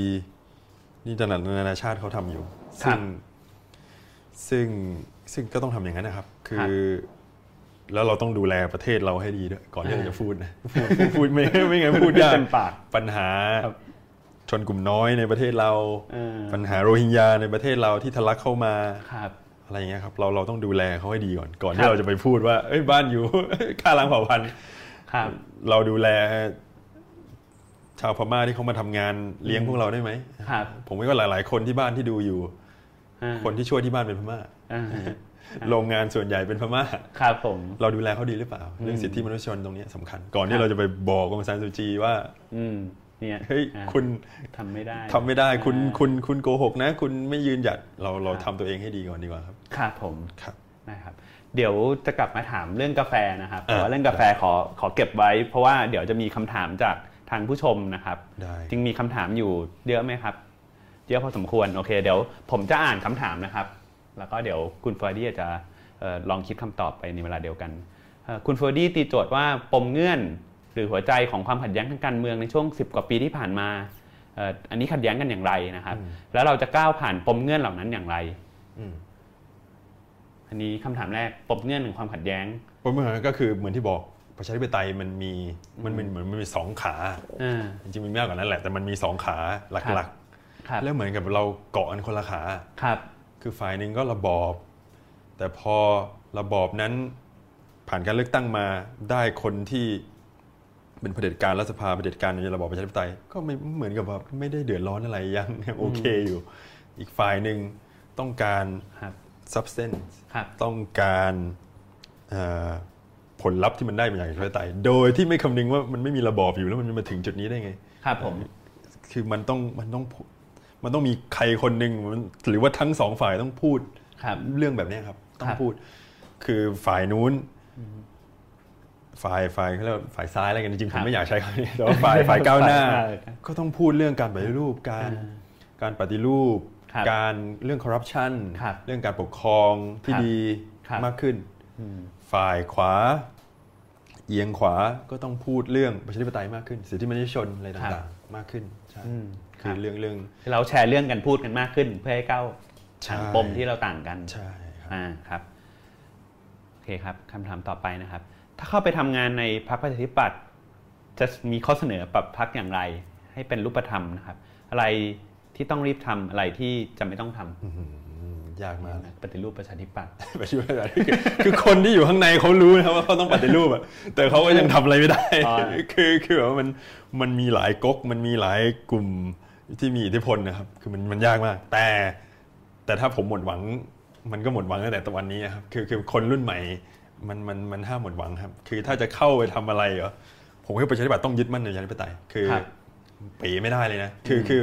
[SPEAKER 2] นี่ตลาดนานาชาติเขาทำอยู่
[SPEAKER 1] ครั
[SPEAKER 2] ซึ่
[SPEAKER 1] บ
[SPEAKER 2] งซึ่งซึ่งก็ต้องทำอย่างนั้นนะครับ คื
[SPEAKER 1] ครับ
[SPEAKER 2] อ แล้วเราต้องดูแลประเทศเราให้ดีด้วย ก่อนที่เรา
[SPEAKER 1] อ่า
[SPEAKER 2] จะพูดนะพูดพูดพูดไม่ไม่ไงนพูดยาก
[SPEAKER 1] เต็มปาก
[SPEAKER 2] ปัญหา
[SPEAKER 1] ครับ
[SPEAKER 2] ชนกลุ่มน้อยในประเทศเรา
[SPEAKER 1] เออ
[SPEAKER 2] ปัญหาโรฮิงญาในประเทศเราที่ทะลักเข้ามา
[SPEAKER 1] ครับ
[SPEAKER 2] อะไรอย่างเงี้ยครับเราเราต้องดูแลเขาให้ดีก่อนก่อน
[SPEAKER 1] ครั
[SPEAKER 2] ที่
[SPEAKER 1] บ
[SPEAKER 2] เราจะไปพูดว่าเอ้ยบ้านอยู่ ค่าล้างเผ่าพันธุ์
[SPEAKER 1] ครับ
[SPEAKER 2] เราดูแล ชาวพม่าที่เขามาทำงานเลี้ยงพวกเราได้ไหม
[SPEAKER 1] ครับ
[SPEAKER 2] ผมว่าหลาย ๆ คนที่บ้านที่ดูอยู่
[SPEAKER 1] อ่า
[SPEAKER 2] คนที่ช่วยที่บ้านเป็นพม่า
[SPEAKER 1] อ่า
[SPEAKER 2] โรงงานส่วนใหญ่เป็นพม่า
[SPEAKER 1] ครับผม
[SPEAKER 2] เราดูแลเขาดีหรือเปล่า เรื่องสิทธิมนุษยชนตรงเนี้ยสำคัญ ก่อน
[SPEAKER 1] ค
[SPEAKER 2] ที่
[SPEAKER 1] รับ
[SPEAKER 2] เราจะไปบอกองซานซูจีว่า
[SPEAKER 1] อืมเนี่ย
[SPEAKER 2] เฮ้ย
[SPEAKER 1] อ่า
[SPEAKER 2] คุณ
[SPEAKER 1] ทำไม่ได้
[SPEAKER 2] ทำไม่ได้คุณ
[SPEAKER 1] อ่า
[SPEAKER 2] คุณคุณโกหกนะ คุณไม่ยืนหยัดเราเรา
[SPEAKER 1] ครับ
[SPEAKER 2] ทำตัวเองให้ดีก่อนดีกว่าครับ
[SPEAKER 1] ครับผม
[SPEAKER 2] ครับ
[SPEAKER 1] นะครับ เดี๋ยวจะกลับมาถามเรื่องกาแฟนะครับแต่ว่า
[SPEAKER 2] อ่า
[SPEAKER 1] เรื่องกาแฟขอขอเก็บไว้ เพราะว่าเดี๋ยวจะมีคำถามจากทางผู้ชมนะครับ
[SPEAKER 2] ได้
[SPEAKER 1] จริงมีคำถามอยู่เยอะไหมครับ เยอะพอสมควรโอเค เดี๋ยวผมจะอ่านคำถามนะครับ แล้วก็เดี๋ยวคุณเฟอร์ดี้จะเอ่อลองคิดคำตอบไปในเวลาเดียวกันเอ่อคุณเฟอร์ดี้ตีโจทย์ว่าปมเงื่อน หรือหัวใจของความขัดแย้งทางการเมืองในช่วง 10 กว่าปีที่ผ่านมาเอ่ออันนี้ขัดแย้งกันอย่างไรนะครับ
[SPEAKER 2] อืม
[SPEAKER 1] แล้วเราจะก้าวผ่านปมเงื่อนเหล่านั้นอย่างไร
[SPEAKER 2] อืม
[SPEAKER 1] อันนี้คำถามแรกปมเงื่อนของความขัดแย้ง
[SPEAKER 2] ผมเหมือนก็คือเหมือนที่บอกประชาธิปไตยมันมีมันมันเหมือนมันมีสองขา
[SPEAKER 1] อ่า
[SPEAKER 2] จริงๆมันมีมากกว่านั้นแหละแต่มันมีสองขา
[SPEAKER 1] ค
[SPEAKER 2] ห
[SPEAKER 1] รั
[SPEAKER 2] ลั
[SPEAKER 1] บ
[SPEAKER 2] ก
[SPEAKER 1] ครับ
[SPEAKER 2] ๆ แล้วเหมือนกับเราเกาะกันคนละขา
[SPEAKER 1] ครับ
[SPEAKER 2] คือฝ่ายหนึ่งก็ระบอบ แต่พอระบอบนั้นผ่านการเลือกตั้งมาได้คนที่เป็นเผด็จการรัฐสภาเผด็จการในระบอบประชาธิปไตยก็ไม่เหมือนกับแบบไม่ได้เดือดร้อนอะไรยัง ยังโอเคอยู่ อีกฝ่ายหนึ่งต้องการ
[SPEAKER 1] ครับ
[SPEAKER 2] substance
[SPEAKER 1] ครับ
[SPEAKER 2] ต้องการเอ่อผลลัพธ์ที่มันได้มาจากประชาธิปไตยโดยที่ไม่คำนึงว่ามันไม่มีระบอบอยู่แล้วมันจะมาถึงจุดนี้ได้ไง
[SPEAKER 1] ครับผม
[SPEAKER 2] คือมันต้องมันต้องมันต้องมีใครคนหนึ่งมันหรือว่าทั้งสองฝ่ายต้องพูด
[SPEAKER 1] ครับ
[SPEAKER 2] เรื่องแบบเนี้ยครับ ต้อ
[SPEAKER 1] ค
[SPEAKER 2] ง
[SPEAKER 1] รับ
[SPEAKER 2] พูด คือฝ่ายนู้น ฝ่ายฝ่ายเขาเรียกว่าฝ่ายซ้ายอะไรกันจริง
[SPEAKER 1] ค
[SPEAKER 2] ๆผ
[SPEAKER 1] รับ
[SPEAKER 2] มไม่อยากใช้ คำนี้แต่ว่าฝ่ายฝ่ายก้าวหน้า
[SPEAKER 1] ฝ่ายซ้าย
[SPEAKER 2] ก็ต้องพูดเรื่องการปฏิรูปการ
[SPEAKER 1] อ่า
[SPEAKER 2] การปฏิรูป
[SPEAKER 1] ครับ
[SPEAKER 2] การเรื่องคอร์รัปชัน
[SPEAKER 1] ครับ
[SPEAKER 2] เรื่องการปกครอง
[SPEAKER 1] ค
[SPEAKER 2] ที่
[SPEAKER 1] รับ
[SPEAKER 2] ดี
[SPEAKER 1] ครับ
[SPEAKER 2] มากขึ้น
[SPEAKER 1] อืม
[SPEAKER 2] ฝ่ายขวา เอียงขวาก็ต้องพูดเรื่องประชาธิปไตยมากขึ้น สิทธิมนุษยชนอะไร
[SPEAKER 1] ครับ
[SPEAKER 2] ต่างๆ มากขึ้นใช่
[SPEAKER 1] อืมค
[SPEAKER 2] คื
[SPEAKER 1] รั
[SPEAKER 2] อบ เรื่องเรื่อง
[SPEAKER 1] เราแชร์เรื่องกันพูดกันมากขึ้น เพื่อให้ก้าว
[SPEAKER 2] ใช่
[SPEAKER 1] ถางปมที่เราต่างกัน
[SPEAKER 2] ใช่ครับ
[SPEAKER 1] อ่าครับโอเคครับคำถามต่อไปนะครับ ถ้าเข้าไปทำงานในพรรคประชาธิปัตย์จะมีข้อเสนอปรับพรรคอย่างไร ให้เป็นรูปธรรมนะครับ อะไรที่ต้องรีบทำอะไรที่จะไม่ต้องท
[SPEAKER 2] อื้อหือยากมากนะ
[SPEAKER 1] ำปฏิรูปประชาธิปัตย์
[SPEAKER 2] ประชาธิป ไตยคือคือคนที่อยู่ข้างในเขารู้นะครับว่าเขาต้องปฏิรูปอะแต่เขา ก็ยังทำอะไรไม่ได้
[SPEAKER 1] อ๋อ
[SPEAKER 2] คือคือแบบว่ามันมันมีหลายก๊กมันมีหลายกลุ่ม ที่มีอิทธิพลนะครับ คือมันมันยากมาก แต่ แต่ถ้าผมหมดหวัง มันก็หมดหวังตั้งแต่ตะวันนี้ครับ คือคือคนรุ่นใหม่ มันมันมันห้ามหมดหวังครับ คือถ้าจะเข้าไปทำอะไรเหรอผมคิดว่าประชาธิปัตย์ต้องยึดมั่นในประชาธิปไตยคือ
[SPEAKER 1] ครับ
[SPEAKER 2] ปีไม่ได้เลยนะ คือคือ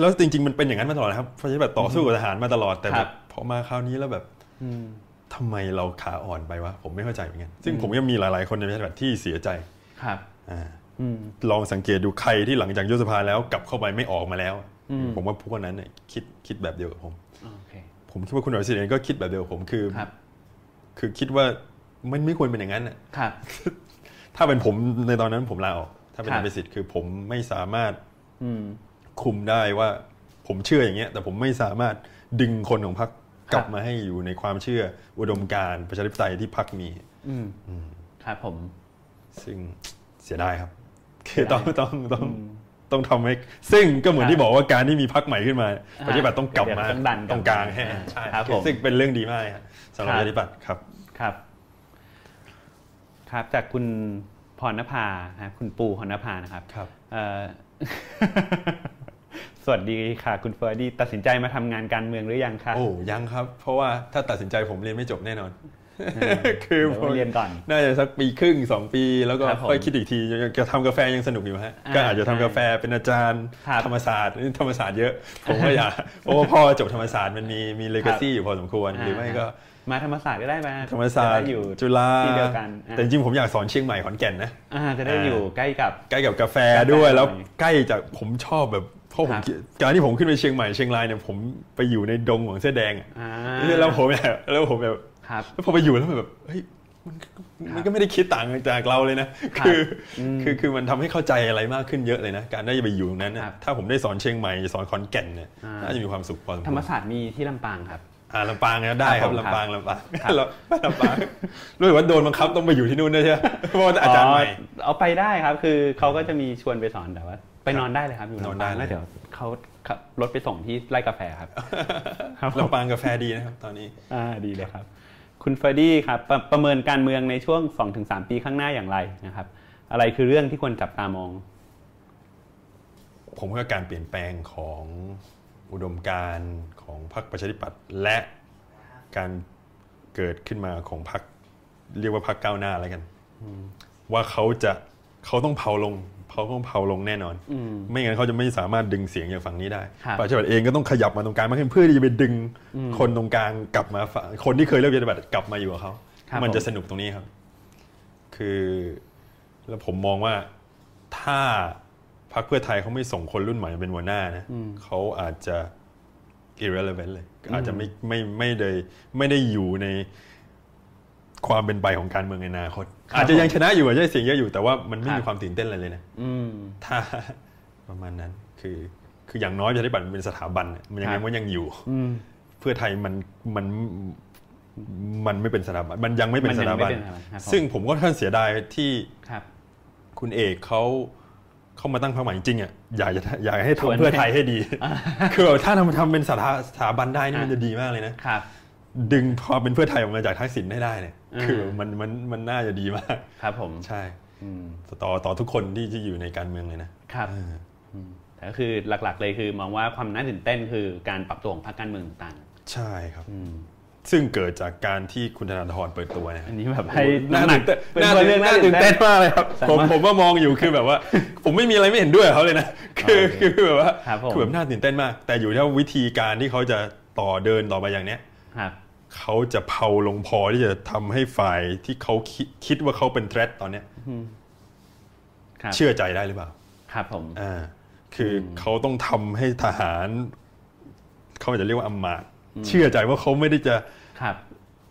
[SPEAKER 2] แล้วจริง ๆ มันเป็นอย่างนั้นมาตลอดนะครับประชาธิปัตย์ต่อสู้กับทหารมาตลอดแต่แบบพอมาคราวนี้แล้วแบบ
[SPEAKER 1] อืม
[SPEAKER 2] ทำไมเราขาอ่อนไปวะ ผมไม่เข้าใจเหมือนกัน ซึ่งผมก็มีหลายๆคนในประชาธิปัตย์ที่เสียใจ
[SPEAKER 1] ครับ
[SPEAKER 2] อา
[SPEAKER 1] อืม
[SPEAKER 2] ลองสังเกตดูใครที่หลังจากยุบสภาแล้วกลับเข้าไปไม่ออกมาแล้ว
[SPEAKER 1] อืม
[SPEAKER 2] ผมว่าพวกนั้นเนี่ยคิดคิดแบบเดียวกับผม
[SPEAKER 1] โอเค
[SPEAKER 2] ผมคิดว่าคุณอภิสิทธิ์เองก็คิดแบบเดียวกับผมคือ
[SPEAKER 1] ครับ
[SPEAKER 2] คือคิดว่ามันไม่ควรเป็นอย่างนั้นน่ะ
[SPEAKER 1] ครับ
[SPEAKER 2] ถ้าเป็นผมในตอนนั้นผมลาออกถ้าเป็น
[SPEAKER 1] ครั
[SPEAKER 2] อบ ภิสิทธิ์คือผมไม่สามารถ
[SPEAKER 1] อืม
[SPEAKER 2] คุมได้ว่าผมเชื่ออย่างเงี้ย แต่ผมไม่สามารถดึงคนของพรรคกลับมาให้อยู่ในความเชื่ออุดมการณ์ประชาธิปไตยที่พรรคมี
[SPEAKER 1] อืมครับผม
[SPEAKER 2] ซึ่งเสียดายครับ คือต้องต้องต้อง
[SPEAKER 1] อืม
[SPEAKER 2] ต้องทำให้ซึ่งก็เหมือน
[SPEAKER 1] ครับ
[SPEAKER 2] ที่บอกว่าการที่มีพักใหม่ขึ้นมา
[SPEAKER 1] อ่า
[SPEAKER 2] ปฏิบัติต้องกลับมา
[SPEAKER 1] เดี๋ยวต้องดันกลับ
[SPEAKER 2] ตรงกลางให้
[SPEAKER 1] อ่า
[SPEAKER 2] ใช่
[SPEAKER 1] ครับผม
[SPEAKER 2] ซึ่งเป็นเรื่องดีมากครับสำห
[SPEAKER 1] ค
[SPEAKER 2] รับ
[SPEAKER 1] รับ
[SPEAKER 2] ปฏิบัติครับ
[SPEAKER 1] ครับ ครับจากคุณพรณภาครับคุณปูพรณภานะครับ
[SPEAKER 2] ครับ
[SPEAKER 1] เอ่ อ สวัสดีค่ะ คุณเฟอร์ดี้ตัดสินใจมาทำงานการเมืองหรือยังคะ
[SPEAKER 2] โอ้ยังครับ เพราะว่าถ้าตัดสินใจผมเรียนไม่จบแน่นอน คือ
[SPEAKER 1] เดี๋
[SPEAKER 2] ผ
[SPEAKER 1] ยว
[SPEAKER 2] ม
[SPEAKER 1] เรียนก่อน
[SPEAKER 2] น่าจะสักปีครึ่งสองปี แล้วก็
[SPEAKER 1] ครับผม
[SPEAKER 2] ค่อยคิดอีกทีจะทำกาแฟยังสนุกอยู่ฮะ
[SPEAKER 1] อ่า
[SPEAKER 2] ก็อาจจะทำกาแฟเป็นอาจารย์
[SPEAKER 1] ครับ
[SPEAKER 2] ธรรมศาสตร์นี่ธรรมศาสตร์เยอะ ผมก็อยากเพราะว่าพ่อจบธรรมศาสตร์มันมีมีเลกาซี่อยู่พอสมควรหรือไม่
[SPEAKER 1] อ่า
[SPEAKER 2] ก็
[SPEAKER 1] มาธรรมศาสตร์ก็ได้มา
[SPEAKER 2] ธรรมศาส
[SPEAKER 1] จะ
[SPEAKER 2] ตร์
[SPEAKER 1] ได้อยู่
[SPEAKER 2] จุฬา
[SPEAKER 1] ที่เดียวกันอ่ะ
[SPEAKER 2] แต่จริงๆผมอยากสอนเชียงใหม่ขอนแก่นนะ
[SPEAKER 1] อ่าจะได้อยู่ใกล้กับ
[SPEAKER 2] ใกล้กับกาแฟ
[SPEAKER 1] กาแฟ
[SPEAKER 2] ด้วย
[SPEAKER 1] หน่อย
[SPEAKER 2] แล้วใกล้จากผมชอบแบบเพราะผ
[SPEAKER 1] ค
[SPEAKER 2] ม
[SPEAKER 1] รับ
[SPEAKER 2] คิดการที่ผมขึ้นไปเชียงใหม่เชียงรายเนี่ยผมไปอยู่ในดงของเสื้อแดงอะ
[SPEAKER 1] อ่า
[SPEAKER 2] แล้วผมแบบแล้วผมแบบ
[SPEAKER 1] ครับ
[SPEAKER 2] แล้วพอไปอยู่แล้วมันแบบเฮ้ยมัน
[SPEAKER 1] ครับ
[SPEAKER 2] มันก็ไม่ได้คิดต่างจากเราเลยนะ
[SPEAKER 1] ครับ
[SPEAKER 2] คือ
[SPEAKER 1] อืม
[SPEAKER 2] คือคือมันทำให้เข้าใจอะไรมากขึ้นเยอะเลยนะ การได้ไปอยู่ตรงนั้นนะครับ ถ้าผมได้สอนเชียงใหม่สอนขอนแก่นเนี่ย
[SPEAKER 1] อ่า
[SPEAKER 2] น่าจะมีความสุขพอสมควร
[SPEAKER 1] ธรรมศาสตร์มีที่ลำปางครับ
[SPEAKER 2] อ่าลำปางนะได้ค
[SPEAKER 1] ค
[SPEAKER 2] รับ
[SPEAKER 1] รับผม
[SPEAKER 2] ลำปางลำปาง
[SPEAKER 1] ครับ
[SPEAKER 2] เราไปลำปางรู้สึกว่าโดนบังคับต้องไปอยู่ที่นู่นด้วยใช่ไหมเพราะว่าอาจารย์ใหม่
[SPEAKER 1] เอาไปได้ครับ คือเขาก็จะมีชวนไปสอนแต่ว่า ไปนอนได้เลยครับอยู่
[SPEAKER 2] นอน
[SPEAKER 1] ลำปาง
[SPEAKER 2] ได้เลย
[SPEAKER 1] แล้วเดี๋ยวเขาขับรถไปส่งที่ไร่กาแฟครับ ครับผม
[SPEAKER 2] ลำปางกาแฟดีนะครับ ตอนนี้
[SPEAKER 1] อ่าดีเลยครับ คุณเฟรดดี้ครับประประเมินการเมืองในช่วง 2-3 ปีข้างหน้าอย่างไรนะครับ อะไรคือเรื่องที่ควรจับตามอง
[SPEAKER 2] ผมว่าการเปลี่ยนแปลงของอุดมการณ์ของพรรคประชาธิปัตย์และการเกิดขึ้นมาของพรรคเรียกว่าพรรคก้าวหน้าแล้วกันว่าเขาจะเขาต้องเผาลงเขาต้องเผาลงแน่นอน
[SPEAKER 1] อืม
[SPEAKER 2] ไม่งั้นเขาจะไม่สามารถดึงเสียงจากฝั่งนี้ได้
[SPEAKER 1] ครับ
[SPEAKER 2] ประชาธิปัตย์เองก็ต้องขยับมาตรงกลางมากขึ้นเพื่อที่จะไปดึง
[SPEAKER 1] อืม
[SPEAKER 2] คนตรงกลางกลับมาฝั่งคนที่เคยเลือกประชาธิปัตย์กลับมาอยู่กับเขา
[SPEAKER 1] ครับ
[SPEAKER 2] มันจะ
[SPEAKER 1] ผม
[SPEAKER 2] สนุกตรงนี้ครับ คือแล้วผมมองว่าถ้าพรรคเพื่อไทยเขาไม่ส่งคนรุ่นใหม่เป็นหัวหน้านะเขาอาจจะ irrelevant เลย อาจจะไม่ไม่ไม่ได้ไม่ได้อยู่ในความเป็นไปของการเมืองในอนาคต
[SPEAKER 1] ครับ
[SPEAKER 2] อาจจะยังชนะอยู่อาจจะได้เสียงเยอะอยู่แต่ว่ามัน
[SPEAKER 1] ค
[SPEAKER 2] ไม่
[SPEAKER 1] รับ
[SPEAKER 2] มีความตื่นเต้นอะไรเลยนะ
[SPEAKER 1] อืม
[SPEAKER 2] ถ้า ประมาณนั้นคือคืออย่างน้อยประชาธิปัตย์มันเป็นสถาบันน่ะมันยังไง
[SPEAKER 1] ครับ
[SPEAKER 2] มันยังอยู่
[SPEAKER 1] อืม
[SPEAKER 2] เพื่อไทยมันมันมันไม่เป็นสถาบันมันยังไม่เป็น
[SPEAKER 1] มัน
[SPEAKER 2] ส
[SPEAKER 1] ยัง
[SPEAKER 2] ถา
[SPEAKER 1] ไม่
[SPEAKER 2] บัน
[SPEAKER 1] เป็นสถาบันครับผม
[SPEAKER 2] ซึ่งผมก็ท่านเสียดายที่
[SPEAKER 1] ครับ
[SPEAKER 2] คุณเอกเขาเขามาตั้งพรรคใหม่จริงๆอ่ะอยากจะอยากให้
[SPEAKER 1] ชวน
[SPEAKER 2] ทำเพื่อไทยให้ดี คือแบบถ้าทำทำเป็นสถาสถาบันได้นี่
[SPEAKER 1] อ่ะ
[SPEAKER 2] มันจะดีมากเลยนะ
[SPEAKER 1] ครับ
[SPEAKER 2] ดึงความเป็นเพื่อไทยออกมาจากทักษิณให้ได้เนี่ย
[SPEAKER 1] อ่า
[SPEAKER 2] คือมันมันมันน่าจะดีมาก
[SPEAKER 1] ครับผม
[SPEAKER 2] ใช่
[SPEAKER 1] อืม
[SPEAKER 2] ต่อต่อทุกคนที่ที่อยู่ในการเมืองเลยนะครับ เออ
[SPEAKER 1] แต่ก็คือหลักๆ เลยคือมองว่าความน่าตื่นเต้นคือการปรับตัวของพรรคการเมืองต่าง
[SPEAKER 2] ใช่ครับ
[SPEAKER 1] ๆอืม
[SPEAKER 2] ซึ่งเกิดจากการที่คุณธนาธรเปิดตัวเนะ
[SPEAKER 1] อันนี้แบบให้
[SPEAKER 2] น่า
[SPEAKER 1] ำห
[SPEAKER 2] ตื่นเต้น
[SPEAKER 1] เป็น
[SPEAKER 2] น่า
[SPEAKER 1] ตัว
[SPEAKER 2] ตื่น
[SPEAKER 1] เรื่องน่า
[SPEAKER 2] น่า
[SPEAKER 1] ตื่
[SPEAKER 2] ตื่
[SPEAKER 1] น
[SPEAKER 2] น
[SPEAKER 1] เต้
[SPEAKER 2] เต้
[SPEAKER 1] น
[SPEAKER 2] นมากเลยครับ
[SPEAKER 1] สา
[SPEAKER 2] ผม
[SPEAKER 1] มารถ
[SPEAKER 2] ผมว่ามองอยู่คือแบบว่า ผมไม่มีอะไรไม่เห็นด้วยกับเขาเลย นะ คือ
[SPEAKER 1] โอเค
[SPEAKER 2] คือแบบว่า
[SPEAKER 1] ครับผม
[SPEAKER 2] คือแบบน่าตื่นเต้นมาก แต่อยู่ที่ว่าวิธีการที่เขาจะต่อเดินต่อไปอย่างเนี้ย
[SPEAKER 1] ครับ
[SPEAKER 2] เขาจะเผาลงพอที่จะทำให้ฝ่ายที่เขาคิดคิดว่าเขาเป็น threat ตอนเนี้ย
[SPEAKER 1] ครับ
[SPEAKER 2] เชื่อใจได้หรือเปล่า
[SPEAKER 1] ครับผม
[SPEAKER 2] อ่าคืออเขาต้องทำให้ทหาร เขาอาจจะเรียกว่าอำมาตย์เชื่อใจว่าเขาไม่ได้จะ
[SPEAKER 1] ครับ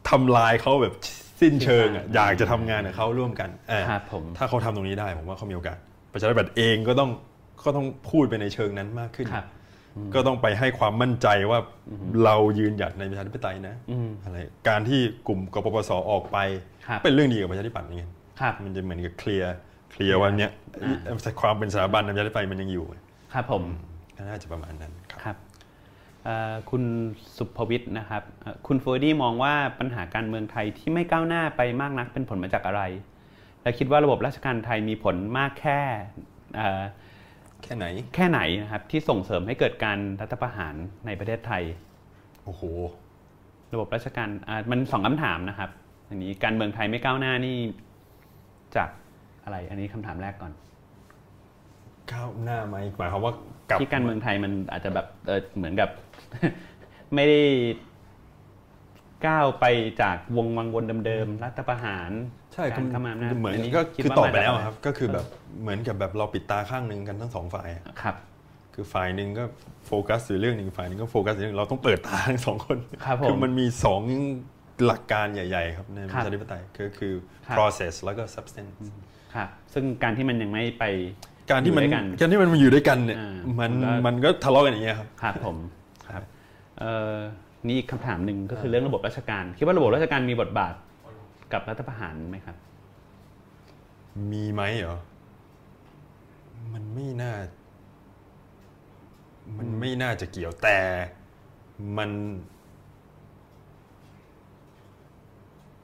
[SPEAKER 2] ทำลายเขาแบบสิ้นเชิงอะ
[SPEAKER 1] สิ้นทาง
[SPEAKER 2] อยากจะทำงานกับเขาร่วมกันเออ
[SPEAKER 1] ครับผม
[SPEAKER 2] ถ้าเขาทำตรงนี้ได้ผมว่าเขามีโอกาสประชาธิปัตย์เองก็ต้องก็ต้องพูดไปในเชิงนั้นมากขึ้น
[SPEAKER 1] ครับ
[SPEAKER 2] ก็ต้องไปให้ความมั่นใจว่าเรายืนหยัดในประชาธิปไตยนะ
[SPEAKER 1] อืม
[SPEAKER 2] อะไรการที่กลุ่มกปปสออกไป
[SPEAKER 1] ครับ
[SPEAKER 2] เป็นเรื่องดีกับประชาธิปัตย์เหมือนกัน
[SPEAKER 1] ครับ
[SPEAKER 2] มันจะเหมือนกับเคลียร์เคลียร์ว่าเนี้ยความเป็นสถาบันในประชาธิปไตยมันยังอยู่
[SPEAKER 1] ครับผม
[SPEAKER 2] ก็น่าจะประมาณนั้นครับ
[SPEAKER 1] ครับเอ่อคุณสุภวิทย์นะครับเอ่อคุณเฟอร์ดี้มองว่าปัญหาการเมืองไทยที่ไม่ก้าวหน้าไปมากนักเป็นผลมาจากอะไร และคิดว่าระบบราชการไทยมีผลมากแค่เอ่อ
[SPEAKER 2] แค่ไหน
[SPEAKER 1] แค่ไหนนะครับที่ส่งเสริมให้เกิดการรัฐประหารในประเทศไทย
[SPEAKER 2] โอ้โห
[SPEAKER 1] ระบบราชการอ่ามันสองคำถามนะครับ อันนี้การเมืองไทยไม่ก้าวหน้านี่จากอะไร อันนี้คำถามแรกก่อน
[SPEAKER 2] ก้าวหน้าไหมหมายความว่ากลับ
[SPEAKER 1] ที่การเมืองไทยมันอาจจะแบบเออเหมือนกับ ไม่ได้ก้าวไปจากวงวังวนเดิมๆรัฐประหาร
[SPEAKER 2] ใช่
[SPEAKER 1] การเข้ามาอำนาจ
[SPEAKER 2] เหมือนก็
[SPEAKER 1] ด
[SPEAKER 2] คือ
[SPEAKER 1] ว่า
[SPEAKER 2] ตอบไป
[SPEAKER 1] มาจาก
[SPEAKER 2] แล้วครับ ก็คือแบบเหมือนกับแบบเราปิดตาข้างหนึ่งกันทั้งสองฝ่ายอะ
[SPEAKER 1] ครับ
[SPEAKER 2] คือฝ่ายหนึ่งก็โฟกัสอยู่เรื่องหนึ่งฝ่ายหนึ่งก็โฟกัสอยู่เรื่องเราต้องเปิดตาทั้งสองคน
[SPEAKER 1] ครับผม
[SPEAKER 2] อมันมีสองหลักการใหญ่ๆครับใน
[SPEAKER 1] ครับ
[SPEAKER 2] ประชาธิปไตยก็คือ
[SPEAKER 1] ครับ
[SPEAKER 2] process แล้วก็ substance
[SPEAKER 1] ครับ ซึ่งการที่มันยังไม่ไป
[SPEAKER 2] การที่มัน
[SPEAKER 1] อยู่ด้วยกัน
[SPEAKER 2] การที่มันมาอยู่ด้วยกันเนี่ย
[SPEAKER 1] อ่ามั
[SPEAKER 2] มัน
[SPEAKER 1] นก็
[SPEAKER 2] มันก็ทะเลาะกันอย่างเงี้ยครับ
[SPEAKER 1] ครับผมครับเอ่อนี่อีกคำถามหนึ่งก็คือเรื่องระบบราชการ คิดว่าระบบราชการมีบทบาทกับรัฐประหารไหมครับ
[SPEAKER 2] มีไหมเหรอ มันไม่น่า มันไม่น่าจะเกี่ยวแต่ มัน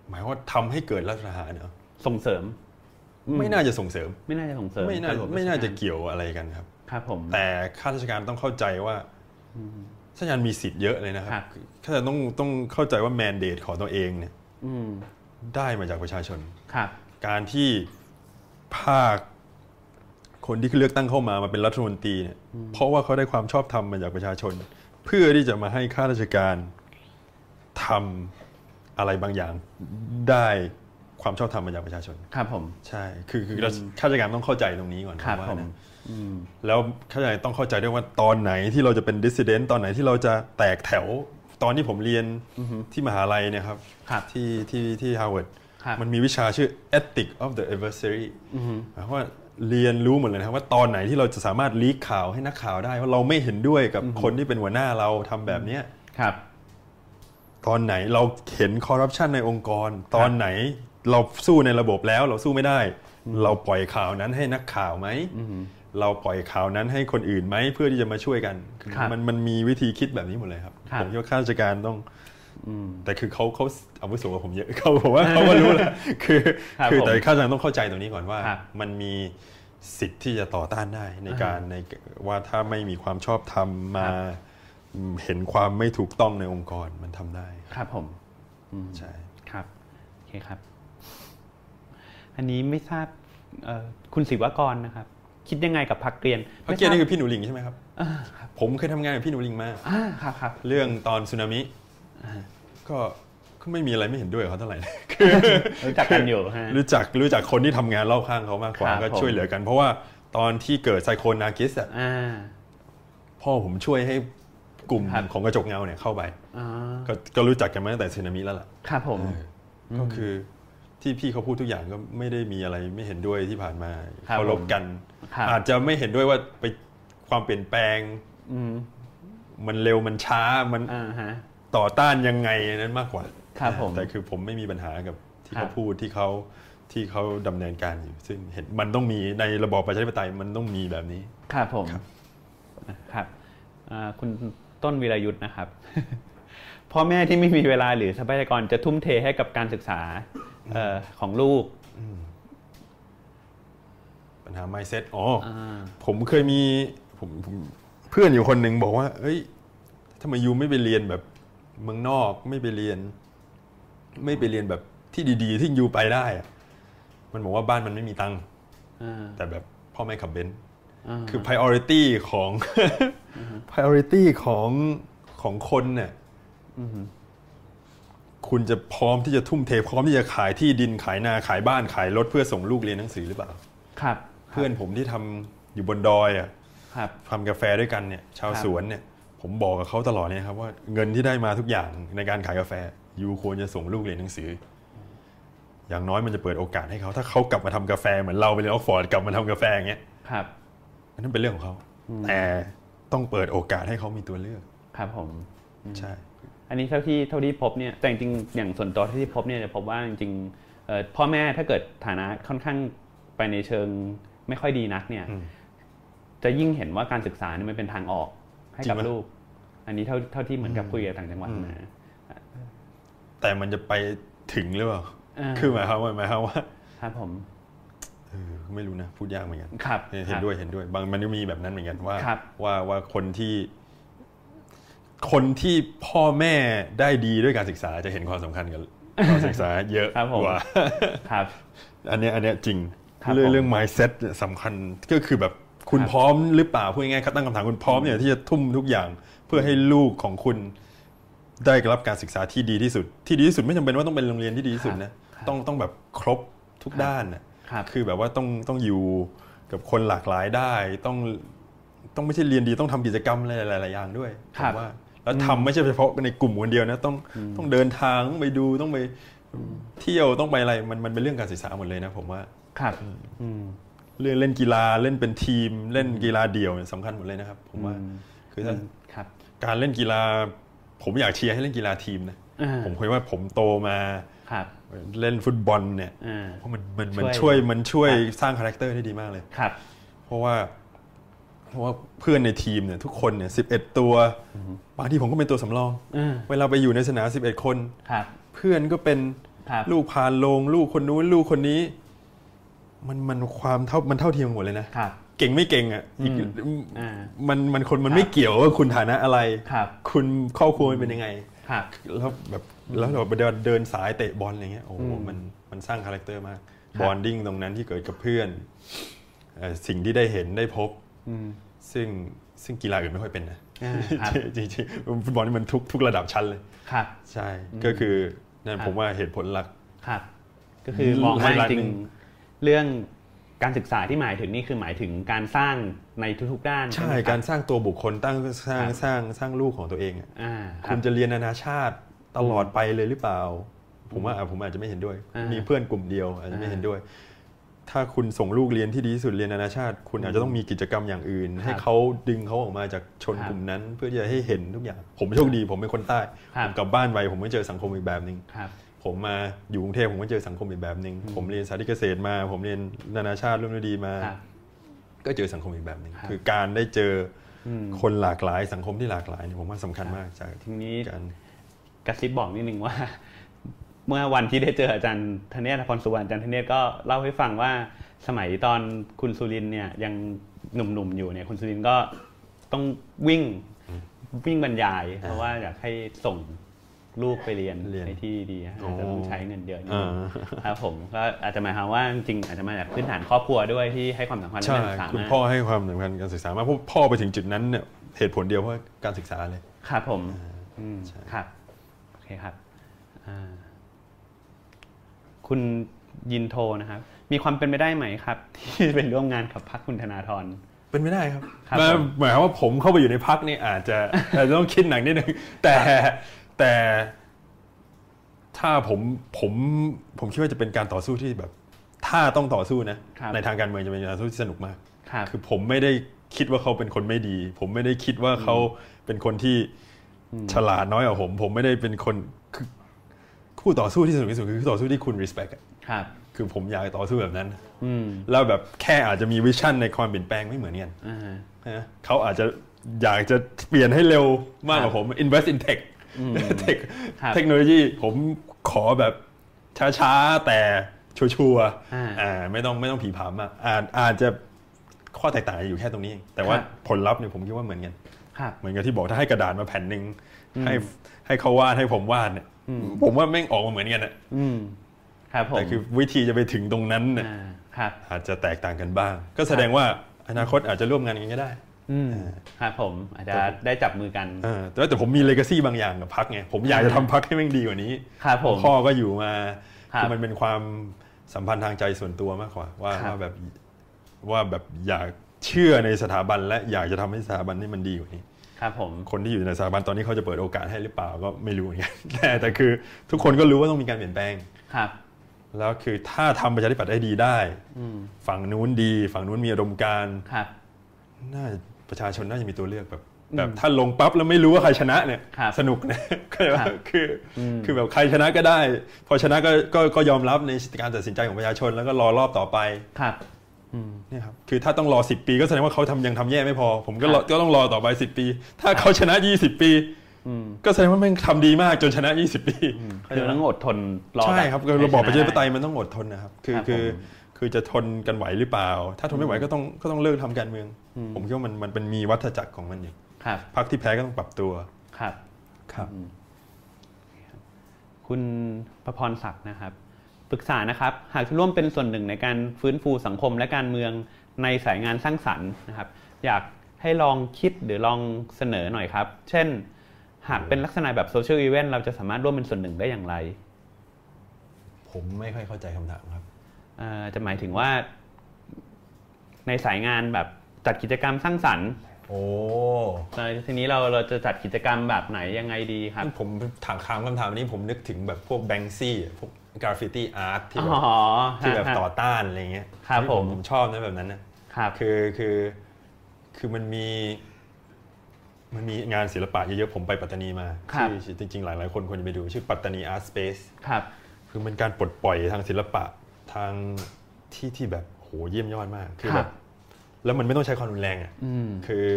[SPEAKER 2] หมายว่าทำให้เกิดรัฐประหารเหรอ
[SPEAKER 1] ส่งเสริม
[SPEAKER 2] อไม่น่าจะส่งเสริม
[SPEAKER 1] ไม่น่าจะส่งเสริม
[SPEAKER 2] ไม่น่า
[SPEAKER 1] กับระบบ
[SPEAKER 2] ไม่น่าจะ
[SPEAKER 1] รชกร
[SPEAKER 2] เกี่ยวอะไรกันครับ
[SPEAKER 1] ครับผม
[SPEAKER 2] แต่ข้าราชการต้องเข้าใจว่าข้าราชการมีสิทธิ์เยอะเลยนะครับ
[SPEAKER 1] ครับ
[SPEAKER 2] ข้าราชการต้องต้องเข้าใจว่าแมนเดตของตัวเองเนี่ย
[SPEAKER 1] อืม
[SPEAKER 2] ได้มาจากประชาชน
[SPEAKER 1] ครับ
[SPEAKER 2] การที่ภาคคนที่เลือกตั้งเข้ามามาเป็นรัฐมนตรีเนี่ยเพราะว่าเขาได้ความชอบธรรมมาจากประชาชน เพื่อที่จะมาให้ข้าราชการทำอะไรบางอย่างได้ความชอบธรรมมาจากประชาชน
[SPEAKER 1] ครับผม
[SPEAKER 2] ใช่คือคือข้าราชการต้องเข้าใจตรงนี้ก่อน
[SPEAKER 1] ครับ
[SPEAKER 2] ว่า
[SPEAKER 1] ผม
[SPEAKER 2] นะ
[SPEAKER 1] อืม
[SPEAKER 2] แล้วข้าราชการต้องเข้าใจด้วยว่าตอนไหนที่เราจะเป็นดิสเดนต์ตอนไหนที่เราจะแตกแถว ตอนที่ผมเรียนที่มหาลัยเนี่ยครับ
[SPEAKER 1] ครับ
[SPEAKER 2] ที่ที่ที่ฮาร์วาร์ด
[SPEAKER 1] ครับ
[SPEAKER 2] มันมีวิชาชื่อ Ethic of the Adversary หมายความว่าเรียนรู้หมดเลยนะครับว่าตอนไหนที่เราจะสามารถลีกข่าวให้นักข่าวได้ ว่าเราไม่เห็นด้วยกับคนที่เป็นหัวหน้าเราทำแบบเนี้ย
[SPEAKER 1] ครับ
[SPEAKER 2] ตอนไหนเราเห็นคอร์รัปชันในองค์กร ตอนไหนเราสู้ในระบบแล้วเราสู้ไม่ได้ เราปล่อยข่าวนั้นให้นักข่าวไหมเราปล่อยข่าวนั้นให้คนอื่นไหมเพื่อที่จะมาช่วยกันคือ
[SPEAKER 1] ครับ
[SPEAKER 2] มันมันมีวิธีคิดแบบนี้หมดเลยครับ
[SPEAKER 1] ครับ
[SPEAKER 2] ผมคิดว่าข้าราชการต้อง แต่คือเขาเขาอาวุโสกว่าผมเยอะ เขาบอกว่าเขาก็รู้แหละ คือ
[SPEAKER 1] ครับ
[SPEAKER 2] คือ
[SPEAKER 1] ผม
[SPEAKER 2] แต่ข้าราชการต้องเข้าใจตรงนี้ก่อนว่า
[SPEAKER 1] ครับ
[SPEAKER 2] มันมีสิทธิ์ที่จะต่อต้านได้ในการในว่าถ้าไม่มีความชอบธรรมมา
[SPEAKER 1] ครับ
[SPEAKER 2] เห็นความไม่ถูกต้องในองค์กรมันทำได้
[SPEAKER 1] ครับผม
[SPEAKER 2] ใช่
[SPEAKER 1] ครับโอเคครับ อันนี้ไม่ทราบเอ่อคุณศิวากรนะครับ คิดยังไงกับพักเกรียน
[SPEAKER 2] พักเกียรติ
[SPEAKER 1] ไม่ท
[SPEAKER 2] นี่
[SPEAKER 1] ราบ
[SPEAKER 2] คือพี่หนูหลิงใช่ไหมครับ
[SPEAKER 1] อ่าครับ
[SPEAKER 2] ผมเคยทำงานกับพี่หนูหลิงมา
[SPEAKER 1] อ่าครับครับ
[SPEAKER 2] เรื่องตอนสึนามิก็ก็ไม่มีอะไรไม่เห็นด้วยกับเขาเท่าไหร่
[SPEAKER 1] รู้จักกันอยู่ฮะ
[SPEAKER 2] รู้จักรู้จักคนที่ทำงานรอบข้างเขามากกว่า
[SPEAKER 1] ครับ
[SPEAKER 2] ก็
[SPEAKER 1] ผม
[SPEAKER 2] ช่วยเหลือกัน เพราะว่าตอนที่เกิดไซโคนากิสอะ
[SPEAKER 1] อ่า
[SPEAKER 2] พ่อผมช่วยให้กลุ่ม
[SPEAKER 1] ครับ
[SPEAKER 2] ของกระจกเงาเนี่ยเข้าไป
[SPEAKER 1] อ่า
[SPEAKER 2] ก็ก็รู้จักกันมาตั้งแต่สึนามิแล้วล่ะ
[SPEAKER 1] ครับผม
[SPEAKER 2] เออก็คือที่พี่เขาพูดทุกอย่างก็ไม่ได้มีอะไรไม่เห็นด้วยที่ผ่านมา
[SPEAKER 1] ครับ
[SPEAKER 2] เคารพกัน
[SPEAKER 1] ครับ
[SPEAKER 2] อาจจะไม่เห็นด้วยว่าไปความเปลี่ยนแปลง
[SPEAKER 1] อืม
[SPEAKER 2] มันเร็วมันช้ามัน
[SPEAKER 1] อ่าฮะ
[SPEAKER 2] ต่อต้านยังไงนั้นมากกว่า
[SPEAKER 1] ครับผม
[SPEAKER 2] แต่คือผมไม่มีปัญหากับที่
[SPEAKER 1] ครับ
[SPEAKER 2] เขาพูดที่เขาที่เขาดำเนินการอยู่ ซึ่งเห็นมันต้องมีในระบอบประชาธิปไตยมันต้องมีแบบนี้
[SPEAKER 1] ครับผมครับอ่าคุณต้นวีรยุทธ์นะครับ พ่อแม่ที่ไม่มีเวลาหรือทรัพยากรจะทุ่มเทให้กับการศึกษาเอ่อของลูก
[SPEAKER 2] ปัญหา mindset อ๋ออ
[SPEAKER 1] อ่า
[SPEAKER 2] ผมเคยมีผมผมเพื่อนอยู่คนหนึ่งบอกว่า เอ้ยทำไมยูไม่ไปเรียนแบบเมืองนอกไม่ไปเรียน ไม่ไปเรียนแบบที่ดี ๆ ที่ยูไปได้อะมันบอกว่าบ้านมันไม่มีตังค์
[SPEAKER 1] อ่า
[SPEAKER 2] แต่แบบพ่อแม่ขับเบนซ์
[SPEAKER 1] า
[SPEAKER 2] คือ priority ของ priority ของของคนเนี่ยคุณจะพร้อมที่จะทุ่มเทพร้อมที่จะขายที่ดินขายนาขายบ้านขายรถเพื่อส่งลูกเรียนหนังสือหรือเปล่า
[SPEAKER 1] ครับ
[SPEAKER 2] เพื่อนผมที่ทำอยู่บนดอยอ่ะ
[SPEAKER 1] ครับ
[SPEAKER 2] ทำกาแฟด้วยกันเนี่ยชาว
[SPEAKER 1] ครับ
[SPEAKER 2] สวนเนี่ยผมบอกกับเขาตลอดเลยนะครับว่าเงินที่ได้มาทุกอย่างในการขายกาแฟยูควรจะส่งลูกเรียนหนังสือ อย่างน้อยมันจะเปิดโอกาสให้เขา ถ้าเขากลับมาทำกาแฟเหมือนเราไปเรียนออกฟอร์ดกลับมาทำกาแฟอย่างเงี้ย
[SPEAKER 1] ครับ
[SPEAKER 2] อันนั้นเป็นเรื่องของเขา แต่ต้องเปิดโอกาสให้เขามีตัวเลือก
[SPEAKER 1] ครับผม
[SPEAKER 2] ใช่
[SPEAKER 1] อันนี้เท่าที่เท่าที่พบเนี่ยแต่จริงๆอย่างส่วนตัวเท่าที่พบเนี่ยจะพบว่าจริงๆเอ่อพ่อแม่ถ้าเกิดฐานะค่อนข้างไปในเชิงไม่ค่อยดีนักเนี่ย
[SPEAKER 2] อืม
[SPEAKER 1] จะยิ่งเห็นว่าการศึกษาเนี่ยมันเป็นทางออกให้กับ
[SPEAKER 2] จริงปะ
[SPEAKER 1] ลูก อันนี้เท่าเท่าที่เหมือนกับคุยกับต่างจังหวัดมา
[SPEAKER 2] แต่มันจะไปถึงหรือเปล่า
[SPEAKER 1] อ่า
[SPEAKER 2] คือหมายความว่าหมายความว่า
[SPEAKER 1] ครับผม
[SPEAKER 2] เอ ออไม่รู้นะพูดยากเหมือนกัน
[SPEAKER 1] ครับ
[SPEAKER 2] เออเห็นด้วยเห็นด้วยบางมันก็มีแบบนั้นเหมือนกันว่า
[SPEAKER 1] ครับ
[SPEAKER 2] ว่าว่าคนที่ คนที่พ่อแม่ได้ดีด้วยการศึกษาจะเห็นความสำคัญกับการศึกษาเยอะ
[SPEAKER 1] ครับผม
[SPEAKER 2] กว่า
[SPEAKER 1] ครับ
[SPEAKER 2] อันเนี้ยอันเนี้ยจริง
[SPEAKER 1] ครับ
[SPEAKER 2] เรื่อ
[SPEAKER 1] ผ
[SPEAKER 2] ง
[SPEAKER 1] ม
[SPEAKER 2] เรื่อง mindset เนี่ยสำคัญก็คือแบบคุณ
[SPEAKER 1] ครับ
[SPEAKER 2] พร้อมหรือเปล่าพูดง่ายๆครับตั้งคำถามคุณพร้อมเนี่ยที่จะทุ่มทุกอย่างเพื่อให้ลูกของคุณได้รับการศึกษาที่ดีที่สุด ที่ดีที่สุดไม่จำเป็นว่าต้องเป็นโรงเรียนที่ดีที่สุดนะต้องต้องแบบครบทุกด้านนะครับ คือแบบว่าต้องต้องอยู่กับคนหลากหลายได้ ต้องต้องไม่ใช่เรียนดีต้องทำกิจกรรมหลายๆหลายๆอย่างด้วยผ
[SPEAKER 1] ครั
[SPEAKER 2] ม
[SPEAKER 1] บ
[SPEAKER 2] ว่าแล้วทำไม่ใช่เฉพาะในกลุ่มคนเดียวนะต้องต้องเดินทางต้องไปดูต้องไป เที่ยวต้องไปอะไรมันมันเป็นเรื่องการศึกษาหมดเลยนะผมว่า
[SPEAKER 1] ครับอืม
[SPEAKER 2] เรื่องเล่นกีฬาเล่นเป็นทีม เล่นกีฬาเดี่ยวเนี่ยสำคัญหมดเลยนะครับ ผมว่า
[SPEAKER 1] อืม
[SPEAKER 2] คือถ้า
[SPEAKER 1] ครับ
[SPEAKER 2] การเล่นกีฬา ผมอยากเชียร์ให้เล่นกีฬาทีมนะ
[SPEAKER 1] อ่า
[SPEAKER 2] ผมเคยว่าผมโตมา
[SPEAKER 1] ครับ
[SPEAKER 2] เล่นฟุตบอลเนี่ย
[SPEAKER 1] อ่า
[SPEAKER 2] เพราะมันมันมัน
[SPEAKER 1] ช่
[SPEAKER 2] ช่ว
[SPEAKER 1] วย ย
[SPEAKER 2] มันช่วยสร้างคาแรคเตอร์ได้ดีมากเลย
[SPEAKER 1] ครับ
[SPEAKER 2] เพราะว่า เพราะว่าเพื่อนในทีมเนี่ยทุกคนเนี่ยสิบเอ็ดตัวบางทีผมก็เป็นตัวสำรอง
[SPEAKER 1] อืม
[SPEAKER 2] เวลาไปอยู่ในสนามสิบเอ็ดคน
[SPEAKER 1] ครับ
[SPEAKER 2] เพื่อนก็เป็น
[SPEAKER 1] ครับ
[SPEAKER 2] ลูกพานลงลูกคนนู้นลูกคนนี้ มันมันความเท่ามันเท่าเทียมกันหมดเลยนะ
[SPEAKER 1] ครับ
[SPEAKER 2] เก่งไม่เก่งอ่ะอีก
[SPEAKER 1] อืม อ่า
[SPEAKER 2] มันมันคนมัน
[SPEAKER 1] ครับ
[SPEAKER 2] ไม่เกี่ยวว่าคุณฐานะอะไร
[SPEAKER 1] ครับ
[SPEAKER 2] คุณครอบครัวมันเป็นยังไง
[SPEAKER 1] ครับ
[SPEAKER 2] แล้วแบบแล้วเราไปเดินเดินสายเตะบอลอะไรเงี้ยโอ้โหมันมันสร้างคาแรคเตอร์มาก
[SPEAKER 1] ครับ
[SPEAKER 2] บอนดิ้งตรงนั้นที่เกิดกับเพื่อนเอ่อสิ่งที่ได้เห็นได้พบซึ่งซึ่งกีฬาอื่นไม่ค่อยเป็นนะ
[SPEAKER 1] อ่าครับ
[SPEAKER 2] จริงๆฟุตบอลนี่มันทุกทุกระดับชั้นเลย
[SPEAKER 1] ครับ
[SPEAKER 2] ใช่ก็คือนั่น
[SPEAKER 1] ครับ
[SPEAKER 2] ผมว่าเหตุผลหลัก
[SPEAKER 1] ครับ ก็คือมองว่า
[SPEAKER 2] ไฮไลท์
[SPEAKER 1] จริ
[SPEAKER 2] ห
[SPEAKER 1] ง
[SPEAKER 2] นึ่ง
[SPEAKER 1] ๆเรื่องการศึกษาที่หมายถึงนี่คือหมายถึงการสร้างในทุกๆด้าน
[SPEAKER 2] ใช่
[SPEAKER 1] ไหมคบ
[SPEAKER 2] การสร้างตัวบุคคลตั้งสร้า
[SPEAKER 1] ค
[SPEAKER 2] ง
[SPEAKER 1] รับ
[SPEAKER 2] สร้างสร้างลูกของตัวเองอะ
[SPEAKER 1] อ่าครั
[SPEAKER 2] คุ
[SPEAKER 1] บ
[SPEAKER 2] ณจะเรียนนานาชาติตลอดไปเลยหรือเปล่า ผมว่าอ่ะผมอาจจะไม่เห็นด้วย
[SPEAKER 1] อ่ามี
[SPEAKER 2] มีเพื่อนกลุ่มเดียวอาจจะไม่
[SPEAKER 1] อ่า
[SPEAKER 2] เห็นด้วย ถ้าคุณส่งลูกเรียนที่ดีที่สุดเรียนนานาชาติ คุณอาจจะต้องมีกิจกรรมอย่างอื่น
[SPEAKER 1] ค
[SPEAKER 2] ให้
[SPEAKER 1] รับ
[SPEAKER 2] เขาดึงเขาออกมาจากชน
[SPEAKER 1] ครับ
[SPEAKER 2] กลุ่มนั้น เพื่อที่จะให้เห็นทุกอย่าง ผมโชคดี ผมเป็นคนใต้
[SPEAKER 1] ครับ
[SPEAKER 2] ผมกลับบ้านไปผมไม่เจอสังคมอีกแบบหนึ่ง
[SPEAKER 1] ครับ
[SPEAKER 2] ผมมาอยู่กรุงเทพผมก็เจอสังคมอีกแบบหนึ่งผมเรียนสาธิตเกษตรมา ผมเรียนนานาชาติร่วมฤดีมา
[SPEAKER 1] ครับ
[SPEAKER 2] ก็เจอสังคมอีกแบบหนึ่ง
[SPEAKER 1] ครับ
[SPEAKER 2] คือการได้เจออ
[SPEAKER 1] ม
[SPEAKER 2] คนหลากหลายสังคมที่หลากหลายเนี่ยผมว่าสำคัญมากจาก
[SPEAKER 1] ทีนี้
[SPEAKER 2] การ
[SPEAKER 1] กระซิบบอกนิดนึงว่า เมื่อวันที่ได้เจออาจารย์ธเนศพรสุวรรณอาจารย์ธเนศก็เล่าให้ฟังว่าสมัยตอนคุณสุรินทร์เนี่ยยังหนุ่มๆอยู่เนี่ยคุณสุรินทร์ก็ต้องวิ่งวิ่งบรรยาย เพราะว่าอยากให้ส่งลูกไปเรียน
[SPEAKER 2] เรียน
[SPEAKER 1] ในที่ดีๆอาจ
[SPEAKER 2] อ๋อ
[SPEAKER 1] จะต้องใช้เงินเยอะนิด
[SPEAKER 2] อ่า
[SPEAKER 1] นึงครับผมก็อาจจะหมายความว่าจริงๆอาจจะมาจากพื้นฐานครอบครัวด้วยที่ให้ความสำคัญเรื่
[SPEAKER 2] ใช่
[SPEAKER 1] องการศึกษา
[SPEAKER 2] คุณ
[SPEAKER 1] มาก
[SPEAKER 2] พ่อให้ความสำคัญการศึกษามากเพราะพ่อไปถึงจุดนั้นเนี่ยเหตุผลเดียวเพราะการศึกษาเลย
[SPEAKER 1] ครับผมอืม
[SPEAKER 2] ใช่
[SPEAKER 1] ครับโอเคครับ คุณยินโทนะครับ มีความเป็นไปได้ไหมครับ ที่จะเป็นร่วมงานกับพรรคคุณธนาธร
[SPEAKER 2] เป็นไม่ได้ครับ
[SPEAKER 1] ครับ
[SPEAKER 2] มัน
[SPEAKER 1] ผม
[SPEAKER 2] หมายความว่าผมเข้าไปอยู่ในพักนี่ยอาจจะ อาจจะต้องคิดหนักนิดนึงแต่แต่ถ้าผมผมผมคิดว่าจะเป็นการต่อสู้ที่แบบ ถ้าต้องต่อสู้นะ
[SPEAKER 1] ครับ
[SPEAKER 2] ในทางการเมืองจะเป็นการต่อสู้ที่สนุกมาก
[SPEAKER 1] ครับ
[SPEAKER 2] คือผมไม่ได้คิดว่าเขาเป็นคนไม่ดี ผมไม่ได้คิดว่าเขาเป็นคนที่ฉลาดน้อยกว่าผม ผมไม่ได้เป็นคนคือคู่ต่อสู้ที่สนุกที่สุดคือคู่ต่อสู้ที่คุณ respect อะ
[SPEAKER 1] ครับ
[SPEAKER 2] คือผมอยากต่อสู้แบบนั้น
[SPEAKER 1] อืม
[SPEAKER 2] แล้วแบบแค่อาจจะมีวิชั่นในความเปลี่ยนแปลงไม่เหมือนกัน
[SPEAKER 1] อ่า
[SPEAKER 2] นะเขาอาจจะอยากจะเปลี่ยนให้เร็วมากกว่าผม invest in tech เทค
[SPEAKER 1] ครับ
[SPEAKER 2] เทคโนโลยีผมขอแบบช้าๆ แต่ชัวร์
[SPEAKER 1] อ่า
[SPEAKER 2] ๆอ่าไม่ต้องไม่ต้องผีผามอ่ะอาจอาจจะข้อแตกต่างอยู่แค่ตรงนี้เองแต่ว่า
[SPEAKER 1] ครับ
[SPEAKER 2] ผลลัพธ์เนี่ยผมคิดว่าเหมือนกัน
[SPEAKER 1] ครับ
[SPEAKER 2] เหมือนกับที่บอกถ้าให้กระดาษมาแผ่นหนึ่งให้ให้เขาวาดให้ผมวาดเนี่ยผมว่าแม่งออกมาเหมือนกันอะ
[SPEAKER 1] อืมครับผม
[SPEAKER 2] แต่คือวิธีจะไปถึงตรงนั้นเนี่ย
[SPEAKER 1] อ่าครับ
[SPEAKER 2] อาจจะแตกต่างกันบ้าง ก็แสดงว่าอนาคตอาจจะร่วมงานกันก็ได้
[SPEAKER 1] อืมครับผมอาจจะได้จับมือกัน
[SPEAKER 2] เออแต่ว่าแต่ผมมีเลก a ซีบางอย่างกับพักไง ผมอยากจะทำพักให้แม่งดีกว่านี้
[SPEAKER 1] ครับผม
[SPEAKER 2] พ่อก็อยู่มา
[SPEAKER 1] ครับ
[SPEAKER 2] คือมันเป็นความสัมพันธ์ทางใจส่วนตัวมากกว่า ว่า
[SPEAKER 1] ครับ
[SPEAKER 2] ว่าแบบว่าแบบอยากเชื่อในสถาบัน และอยากจะทำให้สถาบันนี่มันดีกว่านี้
[SPEAKER 1] ครับผม
[SPEAKER 2] คนที่อยู่ในสถาบันตอนนี้เขาจะเปิดโอกาสให้หรือเปล่าก็ไม่รู้เหมือน กันแต่แต่คือทุกคนก็รู้ว่าต้องมีการเปลี่ยนแปลง
[SPEAKER 1] ครับ
[SPEAKER 2] แล้วคือถ้าทำประชาธิปัตย์ได้ดีได้
[SPEAKER 1] อืม
[SPEAKER 2] ฝั่งนู้นดี ฝั่งนู้นมีอุดมการณ์
[SPEAKER 1] ครับ
[SPEAKER 2] น่าประชาชนน่าจะมีตัวเลือกแบบ
[SPEAKER 1] อืม
[SPEAKER 2] แบบถ้าลงปั๊บแล้วไม่รู้ว่าใครชนะเนี่ย
[SPEAKER 1] ครับ
[SPEAKER 2] สนุกนะ ก็เลยว่า
[SPEAKER 1] ครับ
[SPEAKER 2] คืออ
[SPEAKER 1] ม
[SPEAKER 2] คือแบบใครชนะก็ได้ พอชนะก็ก็ก็ยอมรับในการตัดสินใจของประชาชนแล้วก็รอรอบต่อไป
[SPEAKER 1] ครับ อืม
[SPEAKER 2] เนี่ยครับคือถ้าต้องรอ 10 ปีก็แสดงว่าเขาทำยังทำแย่ไม่พอ ผมก็รอ
[SPEAKER 1] ครับ
[SPEAKER 2] ก็ต้องรอต่อไป 10 ปี ถ้าเขาชนะ 20 ปี
[SPEAKER 1] อืม
[SPEAKER 2] ก็แสดงว่าแม่งทำดีมากจนชนะ 20 ปี
[SPEAKER 1] คือต้องอดทนรอ
[SPEAKER 2] ใช่ครับคือระบอบประชาธิปไตยมันต้องอดทนนะครับคือ
[SPEAKER 1] ครับ
[SPEAKER 2] คือ คือจะทนกันไหวหรือเปล่า ถ้าทนไม่ไหวก็ต้องก็ต้องเลิกทำการเมือง ผมคิดว่ามันมันเป็นมีวัฏจักรของมันอยู่
[SPEAKER 1] ครับ
[SPEAKER 2] พรรคที่แพ้ก็ต้องปรับตัว
[SPEAKER 1] ครับ
[SPEAKER 2] ครับ
[SPEAKER 1] คุณประพรศักดิ์นะครับ ปรึกษานะครับ หากจะร่วมเป็นส่วนหนึ่งในการฟื้นฟูสังคมและการเมืองในสายงานสร้างสรรค์นะครับ อยากให้ลองคิดหรือลองเสนอหน่อยครับ เช่น หากเป็นลักษณะแบบโซเชียลอีเวนต์เราจะสามารถร่วมเป็นส่วนหนึ่งได้อย่างไร
[SPEAKER 2] ผมไม่ค่อยเข้าใจคำถามครับ
[SPEAKER 1] เอ่อจะหมายถึงว่า ในสายงานแบบจัดกิจกรรมสร้างสรรค์
[SPEAKER 2] โอ้
[SPEAKER 1] แล้วทีนี้เราเราจะจัดกิจกรรมแบบไหนยังไงดีครับ
[SPEAKER 2] ผมถามคำคำถามนี้ผมนึกถึงแบบพวกแบงซี่พวกกราฟฟิตี้อาร์ตที่
[SPEAKER 1] อ๋
[SPEAKER 2] แบ
[SPEAKER 1] อบ
[SPEAKER 2] ที่แบบ
[SPEAKER 1] ฮะ
[SPEAKER 2] ต่อต้านอะไรเงี้ย
[SPEAKER 1] ครับผม
[SPEAKER 2] ผมชอบนะแบบนั้นนะ
[SPEAKER 1] ครับ
[SPEAKER 2] คือคือคือมันมีมันมีงานศิลปะเยอะๆผมไปปัตตานีมา
[SPEAKER 1] ครับ
[SPEAKER 2] ที่จริง ๆ หลายๆคนควรจะไปดู ชื่อปัตตานีอาร์ตสเปซ
[SPEAKER 1] ครับ
[SPEAKER 2] คือมันการปลดปล่อยทางศิลปะทางที่ที่แบบโหเยี่ยมยอดมากคือแบบแล้วมันไม่ต้องใช้ความรุนแรงอ่ะ
[SPEAKER 1] อืม
[SPEAKER 2] คือ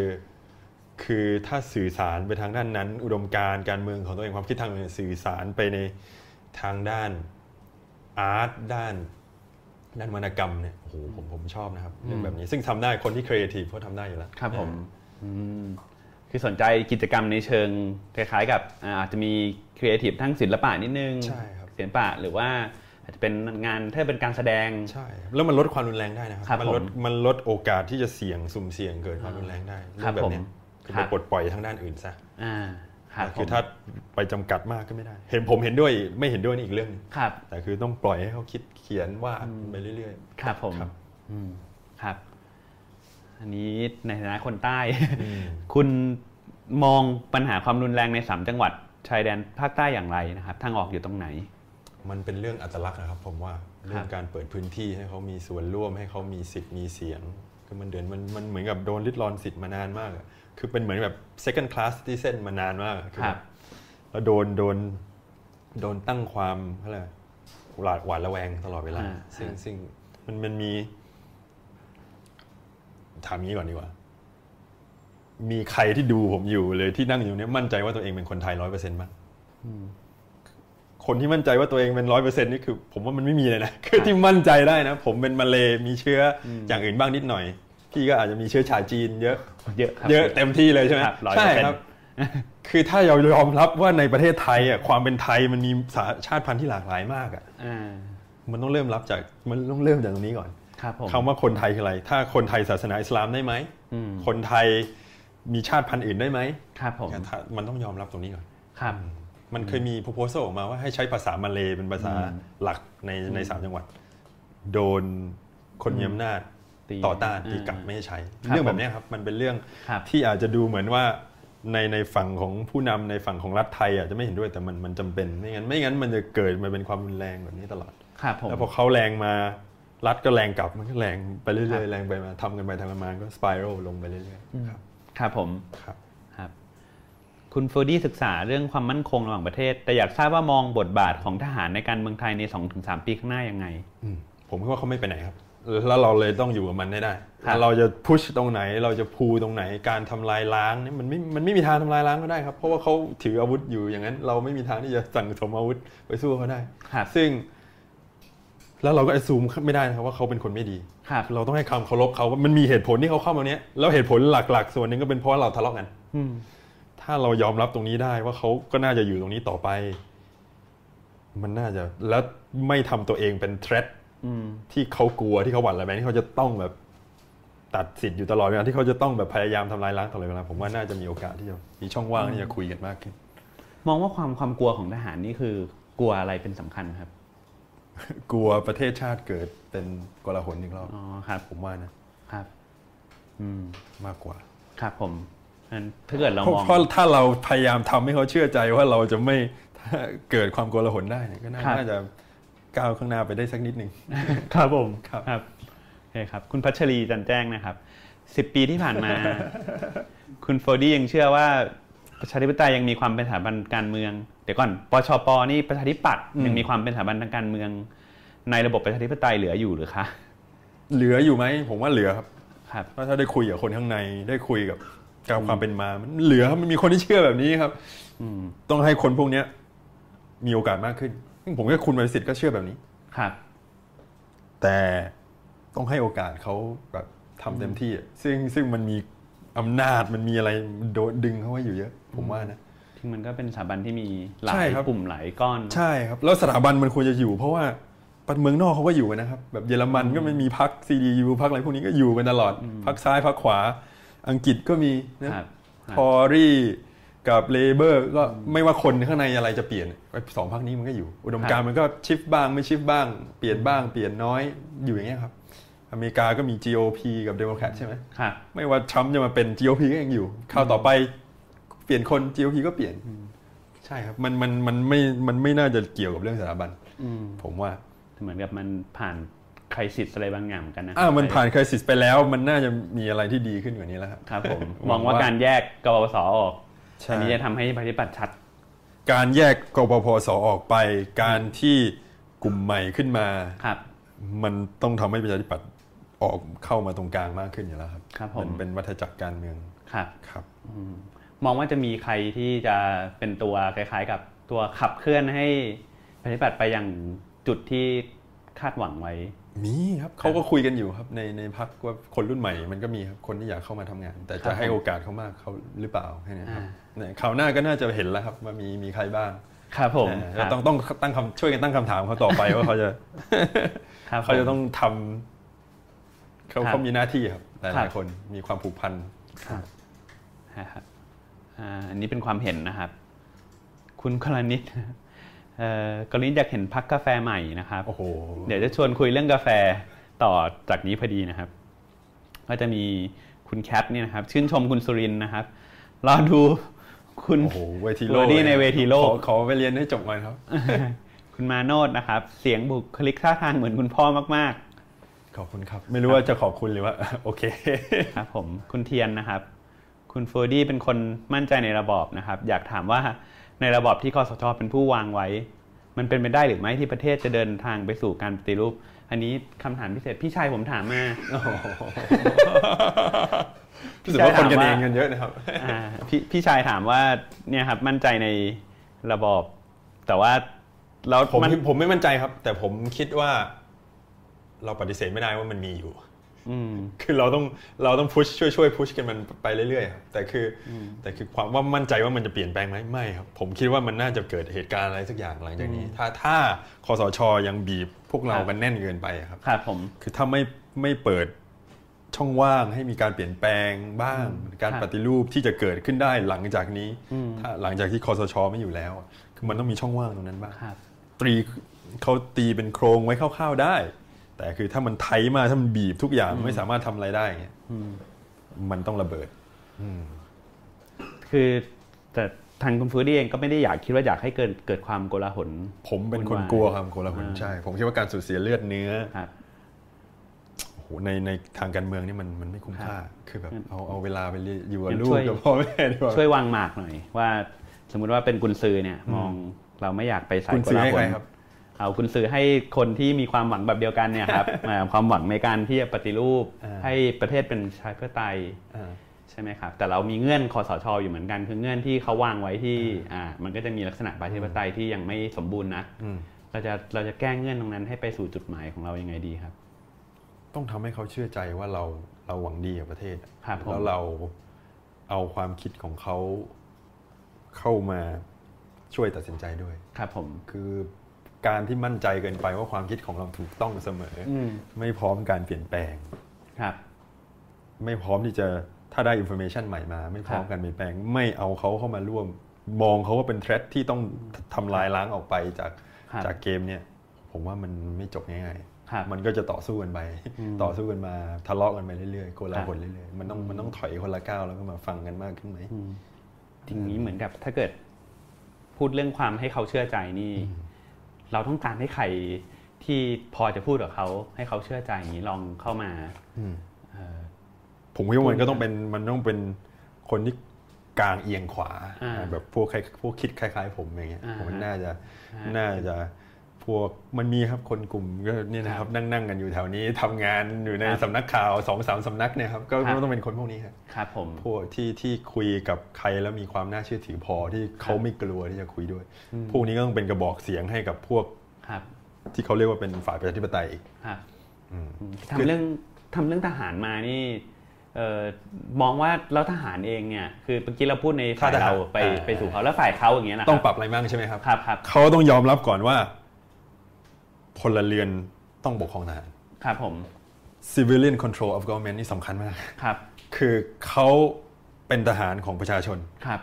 [SPEAKER 2] คือถ้าสื่อสารไปทางด้านนั้น อุดมการณ์การเมืองของตัวเองความคิดทางอื่นสื่อสารไปในทางด้านอาร์ตด้าน ด้านวรรณกรรมเนี่ยโอ้โหผมผมชอบนะครับเรื่องแบบนี้ซึ่งทำได้คนที่ครีเอทีฟเขาทำได้อยู่แล้ว
[SPEAKER 1] ครับผม
[SPEAKER 2] นะฮะ
[SPEAKER 1] อืมคือสนใจกิจกรรมในเชิงคล้ายๆกับอ่าอาจจะมีครีเอทีฟทั้งศิลปะนิดนึง
[SPEAKER 2] ใช่ครับ
[SPEAKER 1] ศิลปะหรือว่าอาจจะเป็นงานถ้าเป็นการแสดง
[SPEAKER 2] ใช่ครับแล้วมันลดความรุนแรงได้นะครั
[SPEAKER 1] ครับ
[SPEAKER 2] มัลด
[SPEAKER 1] ผม
[SPEAKER 2] มันลดโอกาสที่จะเสี่ยงสุ่มเสี่ยงเกิดความรุนแรงได้
[SPEAKER 1] ครับผ
[SPEAKER 2] เองแบ
[SPEAKER 1] ม
[SPEAKER 2] บเนี้ยคือ
[SPEAKER 1] ครั
[SPEAKER 2] ไป
[SPEAKER 1] บ
[SPEAKER 2] ปลดปล่อยทางด้านอื่นซะ
[SPEAKER 1] อ่าครับ
[SPEAKER 2] คือ
[SPEAKER 1] ผม
[SPEAKER 2] ถ้าไปจำกัดมากก็ไม่ได้ เห็นผมเห็นด้วยไม่เห็นด้วยนี่อีกเรื่องหนึง
[SPEAKER 1] ครับ
[SPEAKER 2] แต่คือต้องปล่อยให้เขาคิดเขียนวาดไปเรื่อย
[SPEAKER 1] ครับผม
[SPEAKER 2] ครับ
[SPEAKER 1] อืมครับ อันนี้ในฐานะคนใต้
[SPEAKER 2] ๆอืม
[SPEAKER 1] คุณมองปัญหาความรุนแรงในสามจังหวัดชายแดนภาคใต้อย่างไรนะครับ ทางออกอยู่ตรงไหน
[SPEAKER 2] มันเป็นเรื่องอัตลักษณ์นะครับผมว่าเรื่องการเปิดพื้นที่ให้เขามีส่วนร่วมให้เขามีสิทธิ์มีเสียงคือมันเดือนมันมันเหมือนกับโดนริดรอนสิทธิ์มานานมากอะคือเป็นเหมือนแบบ second class citizen มานานมากอะ
[SPEAKER 1] ครับ
[SPEAKER 2] แล้วโดนโดนโดนตั้งความอะไรยกหวาดหวาดระแวงตลอดเวลา
[SPEAKER 1] อ่า
[SPEAKER 2] ซึ่ง
[SPEAKER 1] อ่า
[SPEAKER 2] ซึ่งมันมันมี ถามงี้ก่อนดีกว่า มีใครที่ดูผมอยู่เลยที่นั่งอยู่เนี้ยมั่นใจว่าตัวเองเป็นคนไทยร้อยเปอร์เซ็นต์มั้ง คนที่มั่นใจว่าตัวเองเป็นร้อยเปอร์เซ็นต์นี่คือ ผมว่ามันไม่มีเลยนะ คือที่มั่นใจได้นะ ผมเป็นมาเลย์มีเชื้อออย่างอื่นบ้างนิดหน่อย พี่ก็อาจจะมีเชื้อชาจีนเยอะ
[SPEAKER 1] เยอะครับ
[SPEAKER 2] เยอะเต็มที่เลยใช่ไหม
[SPEAKER 1] ครับ100%
[SPEAKER 2] ใช่ ครับ คือถ้าเรายอมรับว่าในประเทศไทยอ่ะความเป็นไทยมันมีสาชาติพันธุ์ที่หลากหลายมากอ่ะ
[SPEAKER 1] อ่า
[SPEAKER 2] มันต้องเริ่มรับจากมันต้องเริ่มจากตรงนี้ก่อน
[SPEAKER 1] ครับผม
[SPEAKER 2] คำว่าคนไทยคืออะไร ถ้าคนไทยศาสนาอิสลามได้ไหม
[SPEAKER 1] อืม
[SPEAKER 2] คนไทยมีชาติพันธุ์อื่นได้ไหม
[SPEAKER 1] ครับผม
[SPEAKER 2] ถ้ามันต้องยอมรับตรงนี้ก่อน
[SPEAKER 1] ครับ
[SPEAKER 2] มันเคยมี proposal ออกมาว่าให้ใช้ภาษามาเลย์เป็นภาษาหลักในในสามจังหวัด โดนคนมีอำนาจ
[SPEAKER 1] ตี
[SPEAKER 2] ต่อต้าน
[SPEAKER 1] อ่า
[SPEAKER 2] ตีกลับไม่ให้ใช้
[SPEAKER 1] ครับ
[SPEAKER 2] เรื่องแบ
[SPEAKER 1] ผ
[SPEAKER 2] บ
[SPEAKER 1] ม
[SPEAKER 2] เนี้ยครับ มันเป็นเรื่อง
[SPEAKER 1] ครับ
[SPEAKER 2] ที่อาจจะดูเหมือนว่าในในฝั่งของผู้นำในฝั่งของรัฐไทยอาจจะไม่เห็นด้วยแต่มันมันจำเป็นไม่งั้นไม่งั้นมันจะเกิดมาเป็นความรุนแรงแบบนี้ตลอด
[SPEAKER 1] ครับผม
[SPEAKER 2] แล้วพอเขาแรงมารัฐก็แรงกลับมันก็แรงไปเรื่
[SPEAKER 1] ครั
[SPEAKER 2] อย
[SPEAKER 1] บ
[SPEAKER 2] ๆแรงไปมาทำกันไปทำกันมาก็สไปรัลลงไปเรื่อยๆครับ
[SPEAKER 1] ครับผม
[SPEAKER 2] ครับ
[SPEAKER 1] ครับคุณเฟอร์ดี้ศึกษาเรื่องความมั่นคงระหว่างประเทศ แต่อยากทราบว่ามองบทบาทของทหารในการเมืองไทยใน 2-3 ปีข้างหน้ายังไง
[SPEAKER 2] อืมผมคิดว่าเขาไม่ไปไหนครับ แล้วเราเลยต้องอยู่กับมันให้ได้
[SPEAKER 1] ครับ
[SPEAKER 2] เราจะพุชตรงไหน เราจะพูตรงไหน การทำลายล้างเนี่ยมันไม่ มันไม่มีทางทำลายล้างก็ได้ครับ เพราะว่าเขาถืออาวุธอยู่อย่างนั้น เราไม่มีทางที่จะสั่งสมอาวุธไปสู้เขาได้
[SPEAKER 1] ครับ
[SPEAKER 2] ซึ่ง แล้วเราก็ซูมไม่ได้นะครับว่าเขาเป็นคนไม่ดี
[SPEAKER 1] ครับ
[SPEAKER 2] เราต้องให้ความเคารพเขาว่ามันมีเหตุผลที่เขาเข้ามาเนี้ย แล้วเหตุผลหลักๆ ส่วนหนึ่งก็เป็นเพราะเราทะเลาะกัน
[SPEAKER 1] อืม
[SPEAKER 2] ถ้าเรายอมรับตรงนี้ได้ว่าเขาก็น่าจะอยู่ตรงนี้ต่อไป มันน่าจะ แล้วไม่ทำตัวเองเป็น threat
[SPEAKER 1] อืม
[SPEAKER 2] ที่เขากลัวที่เขาหวั่นระแวงที่เขาจะต้องแบบตัดสิทธิ์อยู่ตลอดเวลาที่เขาจะต้องแบบพยายามทำลายล้างตลอดเวลาผมว่าน่าจะมีโอกาสที่จะมีช่องว่างที่จะคุยกันมากขึ้น
[SPEAKER 1] มองว่าความความกลัวของทหารนี่คือกลัวอะไรเป็นสำคัญครับ
[SPEAKER 2] กลัวประเทศชาติเกิดเป็นกลาหนอีกรอบ
[SPEAKER 1] อ๋อครับ
[SPEAKER 2] ผมว่านะครับ
[SPEAKER 1] อืม
[SPEAKER 2] มากกว่า
[SPEAKER 1] ครับผมงั้นถ้าเกิดเรา
[SPEAKER 2] เพราะ
[SPEAKER 1] มอง
[SPEAKER 2] เพราะถ้าเราพยายามทำให้เขาเชื่อใจว่าเราจะไม่ ถ้าเกิดความกลาหนได้เนี่ยก็น่า
[SPEAKER 1] ครับ
[SPEAKER 2] น่าจะก้าวข้างหน้าไปได้สักนิดหนึ่ง
[SPEAKER 1] ครับผม
[SPEAKER 2] ครับ
[SPEAKER 1] ครับโอเคครับ คุณพัชรีจันแจ้งนะครับสิบปีที่ผ่านมา คุณโฟดี้ยังเชื่อว่าประชาธิปไตยยังมีความเป็นสถาบันการเมือง เดี๋ยวก่อนปชปนี่ประชาธิปัตย์ยังมีความเป็นสถาบันทางการเมือง ในระบบประชาธิปไตยเหลืออยู่หรือคะ
[SPEAKER 2] เหลืออยู่ไหมผมว่าเหลือครับ
[SPEAKER 1] ครับ
[SPEAKER 2] ว่าถ้าได้คุยกับคนข้างในได้คุยกับกับความเป็นมามันเหลือครับมันมีคนที่เชื่อแบบนี้ครับ
[SPEAKER 1] อืม
[SPEAKER 2] ต้องให้คนพวกเนี้ยมีโอกาสมากขึ้น ผมแค่คุณบริสิทธิ์ก็เชื่อแบบนี้
[SPEAKER 1] ครับ
[SPEAKER 2] แต่ ต้องให้โอกาสเขาแบบทำเต็มที่อะซึ่งซึ่งมันมีอำนาจมันมีอะไรโดนดึงเขาไว้อยู่เยอะ ผมว่านะ
[SPEAKER 1] ที่มันก็เป็นสถาบันที่มีหลา
[SPEAKER 2] ใช่
[SPEAKER 1] ย
[SPEAKER 2] ครับ
[SPEAKER 1] กลุ่มหลายก้อน
[SPEAKER 2] ใช่ครับ แล้วสถาบันมันควรจะอยู่ เพราะว่าปัดเมืองนอกเขาก็อยู่กันนะครับ แบบเยอรมันก็มันมีพัก CDU พักอะไรพวกนี้ก็อยู่กันตลอดพักซ้ายพักขวา อังกฤษก็มีนะครับ
[SPEAKER 1] ครับ
[SPEAKER 2] ทอรี่กับเลเบอร์ก็ไม่ว่าคนข้างในอะไรจะเปลี่ยนไอ้สองพักนี้มันก็อยู่ อุดมการณ์มันก็ชิฟบ้างไม่ชิฟบ้างเปลี่ยนบ้างเปลี่ยนน้อยอยู่อย่างเงี้ยครับ อเมริกาก็มี GOP กับ Democrat ใช่ไหม
[SPEAKER 1] ครับ
[SPEAKER 2] ไม่ว่าทรัมป์จะมาเป็น GOP ก็ยังอยู่คราวต่อไปเปลี่ยนคน GOP ก็เปลี่ยน ใช่ครับ มันมันมันไม่มันไม่น่าจะเกี่ยวกับเรื่องสถาบัน
[SPEAKER 1] อืม
[SPEAKER 2] ผมว่า
[SPEAKER 1] แต่เหมือนกับมันผ่านใครสิทธิ์อะไรบางอย่างเหมือนกันนะ
[SPEAKER 2] อ่ามันผ่านคริสิสไปแล้ว มันน่าจะมีอะไรที่ดีขึ้นกว่านี้แล้วครับ
[SPEAKER 1] ครับผม
[SPEAKER 2] ห
[SPEAKER 1] ม
[SPEAKER 2] วั
[SPEAKER 1] อง
[SPEAKER 2] ง
[SPEAKER 1] ว่า
[SPEAKER 2] ว่า
[SPEAKER 1] การแยกกบสออก
[SPEAKER 2] ใช่
[SPEAKER 1] อันนี้จะทำให้ประชาธิปัตย์ชัด
[SPEAKER 2] การแยกกปปสออกไป การที่กลุ่มใหม่ขึ้นมา
[SPEAKER 1] ครับ
[SPEAKER 2] มันต้องทำให้ประชาธิปัตย์ออกเข้ามาตรงกลางมากขึ้นอยู่แล้วครับ
[SPEAKER 1] ครับผม
[SPEAKER 2] นเป็นวัฏจักรการเมือง
[SPEAKER 1] ครับ
[SPEAKER 2] ครับ
[SPEAKER 1] มองว่าจะมีใครที่จะเป็นตัวคล้ายๆ กับตัวขับเคลื่อนให้ประชาธิปัตย์ไปอย่างจุดที่คาดหวังไว้
[SPEAKER 2] มีครับเขาก็คุยกันอยู่ครับในในพักว่าคนรุ่นใหม่มันก็มีครับคนที่อยากเข้ามาทำงาน แต่
[SPEAKER 1] ครั
[SPEAKER 2] จะ
[SPEAKER 1] บ
[SPEAKER 2] ให้โอกาสเขามากเขาหรือเปล่าแค่นี้ครับ
[SPEAKER 1] อ่า
[SPEAKER 2] เนี่ยข่าวหน้าก็น่าจะเห็นแล้วครับว่ามีมีใครบ้าง
[SPEAKER 1] ครับผม
[SPEAKER 2] นะแล้วต้องต้องตั้งคำช่วยกันตั้งคำถามเขาต่อไป ว่าเขาจะ
[SPEAKER 1] ครับ
[SPEAKER 2] เขาจะ
[SPEAKER 1] ผม
[SPEAKER 2] ต้องทำ
[SPEAKER 1] ค
[SPEAKER 2] เขา
[SPEAKER 1] รับ
[SPEAKER 2] เขามีหน้าที่ครับ
[SPEAKER 1] ค
[SPEAKER 2] ห
[SPEAKER 1] รั
[SPEAKER 2] ลาย
[SPEAKER 1] บ
[SPEAKER 2] ๆคนมีความผูกพัน
[SPEAKER 1] ครับฮะฮะอ่าอันนี้เป็นความเห็นนะครับ คุณกรณิตเอ่อกรณิตอยากเห็นพักกาแฟใหม่นะครับ
[SPEAKER 2] โอ้โห
[SPEAKER 1] เดี๋ยวจะชวนคุยเรื่องกาแฟต่อจากนี้พอดีนะครับ ก็จะมีคุณแคทเนี่ยนะครับ ชื่นชมคุณสุรินทร์นะครับ รอดูคุณ
[SPEAKER 2] โอ้โหเวทีโล
[SPEAKER 1] เว
[SPEAKER 2] ก
[SPEAKER 1] อร์ดี้ในเวทีโลก
[SPEAKER 2] ขอขอไปเรียนให้จบก่อนครับ
[SPEAKER 1] คุณมาโนดนะครับ เสียงบุคลิกท่าทางเหมือนคุณพ่อมาก
[SPEAKER 2] ขอบคุณครับ ไม่รู้ว่าจะขอบคุณหรือว่า โอเค
[SPEAKER 1] ๆ ครับผมคุณเทียนนะครับ คุณฟูดี้เป็นคนมั่นใจในระบอบนะครับ อยากถามว่าในระบอบที่คอสชเป็นผู้วางไว้ มันเป็นไปได้หรือไม่ที่ประเทศจะเดินทางไปสู่การปฏิรูป อันนี้คำถามพิเศษพี่ชายผมถามมา
[SPEAKER 2] รู้สึกว่าคนกันเองกันเยอะนะครับ
[SPEAKER 1] อ่าพี่พี่ชายถามว่าเนี่ยครับมั่นใจในระบอบ แต่ว่าแล้ว
[SPEAKER 2] ผม
[SPEAKER 1] มัน
[SPEAKER 2] ผมไม่มั่นใจครับ แต่ผมคิดว่า เราปฏิเสธไม่ได้ว่ามันมีอยู่
[SPEAKER 1] อืม
[SPEAKER 2] คือเราต้องเราต้องพุชช่วยช่วยพุชกันมันไปเรื่อยๆครับแต่คืออแต่คือความว่ามั่นใจว่ามันจะเปลี่ยนแปลงไหมไม่ครับ ผมคิดว่ามันน่าจะเกิดเหตุการณ์อะไรสักอย่างหลังจากนี้ ถ้าถ้าคอสชยังบีบพวกเรา
[SPEAKER 1] ครับ
[SPEAKER 2] กันแน่นเกินไปครับ
[SPEAKER 1] ครับผม
[SPEAKER 2] คือถ้าไม่ไม่เปิดช่องว่างให้มีการเปลี่ยนแปลงบ้าง การ
[SPEAKER 1] ครับ
[SPEAKER 2] ปฏิรูปที่จะเกิดขึ้นได้หลังจากนี้
[SPEAKER 1] อืม
[SPEAKER 2] ถ้าหลังจากที่คอสชไม่อยู่แล้วอะคือมันต้องมีช่องว่างตรงนั้นบ้าง
[SPEAKER 1] ครับ
[SPEAKER 2] ตรีเขาตีเป็นโครงไว้คร่าวๆได้ แต่คือถ้ามันไทยมากถ้ามันบีบทุกอย่างไม่สามารถทำอะไรได้อย่างเงี้ยมันต้องระเบิด
[SPEAKER 1] คือแต่ทางคุณฟูดี้เองก็ไม่ได้อยากคิดว่าอยากให้เกิดเกิดความโกลาหล
[SPEAKER 2] ผมเป็นค
[SPEAKER 1] วุ่
[SPEAKER 2] น
[SPEAKER 1] นวาย
[SPEAKER 2] กลัวความโกลาหล
[SPEAKER 1] อ่า
[SPEAKER 2] ใช่ ผมคิดว่าการสูญเสียเลือดเนื้อ
[SPEAKER 1] ครับ
[SPEAKER 2] โอ้โหในในทางการเมืองนี่มันมันไม่คุ้มค่า คือแบบเอาเอาเวลาไปเรียนอยู่กับ
[SPEAKER 1] งั้น
[SPEAKER 2] ลู
[SPEAKER 1] ช่
[SPEAKER 2] ก
[SPEAKER 1] วย
[SPEAKER 2] กับพ่อแม่ ดีกว่า
[SPEAKER 1] ช่วยวางหมากหน่อย ว่าสมมุติว่าเป็นกุนซือเนี่ยมองเราไม่อยากไปสาย
[SPEAKER 2] กุนซือให้ใครครับ
[SPEAKER 1] เอากุนซือให้คนที่มีความหวังแบบเดียวกันเนี่ย ครับ อ่าความหวังในการที่จะปฏิรูปให้ประเทศเป็นประชาธิปไตย
[SPEAKER 2] อ่า
[SPEAKER 1] ใช่ไหมครับ แต่เรามีเงื่อนคอสชอยู่เหมือนกันคือเงื่อนที่เขาวางไว้ที่อ่ามันก็จะมีลักษณะประชาธิปไตยที่ยังไม่สมบูรณ์นัก
[SPEAKER 2] อืม
[SPEAKER 1] เราจะเราจะแก้เงื่อนตรงนั้นให้ไปสู่จุดหมายของเรายังไงดีครับ
[SPEAKER 2] ต้องทำให้เขาเชื่อใจว่าเราเราหวังดีกับประเทศอะ
[SPEAKER 1] ครับผม
[SPEAKER 2] แล้วเราเอาความคิดของเขาเข้ามาช่วยตัดสินใจด้วย
[SPEAKER 1] ครับผม
[SPEAKER 2] คือการที่มั่นใจเกินไปว่าความคิดของเราถูกต้องเสมออ
[SPEAKER 1] อืม
[SPEAKER 2] ไม่พร้อมการเปลี่ยนแปลง
[SPEAKER 1] ครับ
[SPEAKER 2] ไม่พร้อมที่จะถ้าได้อินโฟเมชันใหม่มา ไม่พร้อ
[SPEAKER 1] ค
[SPEAKER 2] ม
[SPEAKER 1] รับ
[SPEAKER 2] การเปลี่ยนแปลง ไม่เอาเขาเข้ามาร่วม มองเขาว่าเป็นเทรดที่ต้องทำลายล้างออกไปจาก
[SPEAKER 1] ครับ
[SPEAKER 2] จากเกมเนี่ย ผมว่ามันไม่จบง่าย
[SPEAKER 1] ครับ
[SPEAKER 2] ๆมันก็จะต่อสู้กันไป ต่อสู้กันมาทะเลาะกันไปเรื่อยๆโกลาหลเรื่อยๆมันต้องมันต้องถอยคนละก้าวแล้วก็มาฟังกันมากขึ้นไหม
[SPEAKER 1] อืม ทีนี้เหมือนกับถ้าเกิดพูดเรื่องความให้เขาเชื่อใจนี่ เราต้องการให้ใครที่พอจะพูดกับเขาให้เขาเชื่อใจอย่างนี้ลองเข้ามา
[SPEAKER 2] อืม
[SPEAKER 1] เอ่อ
[SPEAKER 2] ผมคิดว่ามันก็ต้องเป็นมันต้องเป็นคนที่กลางเอียงขวา
[SPEAKER 1] อ่า
[SPEAKER 2] แบบพวกใครพวกคิดคล้ายๆ ผมอย่างเงี้ย
[SPEAKER 1] อ่า
[SPEAKER 2] ผมว่าน่าจะ
[SPEAKER 1] อ่า
[SPEAKER 2] น่าจะพวกมันมีครับคนกลุ่มก็เนี่ยนะค
[SPEAKER 1] ครั
[SPEAKER 2] รั
[SPEAKER 1] บบ
[SPEAKER 2] นั่งๆกันอยู่แถวนี้ทำงานอยู่ใน
[SPEAKER 1] ครับ
[SPEAKER 2] สำนักข่าวสองสามสำนักเนี่ยครับก็
[SPEAKER 1] ครับ
[SPEAKER 2] ต้องเป็นคนพวกนี้ครับ
[SPEAKER 1] ครับผม
[SPEAKER 2] พวกที่ที่คุยกับใครแล้วมีความน่าเชื่อถือพอที่เขาไม่กลัวที่จะคุยด้วย พวกนี้ก็ต้องเป็นกระบอกเสียงให้กับพวก
[SPEAKER 1] ครับ
[SPEAKER 2] ที่เขาเรียกว่าเป็นฝ่ายประชาธิปไตยอีก
[SPEAKER 1] ครับ
[SPEAKER 2] อืม
[SPEAKER 1] ทำเรื่องทำเรื่องทหารมานี่เอ่อมองว่าแล้วทหารเองเนี่ยคือเมื่อกี้เราพูดในฝ่าย
[SPEAKER 2] ถ้าทหาร
[SPEAKER 1] เราไป
[SPEAKER 2] อ่า
[SPEAKER 1] ไปสู่เขาแล้วฝ่ายเขาอย่างเงี้ยนะค
[SPEAKER 2] ต้อง
[SPEAKER 1] บ
[SPEAKER 2] ปรับอะไรบ้างใช่ไหมครับ
[SPEAKER 1] ครับครับ
[SPEAKER 2] เขาต้องยอมรับก่อนว่า พลเรือนต้องปกครองทหาร
[SPEAKER 1] ครับผม
[SPEAKER 2] civilian control of government นี่สำคัญมาก
[SPEAKER 1] ครับ
[SPEAKER 2] คือเขาเป็นทหารของประชาชน
[SPEAKER 1] ครับ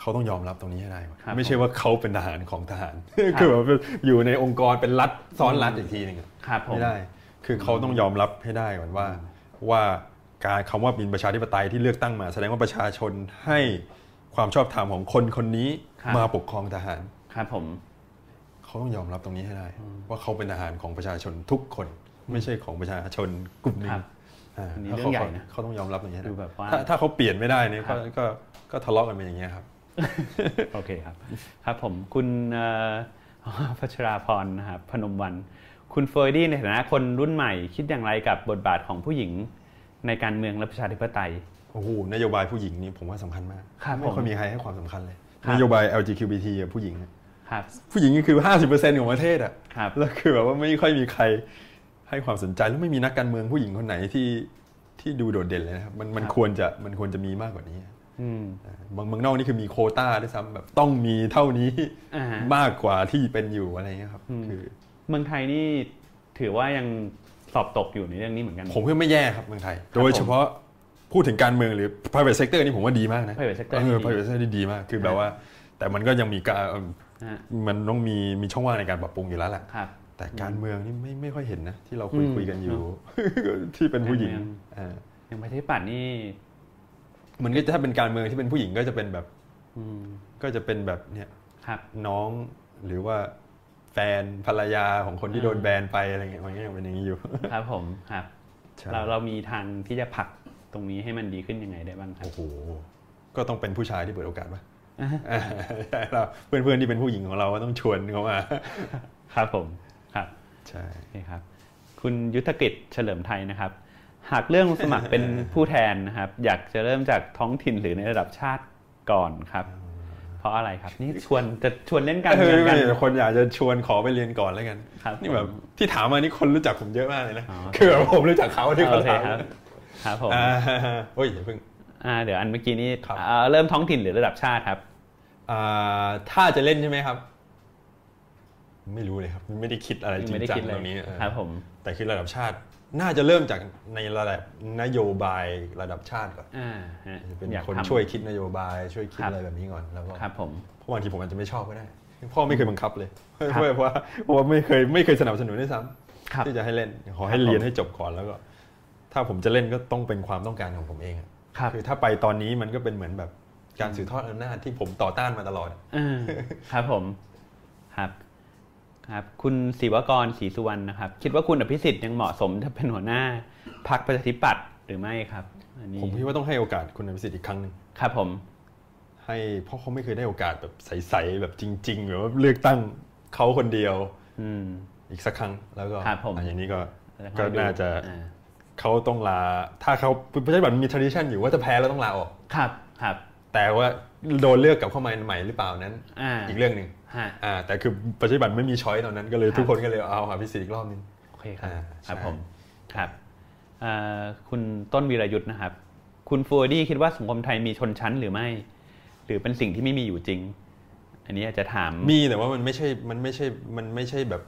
[SPEAKER 2] เขาต้องยอมรับตรงนี้ให้ได้ว่ะ
[SPEAKER 1] ครับ
[SPEAKER 2] ไม่ใช่ว่าเขาเป็นทหารของทหาร
[SPEAKER 1] ครับ
[SPEAKER 2] คือแบบอยู่ในองค์กรเป็นรัฐซ้อนรัฐอีกทีหนึงอะ
[SPEAKER 1] ครับผม
[SPEAKER 2] ไม่ได้ คือเขาต้องยอมรับให้ได้ก่อนว่า ว่าการคำว่าเป็นประชาธิปไตยที่เลือกตั้งมา แสดงว่าประชาชนให้ความชอบธรรมของคนคนนี้มาปกครองทหาร
[SPEAKER 1] ครับผม
[SPEAKER 2] เขาต้องยอมรับตรงนี้ให้ได้ ว่าเขาเป็นทหารของประชาชนทุกคน ไม่ใช่ของประชาชนกลุ่มหนึ่
[SPEAKER 1] ครั
[SPEAKER 2] ง
[SPEAKER 1] บ
[SPEAKER 2] า
[SPEAKER 1] อันนี้
[SPEAKER 2] ถ้า
[SPEAKER 1] เรื่
[SPEAKER 2] เขา
[SPEAKER 1] องใหญ่นะ
[SPEAKER 2] เขาต้องยอมรับตรงนี้ให้ได้
[SPEAKER 1] ดูแบบว่า
[SPEAKER 2] ถ้าถ้าเขาเปลี่ยนไม่ได้เนี่ย
[SPEAKER 1] ครั
[SPEAKER 2] ก็
[SPEAKER 1] บ
[SPEAKER 2] ก็ก็ทะเลาะกันเป็นอย่างเงี้ยครับ
[SPEAKER 1] โอเคครับ ครับผมคุณเอ่อ พัชราพรนะครับพนมวัน คุณเฟอร์ดี้ในฐานะคนรุ่นใหม่ คิดอย่างไรกับบทบาทของผู้หญิงในการเมืองและประชาธิปไตย
[SPEAKER 2] โอ้โหนโยบายผู้หญิงนี่ผมว่าสำคัญมาก
[SPEAKER 1] ครับ
[SPEAKER 2] ไม่ค่
[SPEAKER 1] ผ
[SPEAKER 2] อย
[SPEAKER 1] ม
[SPEAKER 2] มีใครให้ความสำคัญเลย
[SPEAKER 1] ครับ
[SPEAKER 2] นโยบาย LGBTQ อะผู้หญิงอะ
[SPEAKER 1] ครับ
[SPEAKER 2] ผู้หญิงนี่คือ 50%ของประเทศอ่ะ
[SPEAKER 1] ครับ
[SPEAKER 2] แล้วคือแบบว่าไม่ค่อยมีใครให้ความสนใจแล้วไม่มีนักการเมืองผู้หญิงคนไหนที่ที่ดูโดดเด่นเลยนะครับมันมัน
[SPEAKER 1] ครับ
[SPEAKER 2] ควรจะมันควรจะมีมากกว่านี้
[SPEAKER 1] อืม
[SPEAKER 2] บางเมืองนอกนี่คือมีโควต้าด้วยซ้ำแบบต้องมีเท่านี้
[SPEAKER 1] อ่าฮะ
[SPEAKER 2] มากกว่าที่เป็นอยู่อะไรเงี้ยครับ
[SPEAKER 1] อืม
[SPEAKER 2] คือ
[SPEAKER 1] เมืองไทยนี่ถือว่ายังสอบตกอยู่ในเรื่องนี้เหมือนกัน
[SPEAKER 2] ผมก็ไม่แย่ครับเมืองไทย
[SPEAKER 1] ครับ
[SPEAKER 2] โดยเฉพาะพูดถึงการเมืองหรือ private sector นี่ผมว่าดีมากนะ
[SPEAKER 1] private sector
[SPEAKER 2] เออ
[SPEAKER 1] ดี
[SPEAKER 2] private sector นี่ดีมากคือแบบว่า แต่มันก็ยังมีการเอิ่ม
[SPEAKER 1] นะฮะ
[SPEAKER 2] มันต้องมีมีช่องว่างในการปรับปรุงอยู่แล้วแหละ
[SPEAKER 1] ครับ
[SPEAKER 2] แต่การเมืองนี่ไม่ไม่ค่อยเห็นนะที่เราคุย
[SPEAKER 1] อืม
[SPEAKER 2] คุยกันอยู่ ที่เป็นผู้หญิง
[SPEAKER 1] การเมือง
[SPEAKER 2] อ่า
[SPEAKER 1] อย่างประชาธิปัตย์นี่
[SPEAKER 2] มันก็จะถ้าเป็นการเมืองที่เป็นผู้หญิงก็จะเป็นแบบ
[SPEAKER 1] อืม
[SPEAKER 2] ก็จะเป็นแบบเนี่ย
[SPEAKER 1] ครับ
[SPEAKER 2] น้องหรือว่าแฟนภรรยาของคนที่
[SPEAKER 1] อ่า
[SPEAKER 2] โดนแบนไปอะไรเงี้ยมันก็ยังเป็นอย่า งนี้อยู่
[SPEAKER 1] ครับผมครับ
[SPEAKER 2] ใช่
[SPEAKER 1] เราเรามีทางที่จะผลักตรงนี้ให้มันดีขึ้นยังไงได้บ้างครับ
[SPEAKER 2] โอ้โหก็ต้องเป็นผู้ชายที่เปิดโอกาสปะใช่เราเพื่อนๆที่เป็นผู้หญิงของเราก็ต้องชวนเขา มา
[SPEAKER 1] ครับผมครับ
[SPEAKER 2] ใช่
[SPEAKER 1] โอเคครับคุณยุทธกิจเฉลิมไทยนะครับ หากเรื่องสมัครเป็นผู้แทนนะครับ อยากจะเริ่มจากท้องถิ่นหรือในระดับชาติก่อนครับ เพราะอะไรครับ นี่ชวนจะชวนเล่นการ
[SPEAKER 2] เอ
[SPEAKER 1] เมือง
[SPEAKER 2] อ
[SPEAKER 1] กัน
[SPEAKER 2] คนอยากจะชวนขอไปเรียนก่อนแล้วกัน
[SPEAKER 1] ครับ
[SPEAKER 2] นี่แบบที่ถามมานี่คนรู้จักผมเยอะมากเลยนะ
[SPEAKER 1] อ๋อ
[SPEAKER 2] คือแบบผมรู้จักเขาที่เขา
[SPEAKER 1] โอเค
[SPEAKER 2] ถาม
[SPEAKER 1] ครับครับผม
[SPEAKER 2] อ่า โอ้ยอย่าเพิ่ง
[SPEAKER 1] อ่าเดี๋ยวอันเมื่อกี้นี้
[SPEAKER 2] ครับ
[SPEAKER 1] เอ่อเริ่มท้องถิ่นหรือระดับชาติครับ
[SPEAKER 2] อ่าถ้าจะเล่นใช่ไหมครับ ไม่รู้เลยครับ ไม่ได้คิดอะไรจริ
[SPEAKER 1] ไม่
[SPEAKER 2] ง
[SPEAKER 1] ได้
[SPEAKER 2] จั
[SPEAKER 1] คิ
[SPEAKER 2] ง
[SPEAKER 1] ดเล
[SPEAKER 2] ต
[SPEAKER 1] ย
[SPEAKER 2] รงนี้เออ
[SPEAKER 1] ครับผม
[SPEAKER 2] แต่คือระดับชาติน่าจะเริ่มจากในระดับนโยบายระดับชาติก่อน
[SPEAKER 1] อ่าฮะ
[SPEAKER 2] เป็น
[SPEAKER 1] อยาก
[SPEAKER 2] คน
[SPEAKER 1] ทำ
[SPEAKER 2] ช่วยคิดนโยบายช่วยคิด
[SPEAKER 1] ครับ
[SPEAKER 2] อะไรแบบนี้ก่อนแล้วก็
[SPEAKER 1] ครับผม
[SPEAKER 2] เพราะบางทีผมอาจจะไม่ชอบก็ได้พ่อไม่เคยบังคับเลยเพ
[SPEAKER 1] ครับ
[SPEAKER 2] ราะว่าเพราะว่าไม่เคยไม่เคยสนับสนุนด้วยซ้
[SPEAKER 1] ครับ
[SPEAKER 2] ำที่จะให้เล่นขอให้เรียนให้จบก่อนแล้วก็ ถ้าผมจะเล่นก็ต้องเป็นความต้องการของผมเองอะ
[SPEAKER 1] ครับ
[SPEAKER 2] คือถ้าไปตอนนี้มันก็เป็นเหมือนแบบการสืบทอดอำนาจที่ผมต่อต้านมาตลอด
[SPEAKER 1] อ่าครับผมครับครับ คุณศิวกรศรีสุวรรณนะครับ คิดว่าคุณอภิสิทธิ์ยังเหมาะสมจะเป็นหัวหน้าพรรคประชาธิปัตย์หรือไม่ครับอันนี้
[SPEAKER 2] ผมคิดว่าต้องให้โอกาสคุณอภิสิทธิ์อีกครั้งหนึ่ง
[SPEAKER 1] ครับผม
[SPEAKER 2] ให้เพราะเขาไม่เคยได้โอกาสแบบใสๆแบบจริงๆหรือว่าเลือกตั้งเขาคนเดียว
[SPEAKER 1] อืม
[SPEAKER 2] อีกสักครั้งแล้วก็
[SPEAKER 1] ครับผม
[SPEAKER 2] อ่ะอย่างนี้ก็
[SPEAKER 1] แล้ว
[SPEAKER 2] ก็
[SPEAKER 1] ให้ดู
[SPEAKER 2] น่าจะ
[SPEAKER 1] อ่า
[SPEAKER 2] เขาต้องลา ถ้าเขาประชาธิปัตย์มี tradition อยู่ว่าจะแพ้แล้วต้องลาออก
[SPEAKER 1] ครับครับ
[SPEAKER 2] แต่ว่าโดนเลือกกลับเข้ามาใหม่หรือเปล่านั้น
[SPEAKER 1] อ่า
[SPEAKER 2] อีกเรื่องหนึ่ง
[SPEAKER 1] ฮะ
[SPEAKER 2] อ่าแต่คือประชาธิปัตย์ไม่มีช้อยตอนนั้นก็เลย
[SPEAKER 1] ครับ
[SPEAKER 2] ทุกคนก็เลยเอาหาพิสิทธิ์อีกรอบนึง
[SPEAKER 1] โอเคครับ
[SPEAKER 2] อ่า
[SPEAKER 1] ครับ
[SPEAKER 2] ใช่
[SPEAKER 1] ผมครับเอ่อคุณต้นวีรยุทธ์นะครับ คุณฟูดี้คิดว่าสังคมไทยมีชนชั้นหรือไม่ หรือเป็นสิ่งที่ไม่มีอยู่จริง อันนี้อาจจะถาม
[SPEAKER 2] มีแต่ว่ามันไม่ใช่มันไม่ใช่มันไม่ใช่แบบ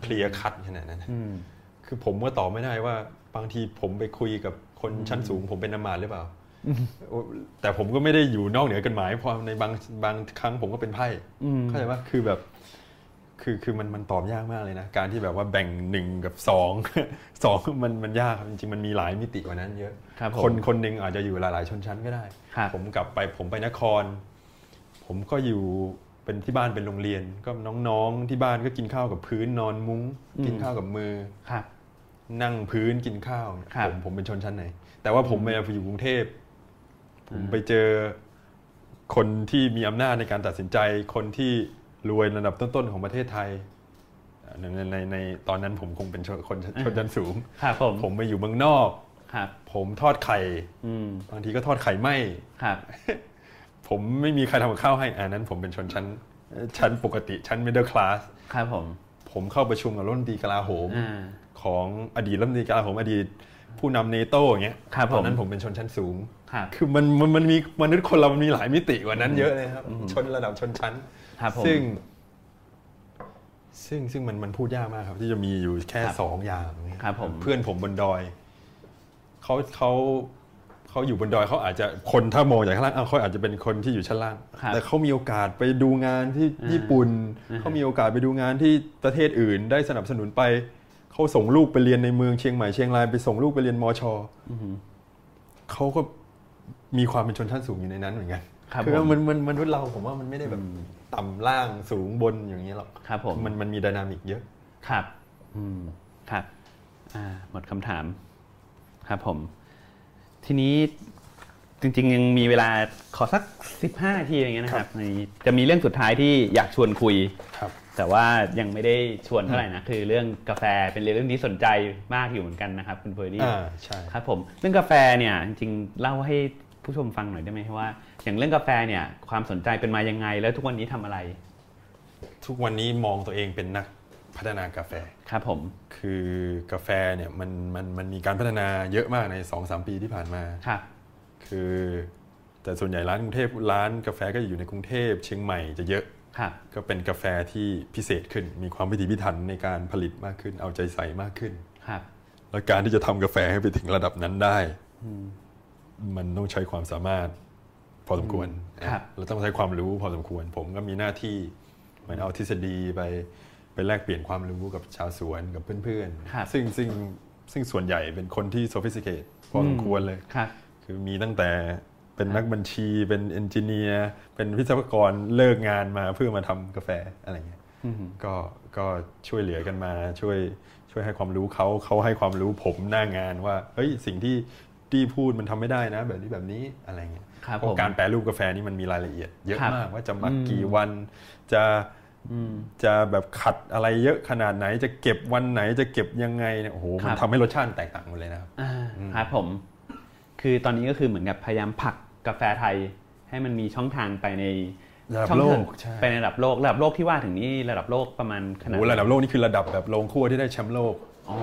[SPEAKER 2] เคลียร์คัดขนาดนั้น
[SPEAKER 1] อืม
[SPEAKER 2] คือผมก็ตอบไม่ได้ว่าบางทีผมไปคุยกับคนชั้นสูง ผมเป็นอำมาตย์หรือเปล่า แต่ผมก็ไม่ได้อยู่นอกเหนือกฎหมายเพราะในบางบางครั้งผมก็เป็นไพ่
[SPEAKER 1] อืม
[SPEAKER 2] เข้าใจว่าคือแบบ คือคือมันมันตอบยากมากเลยนะ การที่แบบว่าแบ่งหนึ่งกับสอง สองมันมันยากครับจริงๆมันมีหลายมิติกว่านั้นเยอะ
[SPEAKER 1] ครับผม
[SPEAKER 2] คนคนหนึ่งอาจจะอยู่หลาย ๆ ชนชั้นก็ได้
[SPEAKER 1] ครับ
[SPEAKER 2] ผมกลับไปผมไปนคร ผมก็อยู่เป็นที่บ้านเป็นโรงเรียน ก็น้องๆที่บ้านก็กินข้าวกับพื้นนอนมุ้ง กิน
[SPEAKER 1] อืม
[SPEAKER 2] ข้าวกับมือ
[SPEAKER 1] ครับ
[SPEAKER 2] นั่งพื้นกินข้าวเนี่ย
[SPEAKER 1] ครับ
[SPEAKER 2] ผมผมเป็นชนชั้นไหน แต่ว่าผมเวลาไปอยู่กรุงเทพ ผมไปเจอคนที่มีอำนาจในการตัดสินใจ คนที่รวยระดับต้นๆของประเทศไทยอ่าในในในในตอนนั้นผมคงเป็นชนคน
[SPEAKER 1] อ่า
[SPEAKER 2] ชนชั้นสูง
[SPEAKER 1] ครับผม
[SPEAKER 2] ผมไปอยู่เมืองนอก
[SPEAKER 1] ครับ
[SPEAKER 2] ผมทอดไข่
[SPEAKER 1] อืม
[SPEAKER 2] บางทีก็ทอดไข่ไหม
[SPEAKER 1] ครับ
[SPEAKER 2] ผมไม่มีใครทำกับข้าวให้อันนั้น ผมเป็นชนชั้นชั้นปกติชั้น middle class
[SPEAKER 1] ครับผม
[SPEAKER 2] ผมเข้าประชุมกับรัฐมนตรีกลาโหม
[SPEAKER 1] อ่า
[SPEAKER 2] ข ของอดีตรัฐมนตรีกลาโหมอดีตผู้นำเนโตอย่างเงี้ย
[SPEAKER 1] ครับ
[SPEAKER 2] ตอนนั้
[SPEAKER 1] ผ
[SPEAKER 2] น
[SPEAKER 1] ม
[SPEAKER 2] ผมเป็นชนชั้นสูง
[SPEAKER 1] ครับ
[SPEAKER 2] คือมันมันมันมีมนุษย์คนเรามันมีหลายมิติกว่านั้นเยอะเลยครับ ชนระดับชนชั้น
[SPEAKER 1] ครับผม
[SPEAKER 2] ซึ่ง ซึ่งซึ่งมันมันพูดยากมากครับ ที่จะมีอยู่แค่
[SPEAKER 1] ครับ
[SPEAKER 2] สองอย่างเนี่ย
[SPEAKER 1] ครับผม
[SPEAKER 2] เพื่อนผมบนดอยเขาเขาเขาอยู่บนดอยเขาอาจจะคนถ้ามองจากข้างล่างอ้าวเขาอาจจะเป็นคนที่อยู่ชั้นล่าง
[SPEAKER 1] ครับ
[SPEAKER 2] แต่เขามีโอกาสไปดูงานที่ญี่ปุ่นเขามีโอกาสไปดูงานที่ประเทศอื่น ได้สนับสนุนไปเขาส่งลูกไปเรียนในเมืองเชียงใหม่เชียงรายไปส่งลูกไปเรียนมอชอเขาก็มีความเป็นชนชั้นสูงอยู่ในนั้นเหมือนกัน
[SPEAKER 1] ครับ
[SPEAKER 2] อ
[SPEAKER 1] ผม
[SPEAKER 2] มันมันมนุษย์เราผมว่ามันไม่ได้แบบต่ำล่างสูงบนอย่างนี้ยหรอก
[SPEAKER 1] ครับผม
[SPEAKER 2] มันมันมีไดินามิกเยอะ
[SPEAKER 1] ครับ อืม ครับ อ่า หมดคำถาม ครับผม ทีนี้จริง ๆ ยังมีเวลาขอสัก 15นาทีอย่างเงี้ยนะครับในจะมีเรื่องสุดท้ายที่อยากชวนคุย
[SPEAKER 2] ครับ
[SPEAKER 1] แต่ว่ายังไม่ได้ชวนเท่าไหร่นะ คือเรื่องกาแฟเป็นเรื่องที่สนใจมากอยู่เหมือนกันนะครับ คุณเฟอร์ดี้
[SPEAKER 2] อ่าใช่
[SPEAKER 1] ครับผมเรื่องกาแฟเนี่ยจริงๆเล่าให้ผู้ชมฟังหน่อยได้ไหมว่า อย่างเรื่องกาแฟเนี่ยความสนใจเป็นมายังไง แล้วทุกวันนี้ทำอะไร
[SPEAKER 2] ทุกวันนี้มองตัวเองเป็นนักพัฒนากาแฟ
[SPEAKER 1] ครับผม
[SPEAKER 2] คือกาแฟเนี่ยมันมันมันมีการพัฒนาเยอะมากใน 2-3 ปีที่ผ่านมา
[SPEAKER 1] ครับ
[SPEAKER 2] คือ แต่ส่วนใหญ่ร้านกรุงเทพร้านกาแฟก็อยู่ในกรุงเทพเชียงใหม่จะเยอะ
[SPEAKER 1] ครับ
[SPEAKER 2] ก็เป็นกาแฟที่พิเศษขึ้น มีความพิถีพิถันในการผลิตมากขึ้น เอาใจใส่มากขึ้น
[SPEAKER 1] ครับ
[SPEAKER 2] และการที่จะทำกาแฟให้ไปถึงระดับนั้นได้ มันต้องใช้ความสามารถพอสมควร
[SPEAKER 1] อืมครับ
[SPEAKER 2] แล้วต้องใช้ความรู้พอสมควร ผมก็มีหน้าที่เหมือนเอาทฤษฎีไปไปแลกเปลี่ยนความรู้กับชาวสวนกับเพื่อน
[SPEAKER 1] ครับ
[SPEAKER 2] ซึ่งซึ่งซึ่งส่วนใหญ่เป็นคนที่ sophisticate พอสมควรเลย
[SPEAKER 1] ครับ
[SPEAKER 2] คือมีตั้งแต่เป็นนักบัญชีเป็นเอนจิเนียร์เป็นวิศวกรเลิกงานมาเพื่อมาทำกาแฟอะไรเงี้ยก็ก็ช่วยเหลือกันมาช่วยช่วยให้ความรู้เขาเขาให้ความรู้ผมหน้างานว่าเฮ้ยสิ่งที่ที่พูดมันทำไม่ได้นะ แบบนี้แบบนี้อะไรเงี้ย
[SPEAKER 1] ครับ
[SPEAKER 2] เพราะ
[SPEAKER 1] ผม
[SPEAKER 2] การแปรรูปกาแฟนี่มันมีรายละเอียด เยอะ
[SPEAKER 1] ครับ
[SPEAKER 2] มากว่าจะหมักกี่วันจะจะแบบขัดอะไรเยอะขนาดไหนจะเก็บวันไหนจะเก็บยังไงเนี่ยโอ้โห
[SPEAKER 1] ค
[SPEAKER 2] มั
[SPEAKER 1] รับ
[SPEAKER 2] นทำให้รสชาติแตกต่างหมดเลยนะครับ
[SPEAKER 1] อ่าครับผม คือตอนนี้ก็คือเหมือนกับพยายามผลักกาแฟไทย ให้มันมีช่องทางไปใน
[SPEAKER 2] ระดับ
[SPEAKER 1] ช่องทาง
[SPEAKER 2] โลกใช่
[SPEAKER 1] ไปในระดับโลกระดับโลกที่ว่าถึงนี่ระดับโลกประมาณขนาด
[SPEAKER 2] โอ้โหระดับโลกนี่คือระดับแบบโรงครัวที่ได้แชมป์โลก
[SPEAKER 1] อ๋อ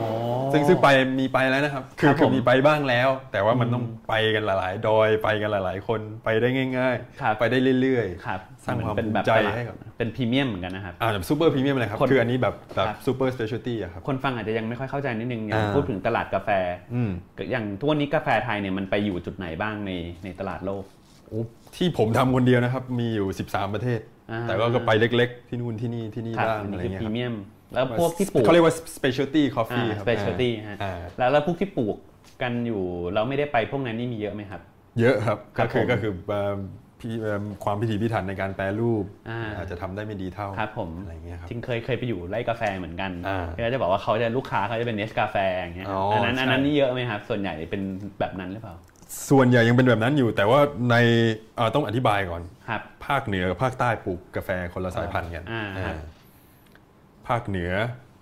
[SPEAKER 2] ซึ่งซึ่งไปมีไปแล้วนะครับ คื
[SPEAKER 1] ค
[SPEAKER 2] อ
[SPEAKER 1] รับ
[SPEAKER 2] คือ
[SPEAKER 1] ผม
[SPEAKER 2] มีไปบ้างแล้ว แต่ว่ามันต้องไปกันหลายๆ ดอยไปกันหลาย ๆ คนไปได้ง่าย
[SPEAKER 1] ครับ
[SPEAKER 2] ๆ ไปได้เรื่อย
[SPEAKER 1] ครับ
[SPEAKER 2] สร้างความ
[SPEAKER 1] เป็น
[SPEAKER 2] ภูมิ
[SPEAKER 1] แบบ
[SPEAKER 2] ใจ
[SPEAKER 1] ตลาด
[SPEAKER 2] ให้กับ
[SPEAKER 1] เป็นพรีเมียมเหมือนกันนะครับ
[SPEAKER 2] ๆอ่าแบบซูเปอร์พรีเมียมเลยครับ
[SPEAKER 1] คน
[SPEAKER 2] คืออันนี้แบบแบบ
[SPEAKER 1] ครับ
[SPEAKER 2] ซูเปอร์สเปเชียลตี้อะครับ
[SPEAKER 1] คนฟังอาจจะยังไม่ค่อยเข้าใจนิดนึงอย่าง
[SPEAKER 2] อ่า
[SPEAKER 1] พูดถึงตลาดกาแฟ
[SPEAKER 2] อืม
[SPEAKER 1] อย่างทุกวันนี้กาแฟไทยเนี่ยมันไปอยู่จุดไหนบ้างในในตลาดโลก
[SPEAKER 2] โอ้ที่ผมทำคนเดียวนะครับ มีอยู่ 13 ประเทศ
[SPEAKER 1] อ่า
[SPEAKER 2] แต่ว่าก็ไปเล็ก ๆ ที่นู่นที่นี่ที่นี่
[SPEAKER 1] ครับ
[SPEAKER 2] บ้าง
[SPEAKER 1] อัน
[SPEAKER 2] อะ
[SPEAKER 1] นี้
[SPEAKER 2] ไร
[SPEAKER 1] คือพรีเมี
[SPEAKER 2] เงี้ยครับ
[SPEAKER 1] ยม แล้วพวกที่ปลูก
[SPEAKER 2] เขาเรียกว่าสเปเชียลตี้คอฟฟี่ครับ
[SPEAKER 1] สเปเชียลตี้ฮะ
[SPEAKER 2] อ่า
[SPEAKER 1] แล้วแล้วพวกที่ปลูกกันอยู่เราไม่ได้ไปพวกนั้นนี่มีเยอะไหมครับ
[SPEAKER 2] เยอะครับ
[SPEAKER 1] ครั
[SPEAKER 2] ก็
[SPEAKER 1] บ
[SPEAKER 2] คือ
[SPEAKER 1] ผม
[SPEAKER 2] ก็คือเอ่อพี่เอิ่มความพิถีพิถันในการแปรรูป
[SPEAKER 1] อ่า
[SPEAKER 2] อาจจะทำได้ไม่ดีเท่า
[SPEAKER 1] ครับผม
[SPEAKER 2] อะไรเงี้ยครับ
[SPEAKER 1] จริงเคยเคยไปอยู่ไร่กาแฟเหมือนกัน
[SPEAKER 2] อ่า
[SPEAKER 1] ก็จะบอกว่าเขาจะลูกค้าเขาจะเป็นเนสกาแฟอย่างเงี้ย
[SPEAKER 2] อ๋อ
[SPEAKER 1] อัน
[SPEAKER 2] อั
[SPEAKER 1] นั้น
[SPEAKER 2] ใช่
[SPEAKER 1] อันนั้นนี่เยอะไหมครับ ส่วนใหญ่เป็นแบบนั้นหรือเปล่า
[SPEAKER 2] ส่วนใหญ่ยังเป็นแบบนั้นอยู่ แต่ว่าในเอ่อต้องอธิบายก่อน
[SPEAKER 1] ครับ
[SPEAKER 2] ภาคเหนือกับภาคใต้ปลูกกาแฟคนละสายพันธุ์กัน
[SPEAKER 1] อ่า
[SPEAKER 2] อ่า
[SPEAKER 1] ครับ
[SPEAKER 2] ภาคเหนือ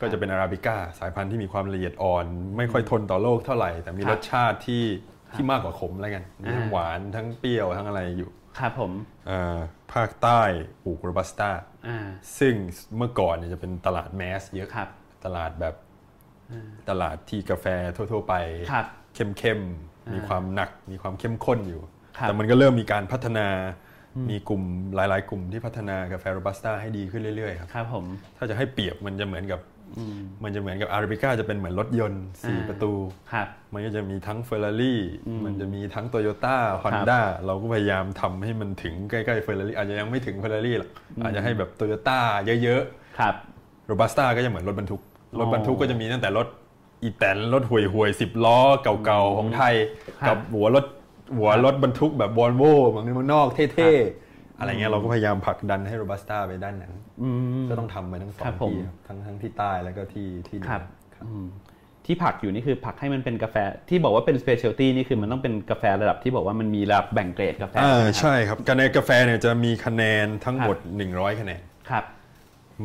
[SPEAKER 2] ก็จะเป็นอาราบิก้าสายพันธุ์ที่มีความละเอียดอ่อน ไม่ค่อยทนต่อโลกเท่าไหร่ แต่มี
[SPEAKER 1] ครับ
[SPEAKER 2] รสชาติที่ที่มากกว่าขมแล้วกันมีทั้ง
[SPEAKER 1] อ่า
[SPEAKER 2] หวานทั้งเปรี้ยวทั้งอะไรอยู่
[SPEAKER 1] ครับผม
[SPEAKER 2] เอ่อภาคใต้ปลูกโรบัสต้า
[SPEAKER 1] อ่า
[SPEAKER 2] ซึ่งเมื่อก่อนเนี่ยจะเป็นตลาดแมสเยอะ
[SPEAKER 1] ครับ
[SPEAKER 2] ตลาดแบบตลาดที่กาแฟทั่ว ๆ ไป
[SPEAKER 1] ครับ
[SPEAKER 2] เข้มๆ มีความหนัก มีความเข้มข้นอยู่
[SPEAKER 1] ครับ
[SPEAKER 2] แต่มันก็เริ่มมีการพัฒนา มีกลุ่มหลาย ๆ กลุ่มที่พัฒนากาแฟโรบัสต้าให้ดีขึ้นเรื่อย ๆ ครับ
[SPEAKER 1] ครับผม
[SPEAKER 2] ถ้าจะให้เปรียบมันจะเหมือนกับ มันจะเหมือนกับอาราบิก้าจะเป็นเหมือนรถยนต์
[SPEAKER 1] อ่า
[SPEAKER 2] 4 ประตู
[SPEAKER 1] ครับ
[SPEAKER 2] มันก็จะมีทั้งเฟอร์รารี่ มันจะมีทั้งโตโยต้าฮอนด้าเราก็พยายามทำให้มันถึงใกล้ ๆ เฟอร์รารี่ อาจจะยังไม่ถึงเฟอร์รารี่หรอก อาจจะให้แบบโตโยต้าเยอะ ๆ
[SPEAKER 1] ครับ
[SPEAKER 2] โรบัสต้าก็จะเหมือนรถบรรทุก
[SPEAKER 1] อ๋อ
[SPEAKER 2] รถบรรทุกก็จะมีตั้งแต่รถอีแตนรถห่วยห่วยสิบล้อเก่าๆ ของไทย
[SPEAKER 1] ครับ
[SPEAKER 2] กับหัวรถหัวรถบรรทุกแบบวอลโว่บางนเมืองนอกเท่ๆ อะไรเงี้ยเราก็พยายามผลักดันให้โรบัสต้าไปด้านนั้นก็ต้องทำไปทั้งสอง
[SPEAKER 1] ครับผม
[SPEAKER 2] ที่ครับทั้งทั้งที่ใต้แล้วก็ที่ที่เหนือ
[SPEAKER 1] ครับอืมที่ผักอยู่นี่คือผักให้มันเป็นกาแฟที่บอกว่าเป็น specialty นี่คือมันต้องเป็นกาแฟระดับที่บอกว่ามันมีระดับแบ่งเกรดกาแฟ
[SPEAKER 2] อ่าใช่ครับการในกาแฟเนี่ยจะมีคะแนนทั้งหมด 100 คะแนน
[SPEAKER 1] ครับ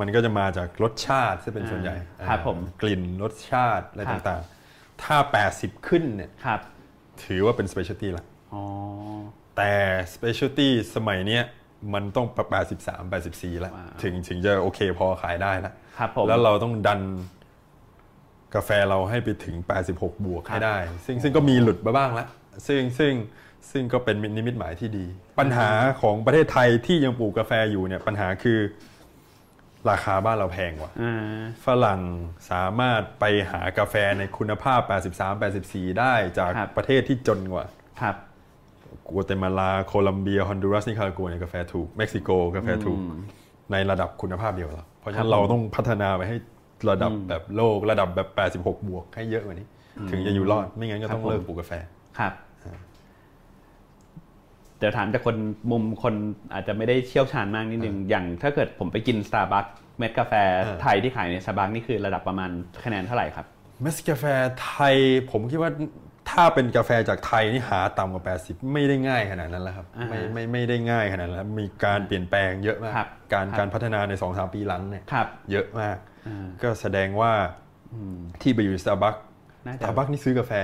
[SPEAKER 2] มันก็จะมาจากรสชาติซะเป็นส่วนใหญ่
[SPEAKER 1] อ่าครับ
[SPEAKER 2] อ่า
[SPEAKER 1] ผม
[SPEAKER 2] กลิ่นรสชาติอะไร
[SPEAKER 1] ครับ
[SPEAKER 2] ต่างๆ ถ้า 80 ขึ้นเนี่ย
[SPEAKER 1] ครับ
[SPEAKER 2] ถือว่าเป็นสเปเชียลตี้ละ
[SPEAKER 1] อ๋อ
[SPEAKER 2] แต่ specialty สมัยเนี้ยมันต้องประมาณ13 84 แล้ว ถึงถึงจะโอเคพอขายได้นะครับ
[SPEAKER 1] ผม
[SPEAKER 2] แล้วเราต้องดัน กาแฟเราให้ไปถึง 86 บวกให้ได้ ซึ่งซึ่งก็มีหลุดมาบ้างละซึ่งซึ่งซึ่งก็เป็นนิมิตหมายที่ดี ปัญหาของประเทศไทยที่ยังปลูกกาแฟอยู่เนี่ยปัญหาคือราคาบ้านเราแพงกว่า
[SPEAKER 1] อ่า
[SPEAKER 2] ฝรั่งสามารถไปหากาแฟในคุณภาพ 83-84 ได้จาก
[SPEAKER 1] ครับ
[SPEAKER 2] ประเทศที่จนกว่า
[SPEAKER 1] ครับ
[SPEAKER 2] กัวเตมาลา โคลัมเบีย ฮอนดูรัสนิคารากัวเนี่ยกาแฟถูก เม็กซิโกกาแฟถูก ในระดับคุณภาพเดียวกับเราเพราะฉะนั้นเราต้องพัฒนาไปให้ระดับแบบโลก ระดับแบบ 86 บวกให้เยอะกว่านี้ ถึงจะอยู่รอดไม่งั้นก็
[SPEAKER 1] ครับ
[SPEAKER 2] ต้องเลิก
[SPEAKER 1] ผม
[SPEAKER 2] ปลูกกาแฟ
[SPEAKER 1] ครับเดี๋ยวถามจากคนมุมคนอาจจะไม่ได้เชี่ยวชาญมากนิดนึง อย่างถ้าเกิดผมไปกิน Starbucks เม็ดกาแฟ
[SPEAKER 2] อ่า
[SPEAKER 1] ไทยที่ขายใน Starbucks นี่คือระดับประมาณคะแนนเท่าไหร่ครับ
[SPEAKER 2] เมสกาแฟไทยผมคิดว่าถ้าเป็นกาแฟจากไทยนี่หาต่ำกว่า 80 ไม่ได้ง่ายขนาดนั้นแล้วครับ
[SPEAKER 1] อ่าฮะ
[SPEAKER 2] ไม่ไม่ไม่ได้ง่ายขนาดนั้นแล้วมีการเปลี่ยนแปลงเยอะมาก
[SPEAKER 1] ครับ
[SPEAKER 2] การ
[SPEAKER 1] ครับ
[SPEAKER 2] การพัฒนาใน 2-3 ปีหลังเนี่ย
[SPEAKER 1] ครับ
[SPEAKER 2] เยอะมาก
[SPEAKER 1] อ่า
[SPEAKER 2] ก็แสดงว่าที่ไปอยู่สตาร์บัค
[SPEAKER 1] น่า
[SPEAKER 2] ส
[SPEAKER 1] จะ
[SPEAKER 2] ตาร์บัคนี่ซื้อกาแฟ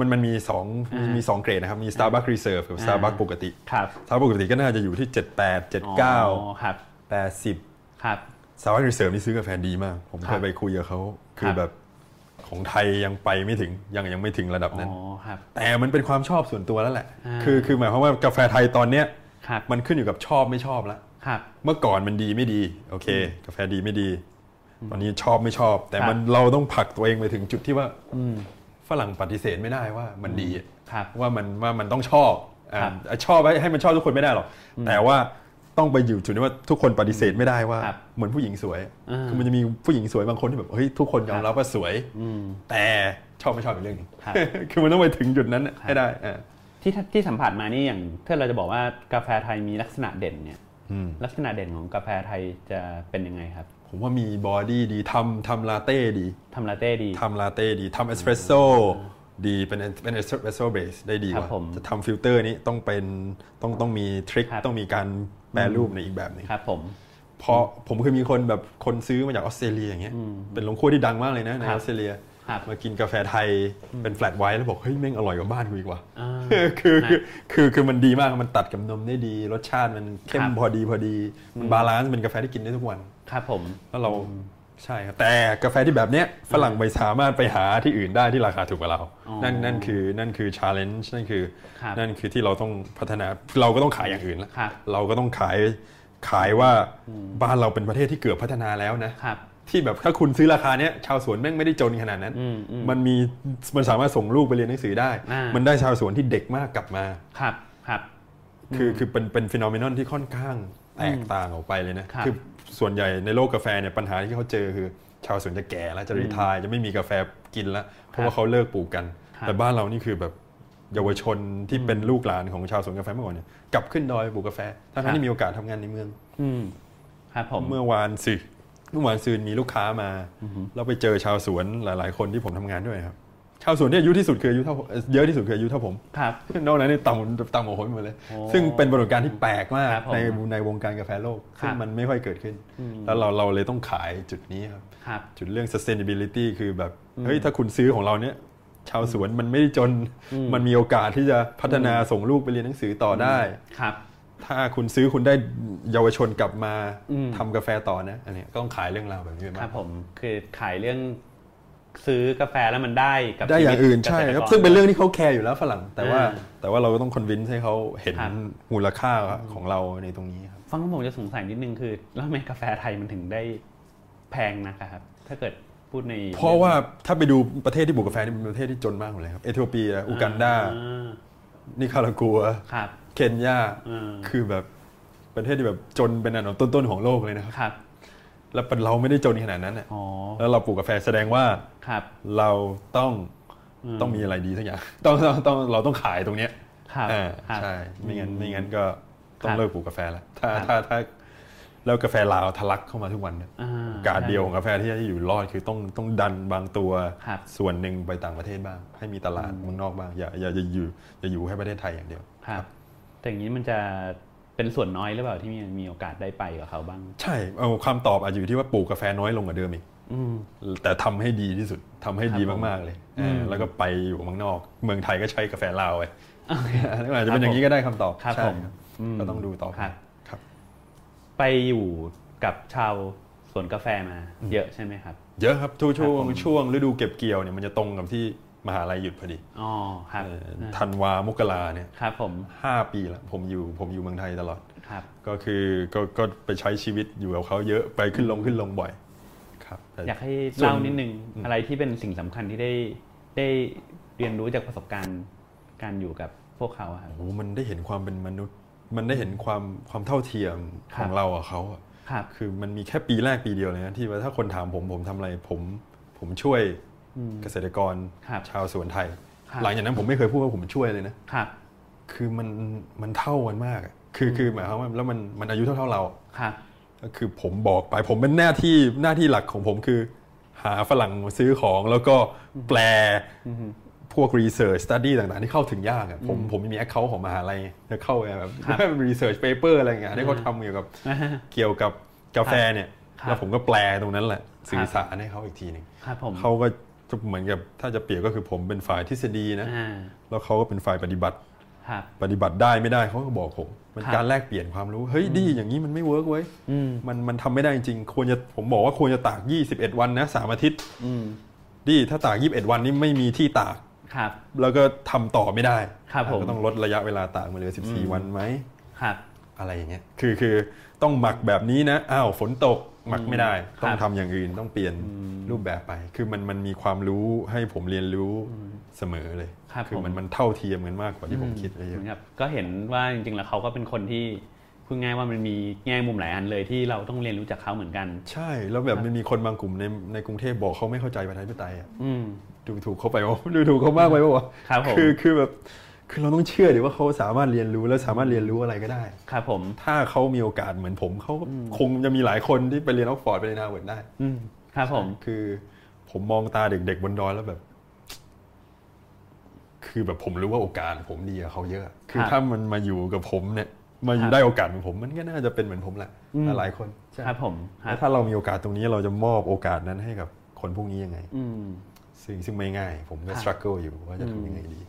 [SPEAKER 2] มันมันมีสองมีมีสองเกรดนะครับ มี Starbucks Reserve กับ
[SPEAKER 1] อ่า
[SPEAKER 2] Starbucks ปกติ
[SPEAKER 1] ครับ
[SPEAKER 2] Starbucks ปกติก็น่าจะอยู่ที่ 78
[SPEAKER 1] อ๋อ
[SPEAKER 2] 79
[SPEAKER 1] ครับ
[SPEAKER 2] 80
[SPEAKER 1] ครับ
[SPEAKER 2] Starbucks Reserve นี่ซื้อกาแฟดีมาก ผม
[SPEAKER 1] ค
[SPEAKER 2] เค
[SPEAKER 1] รั
[SPEAKER 2] ย
[SPEAKER 1] บ
[SPEAKER 2] ไปคุยกับเขาคื
[SPEAKER 1] ครั
[SPEAKER 2] อบ แบบของไทยยังไปไม่ถึงยังยังไม่ถึงระดับ
[SPEAKER 1] อ๋อ
[SPEAKER 2] นั้น
[SPEAKER 1] ครับ
[SPEAKER 2] แต่มันเป็นความชอบส่วนตัวแล้วแหละ
[SPEAKER 1] อ่า
[SPEAKER 2] คือคือหมายความว่ากาแฟไทยตอนเนี้ย
[SPEAKER 1] ครับ
[SPEAKER 2] มันขึ้นอยู่กับชอบไม่ชอบละ
[SPEAKER 1] ครับ
[SPEAKER 2] เมื่อก่อนมันดีไม่ดีโอเค กาแฟดีไม่ดี ตอนนี้ชอบไม่ชอบ แต่
[SPEAKER 1] ครับ
[SPEAKER 2] มันเราต้องผลักตัวเองไปถึงจุดที่ว่าฝรั่งปฏิเสธไม่ได้ว่ามันดีอะ
[SPEAKER 1] ครับ
[SPEAKER 2] ว่ามันว่ามันต้องชอบอ่า
[SPEAKER 1] ครับ
[SPEAKER 2] ชอบไว้ให้มันชอบทุกคนไม่ได้หรอกแต่ว่าต้องไปอยู่จุดที่ว่าทุกคนปฏิเสธไม่ได้ว่า
[SPEAKER 1] ครับ
[SPEAKER 2] เหมือนผู้หญิงสวย
[SPEAKER 1] อ่า
[SPEAKER 2] คือมันจะมีผู้หญิงสวยบางคนที่แบบเฮ้ยทุกคนยอมรับว่าสวยแต่ชอบไม่ชอบเป็นเรื่องหนึง
[SPEAKER 1] ครับ
[SPEAKER 2] คือมันต้องไปถึงจุดนั้นน่ะให้ได้อ่า
[SPEAKER 1] ที่ทที่สัมผัสมานี่อย่างถ้าเราจะบอกว่ากาแฟไทยมีลักษณะเด่นเนี่ย
[SPEAKER 2] อืม
[SPEAKER 1] ลักษณะเด่นของกาแฟไทยจะเป็นยังไงครับ
[SPEAKER 2] ผมว่ามีบอดี้ดีทำทำลาเต้ดี
[SPEAKER 1] ทำลาเต้ดี
[SPEAKER 2] ทำลาเต้ดีทำเอสเปรสโซ่ดีเป็นเป็นเอสเปรสโซ่เบสได้ดีก
[SPEAKER 1] ครั
[SPEAKER 2] ว่า
[SPEAKER 1] บผม
[SPEAKER 2] จะทำฟิลเตอร์นี้ต้องเป็นต้องต้องมีทริค
[SPEAKER 1] ครับ
[SPEAKER 2] ต้องมีการแปรรูปในอีกแบบหนึง
[SPEAKER 1] ครับผม
[SPEAKER 2] เพราะผมเคยมีคนแบบคนซื้อมาจากออสเตรเลียอย่างเงี้ยเป็นโรงคั่วที่ดังมากเลยนะใน
[SPEAKER 1] ครั
[SPEAKER 2] อบ อสเตรเลีย
[SPEAKER 1] ครับ
[SPEAKER 2] มากินกาแฟไทยเป็นแฟลตไวท์แล้วบอกเฮ้ยแม่งอร่อยกว่าบ้านกูอีกว่ะ
[SPEAKER 1] อ่า
[SPEAKER 2] คือคือคือคือมันดีมากมันตัดกับนมได้ดี รสชาติมันเข้
[SPEAKER 1] ค
[SPEAKER 2] ม
[SPEAKER 1] รับ
[SPEAKER 2] พอดีพอดีมันบาลานซ์เป็นกาแฟที่กินได้ทุกวัน
[SPEAKER 1] ครับผม
[SPEAKER 2] แล้วเราใช่ครับแต่กาแฟที่แบบเนี้ยฝรั่งไปสามารถไปหาที่อื่นได้ที่ราคาถูกกว่าเรา
[SPEAKER 1] อ๋อ
[SPEAKER 2] นั่นนั่นคือนั่นคือชาเลนจ์นั่นคือ
[SPEAKER 1] ครับ
[SPEAKER 2] นั่นคือที่เราต้องพัฒนาเราก็ต้องขายอย่างอื่นแล้ว
[SPEAKER 1] ครับ
[SPEAKER 2] เราก็ต้องขายขายว่าบ้านเราเป็นประเทศที่เกือบพัฒนาแล้วนะ
[SPEAKER 1] ครับ
[SPEAKER 2] ที่แบบถ้าคุณซื้อราคาเนี้ยชาวสวนแม่งไม่ได้จนขนาดนั้น
[SPEAKER 1] อืมอืม
[SPEAKER 2] มันมีมันสามารถส่งลูกไปเรียนหนังสือได้
[SPEAKER 1] อ่ามั
[SPEAKER 2] มันได้ชาวสวนที่เด็กมากกลับมา
[SPEAKER 1] ครับครับ
[SPEAKER 2] คือคือเป็นเป็นฟิโนเมนอนที่ค่อนข้างแตกต่างออกไปเลยนะครับ อส่วนใหญ่ในโลกกาแฟเนี่ยปัญหาที่เขาเจอคือ ชาวสวนจะแก่แล้วจะรีทายจะไม่มีกาแฟกินแล้ว เพราะว่าเขาเลิกปลูกกัน
[SPEAKER 1] ครับ
[SPEAKER 2] แต่บ้านเรานี่คือแบบเยาวชนที่เป็นลูกหลานของชาวสวนกาแฟเมื่อก่อนเนี่ยกลับขึ้นดอยปลูกกาแฟทั้งๆที่มีโอกาสทำงานในเมือง
[SPEAKER 1] อืมครับผม
[SPEAKER 2] เมื่อวานซืนเมื่อวานซืนมีลูกค้ามาแล้วไปเจอชาวสวนหลาย ๆ คนที่ผมทำงานด้วยครับชาวสวนที่อายุที่สุดคืออายุเท่าเอ่อเยอะที่สุดคืออายุเท่าผม
[SPEAKER 1] ครับ
[SPEAKER 2] นอกนั้นนี่ต่ำต่ำกว่าผมหมดเลย
[SPEAKER 1] โอ้
[SPEAKER 2] ซึ่งเป็นปรากฏการณ์ที่แปลกมาก
[SPEAKER 1] ครับผม
[SPEAKER 2] ในในวงการกาแฟโลก
[SPEAKER 1] ครับ
[SPEAKER 2] ซึ่งมันไม่ค่อยเกิดขึ้น แล้วเราเราเลยต้องขายจุดนี้ครับ
[SPEAKER 1] ครับ
[SPEAKER 2] จุดเรื่อง sustainability คือแบบ เฮ้ย ถ้าคุณซื้อของเราเนี่ย ชาวสวนมันไม่ได้จน มันมีโอกาสที่จะพัฒนาส่งลูกไปเรียนหนังสือต่อได้
[SPEAKER 1] ครับ
[SPEAKER 2] ถ้าคุณซื้อคุณได้เยาวชนกลับมาทำกาแฟต่อนะ อันเนี้ยก็ต้องขายเรื่องราวแบบนี้
[SPEAKER 1] ค
[SPEAKER 2] ไปมา
[SPEAKER 1] รั
[SPEAKER 2] ก
[SPEAKER 1] บผมคือขายเรื่องซื้อกาแฟแล้วมันได้กับ
[SPEAKER 2] ได้อย่าง
[SPEAKER 1] ชีวิต
[SPEAKER 2] อื่นใช่
[SPEAKER 1] กษต
[SPEAKER 2] ครับ
[SPEAKER 1] ก
[SPEAKER 2] ซึ่งเป็นเรื่องที่เขาแคร์อยู่แล้วฝรั่ง แต่ว่า
[SPEAKER 1] อ่า
[SPEAKER 2] แต่ว่าเราก็ต้องคอนวินให้เขาเห็น
[SPEAKER 1] ครับ
[SPEAKER 2] มูลค่าของเราในตรงนี้ครับ
[SPEAKER 1] ฟังแล้วผมจะสงสัยนิดนึงคือ แล้วทำไมกาแฟไทยมันถึงได้แพงนะครับ ถ้าเกิดพูดใน
[SPEAKER 2] เพราะว่าถ้าไปดูประเทศที่ปลูกกาแฟนี่เป็นประเทศที่จนมากหมดเลยครับเอธิโอเปียอูกันดา
[SPEAKER 1] อ่า
[SPEAKER 2] นิคารากัว
[SPEAKER 1] ครับ
[SPEAKER 2] เคนยา
[SPEAKER 1] อืม
[SPEAKER 2] คือแบบประเทศที่แบบจนเป็นอันดับต้นๆของโลกเลยนะครับ
[SPEAKER 1] ครับ
[SPEAKER 2] แล้วเราไม่ได้จนขนาดนั้นน่ะ
[SPEAKER 1] อ๋อ
[SPEAKER 2] แล้วเราปลูกกาแฟแสดงว่า
[SPEAKER 1] ครับ
[SPEAKER 2] เราต้องต้องมีอะไรดีสักอย่าง ต้องต้องต้องเราต้องขายตรงเนี้ย
[SPEAKER 1] ครับ
[SPEAKER 2] อ่า
[SPEAKER 1] ครับ
[SPEAKER 2] ใช่ไม่งั้นไม่งั้นก็ต้อ
[SPEAKER 1] ครั
[SPEAKER 2] ง
[SPEAKER 1] บ
[SPEAKER 2] เลิกปลูกกาแฟแล้วถ้า
[SPEAKER 1] ครับ
[SPEAKER 2] ถ้าถ้าแล้วกาแฟลาวทะลักเข้ามาทุกวันเนี่ย
[SPEAKER 1] อ่
[SPEAKER 2] โอกาสเดียวของกาแฟที่จะอยู่รอดคือต้องต้องดันบางตัว
[SPEAKER 1] ครับ
[SPEAKER 2] ส่วนหนึ่งไปต่างประเทศบ้าง ให้มีตลาดเมืองนอกบ้าง อย่าอย่าอย่าอยู่อย่าอยู่ให้ประเทศไทยอย่างเดียว
[SPEAKER 1] ครับ แต่อย่างนี้มันจะเป็นส่วนน้อยหรือเปล่าที่มีมีโอกาสได้ไปกับเขาบ้าง
[SPEAKER 2] ใช่เอาคำตอบอาจจะอยู่ที่ว่าปลูกกาแฟน้อยลงกว่าเดิมอีก
[SPEAKER 1] อืม
[SPEAKER 2] แต่ทำให้ดีที่สุดทำให้
[SPEAKER 1] ค
[SPEAKER 2] ดี
[SPEAKER 1] รับผม
[SPEAKER 2] มากๆเลย
[SPEAKER 1] อืม
[SPEAKER 2] เออแล้วก็ไปอยู่เมืองนอก เมืองไทยก็ใช้กาแฟลาวไป อาจ
[SPEAKER 1] ครั
[SPEAKER 2] จะ
[SPEAKER 1] บ
[SPEAKER 2] เป็นอย่างนี้ก็ได้คำตอบ
[SPEAKER 1] ครับ
[SPEAKER 2] ใช่
[SPEAKER 1] ผมอืม
[SPEAKER 2] ก็ต้องดูต่อไป
[SPEAKER 1] ครับ
[SPEAKER 2] ครับ
[SPEAKER 1] ไปอยู่กับชาวสวนกาแฟมา เยอะใช่ไหมครับ
[SPEAKER 2] เยอะครับทุกช่ว
[SPEAKER 1] ครั
[SPEAKER 2] ง
[SPEAKER 1] บผม
[SPEAKER 2] ช่วงฤดูเก็บเกี่ยวเนี่ยมันจะตรงกับที่มหาลัยหยุดพอดี
[SPEAKER 1] อ๋อครับ
[SPEAKER 2] เอ่อ
[SPEAKER 1] นะ
[SPEAKER 2] ธันวามกราเนี่ย
[SPEAKER 1] ครับผม
[SPEAKER 2] ห้าปีละผมอยู่ผมอยู่เมืองไทยตลอด
[SPEAKER 1] ครับ
[SPEAKER 2] ก็คือก็ก็ไปใช้ชีวิตอยู่กับเขาเยอะไปขึ้นลงขึ้นลงบ่อยครับแต่
[SPEAKER 1] อยากให้
[SPEAKER 2] ส่วน
[SPEAKER 1] เล่านิดนึงอะไรที่เป็นสิ่งสำคัญที่ได้ได้เรียนรู้จากประสบการณ์การอยู่กับพวกเขาอะครับ
[SPEAKER 2] โอ้โหมันได้เห็นความเป็นมนุษย์ มันได้เห็นความความเท่าเทียม
[SPEAKER 1] ค
[SPEAKER 2] ข
[SPEAKER 1] รับ
[SPEAKER 2] องเราอะเขาอะ
[SPEAKER 1] ครับ
[SPEAKER 2] คือมันมีแค่ปีแรกปีเดียวเลยนะที่ว่าถ้าคนถามผมผมทำอะไรผมผมช่วยเกษตรกร
[SPEAKER 1] ครับ
[SPEAKER 2] ชาวสวนไทย
[SPEAKER 1] ครับ
[SPEAKER 2] หลังจากนั้นผมไม่เคยพูดว่าผมช่วยเลยนะครับ คือมันมันเท่ากันมากอะคือคือหมายความว่าแล้วมันมันอายุเท่าเท่าๆเรา
[SPEAKER 1] ครับ
[SPEAKER 2] ก็คือผมบอกไปผมเป็นหน้าที่หน้าที่หลักของผมคือ หาฝรั่งมาซื้อของแล้วก็แปลพวกรีเสิร์ชสต๊ดี้ต่างๆ ที่เข้าถึงยากอะผมผมมีแอคเคาท์ของมหาลัยจะเข้าไปแบบ รีเสิร์ชเปเปอร์อะไรอย่างเงี้ยที่เขาทำเกี่ยวกับ เกี่ยวกับกาแฟเนี่ย
[SPEAKER 1] ครับ
[SPEAKER 2] แล้วผมก็แปลตรงนั้นแหละสื่
[SPEAKER 1] ครั
[SPEAKER 2] อบ สารให้เขาอีกทีหนึ่ง
[SPEAKER 1] ครับผม
[SPEAKER 2] เขาก็จะเหมือนกับถ้าจะเปรียบก็คือผมเป็นฝ่ายทฤษฎีนะ
[SPEAKER 1] อ่า
[SPEAKER 2] แล้วเขาก็เป็นฝ่ายปฏิบัติ
[SPEAKER 1] ครับ
[SPEAKER 2] ปฏิบัติได้ไม่ได้เขาก็บอกผมมัน
[SPEAKER 1] ครับ
[SPEAKER 2] การแลกเปลี่ยนความรู้เฮ้ยดีอย่างนี้มันไม่เวิร์กเว้ย
[SPEAKER 1] อืม
[SPEAKER 2] มันมันทำไม่ได้จริงควรจะผมบอกว่าควรจะตาก 21 วันนะสามอาทิตย์
[SPEAKER 1] อืม
[SPEAKER 2] ดีถ้าตาก 21 วันนี่ไม่มีที่ตาก
[SPEAKER 1] ครับ
[SPEAKER 2] แล้วก็ทำต่อไม่ได้
[SPEAKER 1] ครับผม
[SPEAKER 2] ก็ต้องลดระยะเวลาตากมาเหลือ 14 วันไหม
[SPEAKER 1] ครับ
[SPEAKER 2] อะไรอย่างเงี้ย คือคือต้องหมักแบบนี้นะ อ้าวฝนตกหมักไม่ได้
[SPEAKER 1] ครับ
[SPEAKER 2] ต้องทำอย่างอื่นต้องเปลี่ยนรูปแบบไป คือมันมันมีความรู้ให้ผมเรียนรู้เสมอเลย
[SPEAKER 1] ครับ
[SPEAKER 2] คือ
[SPEAKER 1] ผม
[SPEAKER 2] มันมันเท่าเทียมกันมากกว่าที่ผมคิดเลย
[SPEAKER 1] เห
[SPEAKER 2] เย
[SPEAKER 1] มื
[SPEAKER 2] อะ
[SPEAKER 1] อนกับก็เห็นว่าจริงๆแล้วเขาก็เป็นคนที่พูดง่ายว่ามันมีแง่มุมหลายอันเลยที่เราต้องเรียนรู้จากเขาเหมือนกัน
[SPEAKER 2] ใช่ แล้วแบบมันมีคนบางกลุ่มในในกรุงเทพบอกเขาไม่เข้าใจประชาธิปไตยอะ
[SPEAKER 1] อืม
[SPEAKER 2] ดูถูกเขาไปว่าดูถูกเขามากไปปะ วะ
[SPEAKER 1] ครับผม
[SPEAKER 2] อคือแบบคือเราต้องเชื่อดิว่าเขาสามารถเรียนรู้แล้วสามารถเรียนรู้อะไรก็ได้
[SPEAKER 1] ครับผม
[SPEAKER 2] ถ้าเขามีโอกาสเหมือนผมเขาก็คงจะมีหลายคนที่ไปเรียนออกฟอร์ดไปเรียนฮาร์วาร์ดได้
[SPEAKER 1] อืมครับผม
[SPEAKER 2] คือผมมองตาเด็กๆบนดอยแล้วแบบ คือแบบผมรู้ว่าโอกาสผมดีกับเขาเยอะ คื
[SPEAKER 1] ค
[SPEAKER 2] อ
[SPEAKER 1] รับ
[SPEAKER 2] ถ้ามันมาอยู่กับผมเนี่ยมาอ
[SPEAKER 1] ครั
[SPEAKER 2] ยู่
[SPEAKER 1] บ
[SPEAKER 2] ได้โอกาสเหมือนผม มันก็น่าจะเป็นเหมือนผมแหละ
[SPEAKER 1] อืม
[SPEAKER 2] หลายๆคน
[SPEAKER 1] ครับผมครั
[SPEAKER 2] แล้
[SPEAKER 1] บ
[SPEAKER 2] วถ้าเรามีโอกาสตรงนี้เราจะมอบโอกาสนั้นให้กับคนพวกนี้ยังไง
[SPEAKER 1] อืม
[SPEAKER 2] ซึ่งซึ่งไม่ง่าย ผมก็
[SPEAKER 1] ครับ
[SPEAKER 2] สครัลเกิลอยู่ว่าจะทำยังไงดี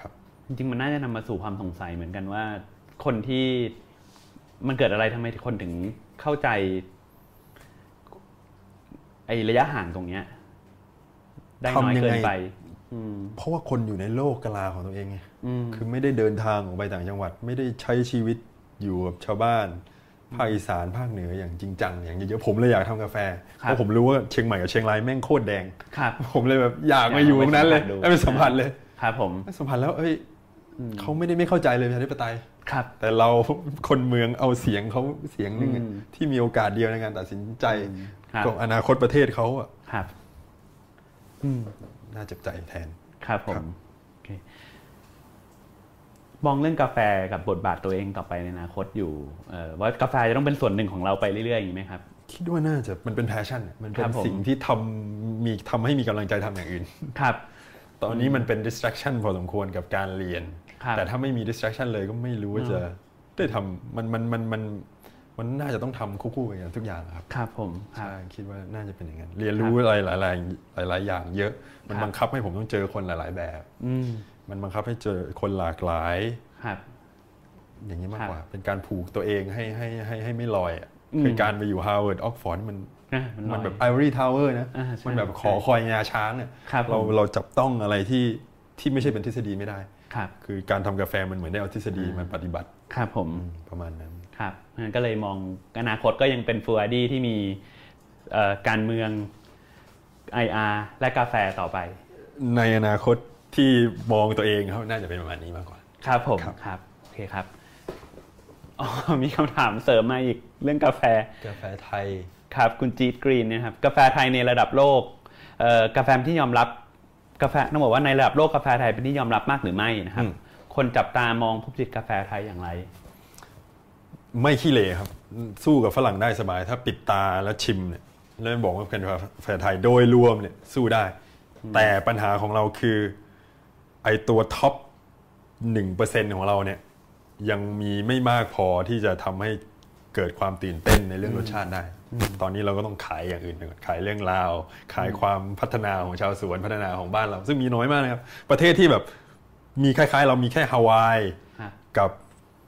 [SPEAKER 2] ครับ
[SPEAKER 1] จริงๆมันน่าจะนำมาสู่ความสงสัยเหมือนกันว่า คนที่มันเกิดอะไรทำไมคนถึงเข้าใจ ไอ้ระยะห่างตรงเนี้ย ได้น้อย
[SPEAKER 2] ทำยังไง
[SPEAKER 1] เกินไป อืม
[SPEAKER 2] เพราะว่าคนอยู่ในโลกกะลาของตัวเองไง
[SPEAKER 1] อืม
[SPEAKER 2] คือไม่ได้เดินทางออกไปต่างจังหวัด ไม่ได้ใช้ชีวิตอยู่กับชาวบ้านภาคอีสานภาคเหนืออย่างจริงจังอย่างเยอะๆผมเลยอยากทำกาแฟ
[SPEAKER 1] ครับ
[SPEAKER 2] เพราะผมรู้ว่าเชียงใหม่กับเชียงรายแม่งโคตรแด ง
[SPEAKER 1] ครับ
[SPEAKER 2] ผมเลยแบบอยากมาอยู่ตรงนั้นเลย
[SPEAKER 1] อยาก
[SPEAKER 2] ได้
[SPEAKER 1] ไป
[SPEAKER 2] ไป
[SPEAKER 1] สั
[SPEAKER 2] สั
[SPEAKER 1] ม
[SPEAKER 2] ม
[SPEAKER 1] ผั
[SPEAKER 2] ผั
[SPEAKER 1] ส
[SPEAKER 2] ส
[SPEAKER 1] ดู
[SPEAKER 2] เลย
[SPEAKER 1] ครับผม
[SPEAKER 2] ได้สัมผัสแล้วเอ้ยเขาไม่ได้ไม่เข้าใจเลยประชาธิปไตย
[SPEAKER 1] ครับ
[SPEAKER 2] แต่เรา คนเมืองเอาเสียงเขาเสียงหนึงอะ
[SPEAKER 1] อืม
[SPEAKER 2] ที่มีโอกาสเดียวในการตัดสินใจ
[SPEAKER 1] ครับ
[SPEAKER 2] ของอนาคตประเทศเขาอะ
[SPEAKER 1] ครับ อืม
[SPEAKER 2] น่าเจ็บใจแทน
[SPEAKER 1] ครับผ
[SPEAKER 2] ครั
[SPEAKER 1] ม
[SPEAKER 2] บ
[SPEAKER 1] โอเคมองเรื่องกาแฟกับบทบาทตัวเองต่อไปในอนาคตอยู่เอ่อว่ากาแฟจะต้องเป็นส่วนหนึ่งของเราไปเรื่อยๆอย่างนี้ไหมครับ
[SPEAKER 2] คิดว่าน่าจะมันเป็นแพชชั่นมันเป็
[SPEAKER 1] ครั
[SPEAKER 2] น
[SPEAKER 1] บผม
[SPEAKER 2] สิ่งที่ทำมีทำให้มีกำลังใจทำอย่างอื่น
[SPEAKER 1] ครับ
[SPEAKER 2] ตอนนี้มันเป็น distraction พอสมควรกับการเรียน
[SPEAKER 1] ครับ
[SPEAKER 2] แต่ถ้าไม่มี distraction เลยก็ไม่รู้ว่าจะได้ทำมันมันมันมันมันน่าจะต้องทำคู่ๆกันทุกอย่างครับ
[SPEAKER 1] ครับผมครั
[SPEAKER 2] ใช่
[SPEAKER 1] บ
[SPEAKER 2] คิดว่าน่าจะเป็นอย่างนั้น เรียนรู้อะไรหลายๆหลาย ๆ อย่าง เยอะ มั
[SPEAKER 1] ครับ
[SPEAKER 2] นบังคับให้ผมต้องเจอคนหลาย ๆ แบบ
[SPEAKER 1] อืม
[SPEAKER 2] มันบังคับให้เจอคนหลากหลาย
[SPEAKER 1] ครับ
[SPEAKER 2] อย่างนี้มา
[SPEAKER 1] ค
[SPEAKER 2] ก
[SPEAKER 1] รับ
[SPEAKER 2] กว่า เป็นการผูกตัวเองให้ให้ให้ให้ไม่ลอยอ่ะ
[SPEAKER 1] อืม
[SPEAKER 2] คือการไปอยู่ฮาร์วาร์ดออกฟอร์ดมัน
[SPEAKER 1] นะมัน
[SPEAKER 2] มัน
[SPEAKER 1] แบ
[SPEAKER 2] แบบ บไอวอรี่ทาวเวอร์นะ
[SPEAKER 1] อ่าใช่
[SPEAKER 2] มันแบบขอ
[SPEAKER 1] ใช่
[SPEAKER 2] คอยงาช้างเนี่ย
[SPEAKER 1] ครับ
[SPEAKER 2] เรา
[SPEAKER 1] ผม
[SPEAKER 2] เราจับต้องอะไรที่ที่ไม่ใช่เป็นทฤษฎีไม่ได้
[SPEAKER 1] ครับ
[SPEAKER 2] คือการทำกาแฟมันเหมือนได้เอาทฤษฎีมาปฏิบัติ
[SPEAKER 1] ครับผม
[SPEAKER 2] ประมาณนั้น
[SPEAKER 1] ครับงั้นก็เลยมองอนาคตก็ยังเป็นฟัวดี้ที่มีเอ่อการเมือง IR และกาแฟต่อไป
[SPEAKER 2] ในอนาคตที่มองตัวเองเขาน่าจะเป็นประมาณนี้มากกว่า
[SPEAKER 1] ครับผม
[SPEAKER 2] ครับ
[SPEAKER 1] ครับ โอเคครับ อ๋อ มีคำถามเสริมมาอีกเรื่องกาแฟ
[SPEAKER 2] กาแฟไทย
[SPEAKER 1] ครับ คุณจีดกรีนเนี่ยครับกาแฟไทยในระดับโลกเอ่อกาแฟที่ยอมรับกาแฟต้องบอกว่าในระดับโลกกาแฟไทยเป็นที่ยอมรับมากหรือไม่นะครับ
[SPEAKER 2] อืม
[SPEAKER 1] คนจับตามองผู้ผลิตกาแฟไทยอย่างไร
[SPEAKER 2] ไม่ขี้เหร่ครับ สู้กับฝรั่งได้สบาย ถ้าปิดตาแล้วชิมเนี่ยแล้วบอกว่าเป็นกาแฟไทยโดยรวมเนี่ยสู้ได้ แต่ปัญหาของเราคือ ไอตัวท็อปหนึ่งเปอร์เซ็นของเราเนี่ย ยังมีไม่มากพอที่จะทำให้เกิดความตื่นเต้นในเรื่องรสชาติได้ ตอนนี้เราก็ต้องขายอย่างอื่นไปก่อนขายเรื่องราว ขายความพัฒนาของชาวสวนพัฒนาของบ้านเรา ซึ่งมีน้อยมากนะครับ ประเทศที่แบบมีคล้าย ๆ เรามีแค่ฮาวาย
[SPEAKER 1] ครับ
[SPEAKER 2] กับ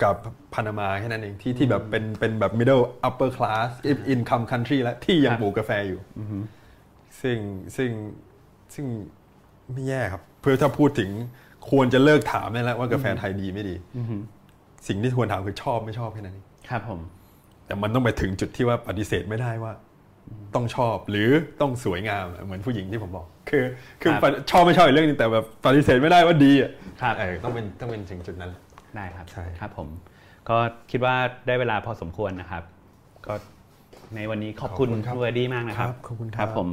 [SPEAKER 2] กับพานามาแค่นั้นเองที่ที่แบบเป็นเป็นแบบ middle upper class income country แล้วที่ยัง
[SPEAKER 1] ครับ
[SPEAKER 2] ปลูกกาแฟอยู่ ซึ่งซึ่งซึ่งไม่แย่ครับ เพื่อถ้าพูดถึงควรจะเลิกถามได้แล้วว่ากาแฟไทยดีไม่ดี สิ่งที่ควรถามคือชอบไม่ชอบแค่นั้นเอง
[SPEAKER 1] ครับผม
[SPEAKER 2] แต่มันต้องไปถึงจุดที่ว่าปฏิเสธไม่ได้ว่า ต้องชอบหรือต้องสวยงามเหมือนผู้หญิงที่ผมบอก คือ คือ
[SPEAKER 1] ครับ
[SPEAKER 2] ปฏิชอบไม่ชอบอีกเรื่องหนึงแต่แบบปฏิเสธไม่ได้ว่าดีอ่ะ
[SPEAKER 1] ครับ
[SPEAKER 2] เออต้องเป็นต้องเป็นถึงจุดนั้นแหละ
[SPEAKER 1] ได้ครับ
[SPEAKER 2] ใช่
[SPEAKER 1] ครับผม ก็คิดว่าได้เวลาพอสมควรนะครับ ก็ในวันนี้ขอบคุณคุณเวอร์ดี้มากนะครับ
[SPEAKER 2] ขอบคุณค
[SPEAKER 1] ค
[SPEAKER 2] รั
[SPEAKER 1] รับ บผม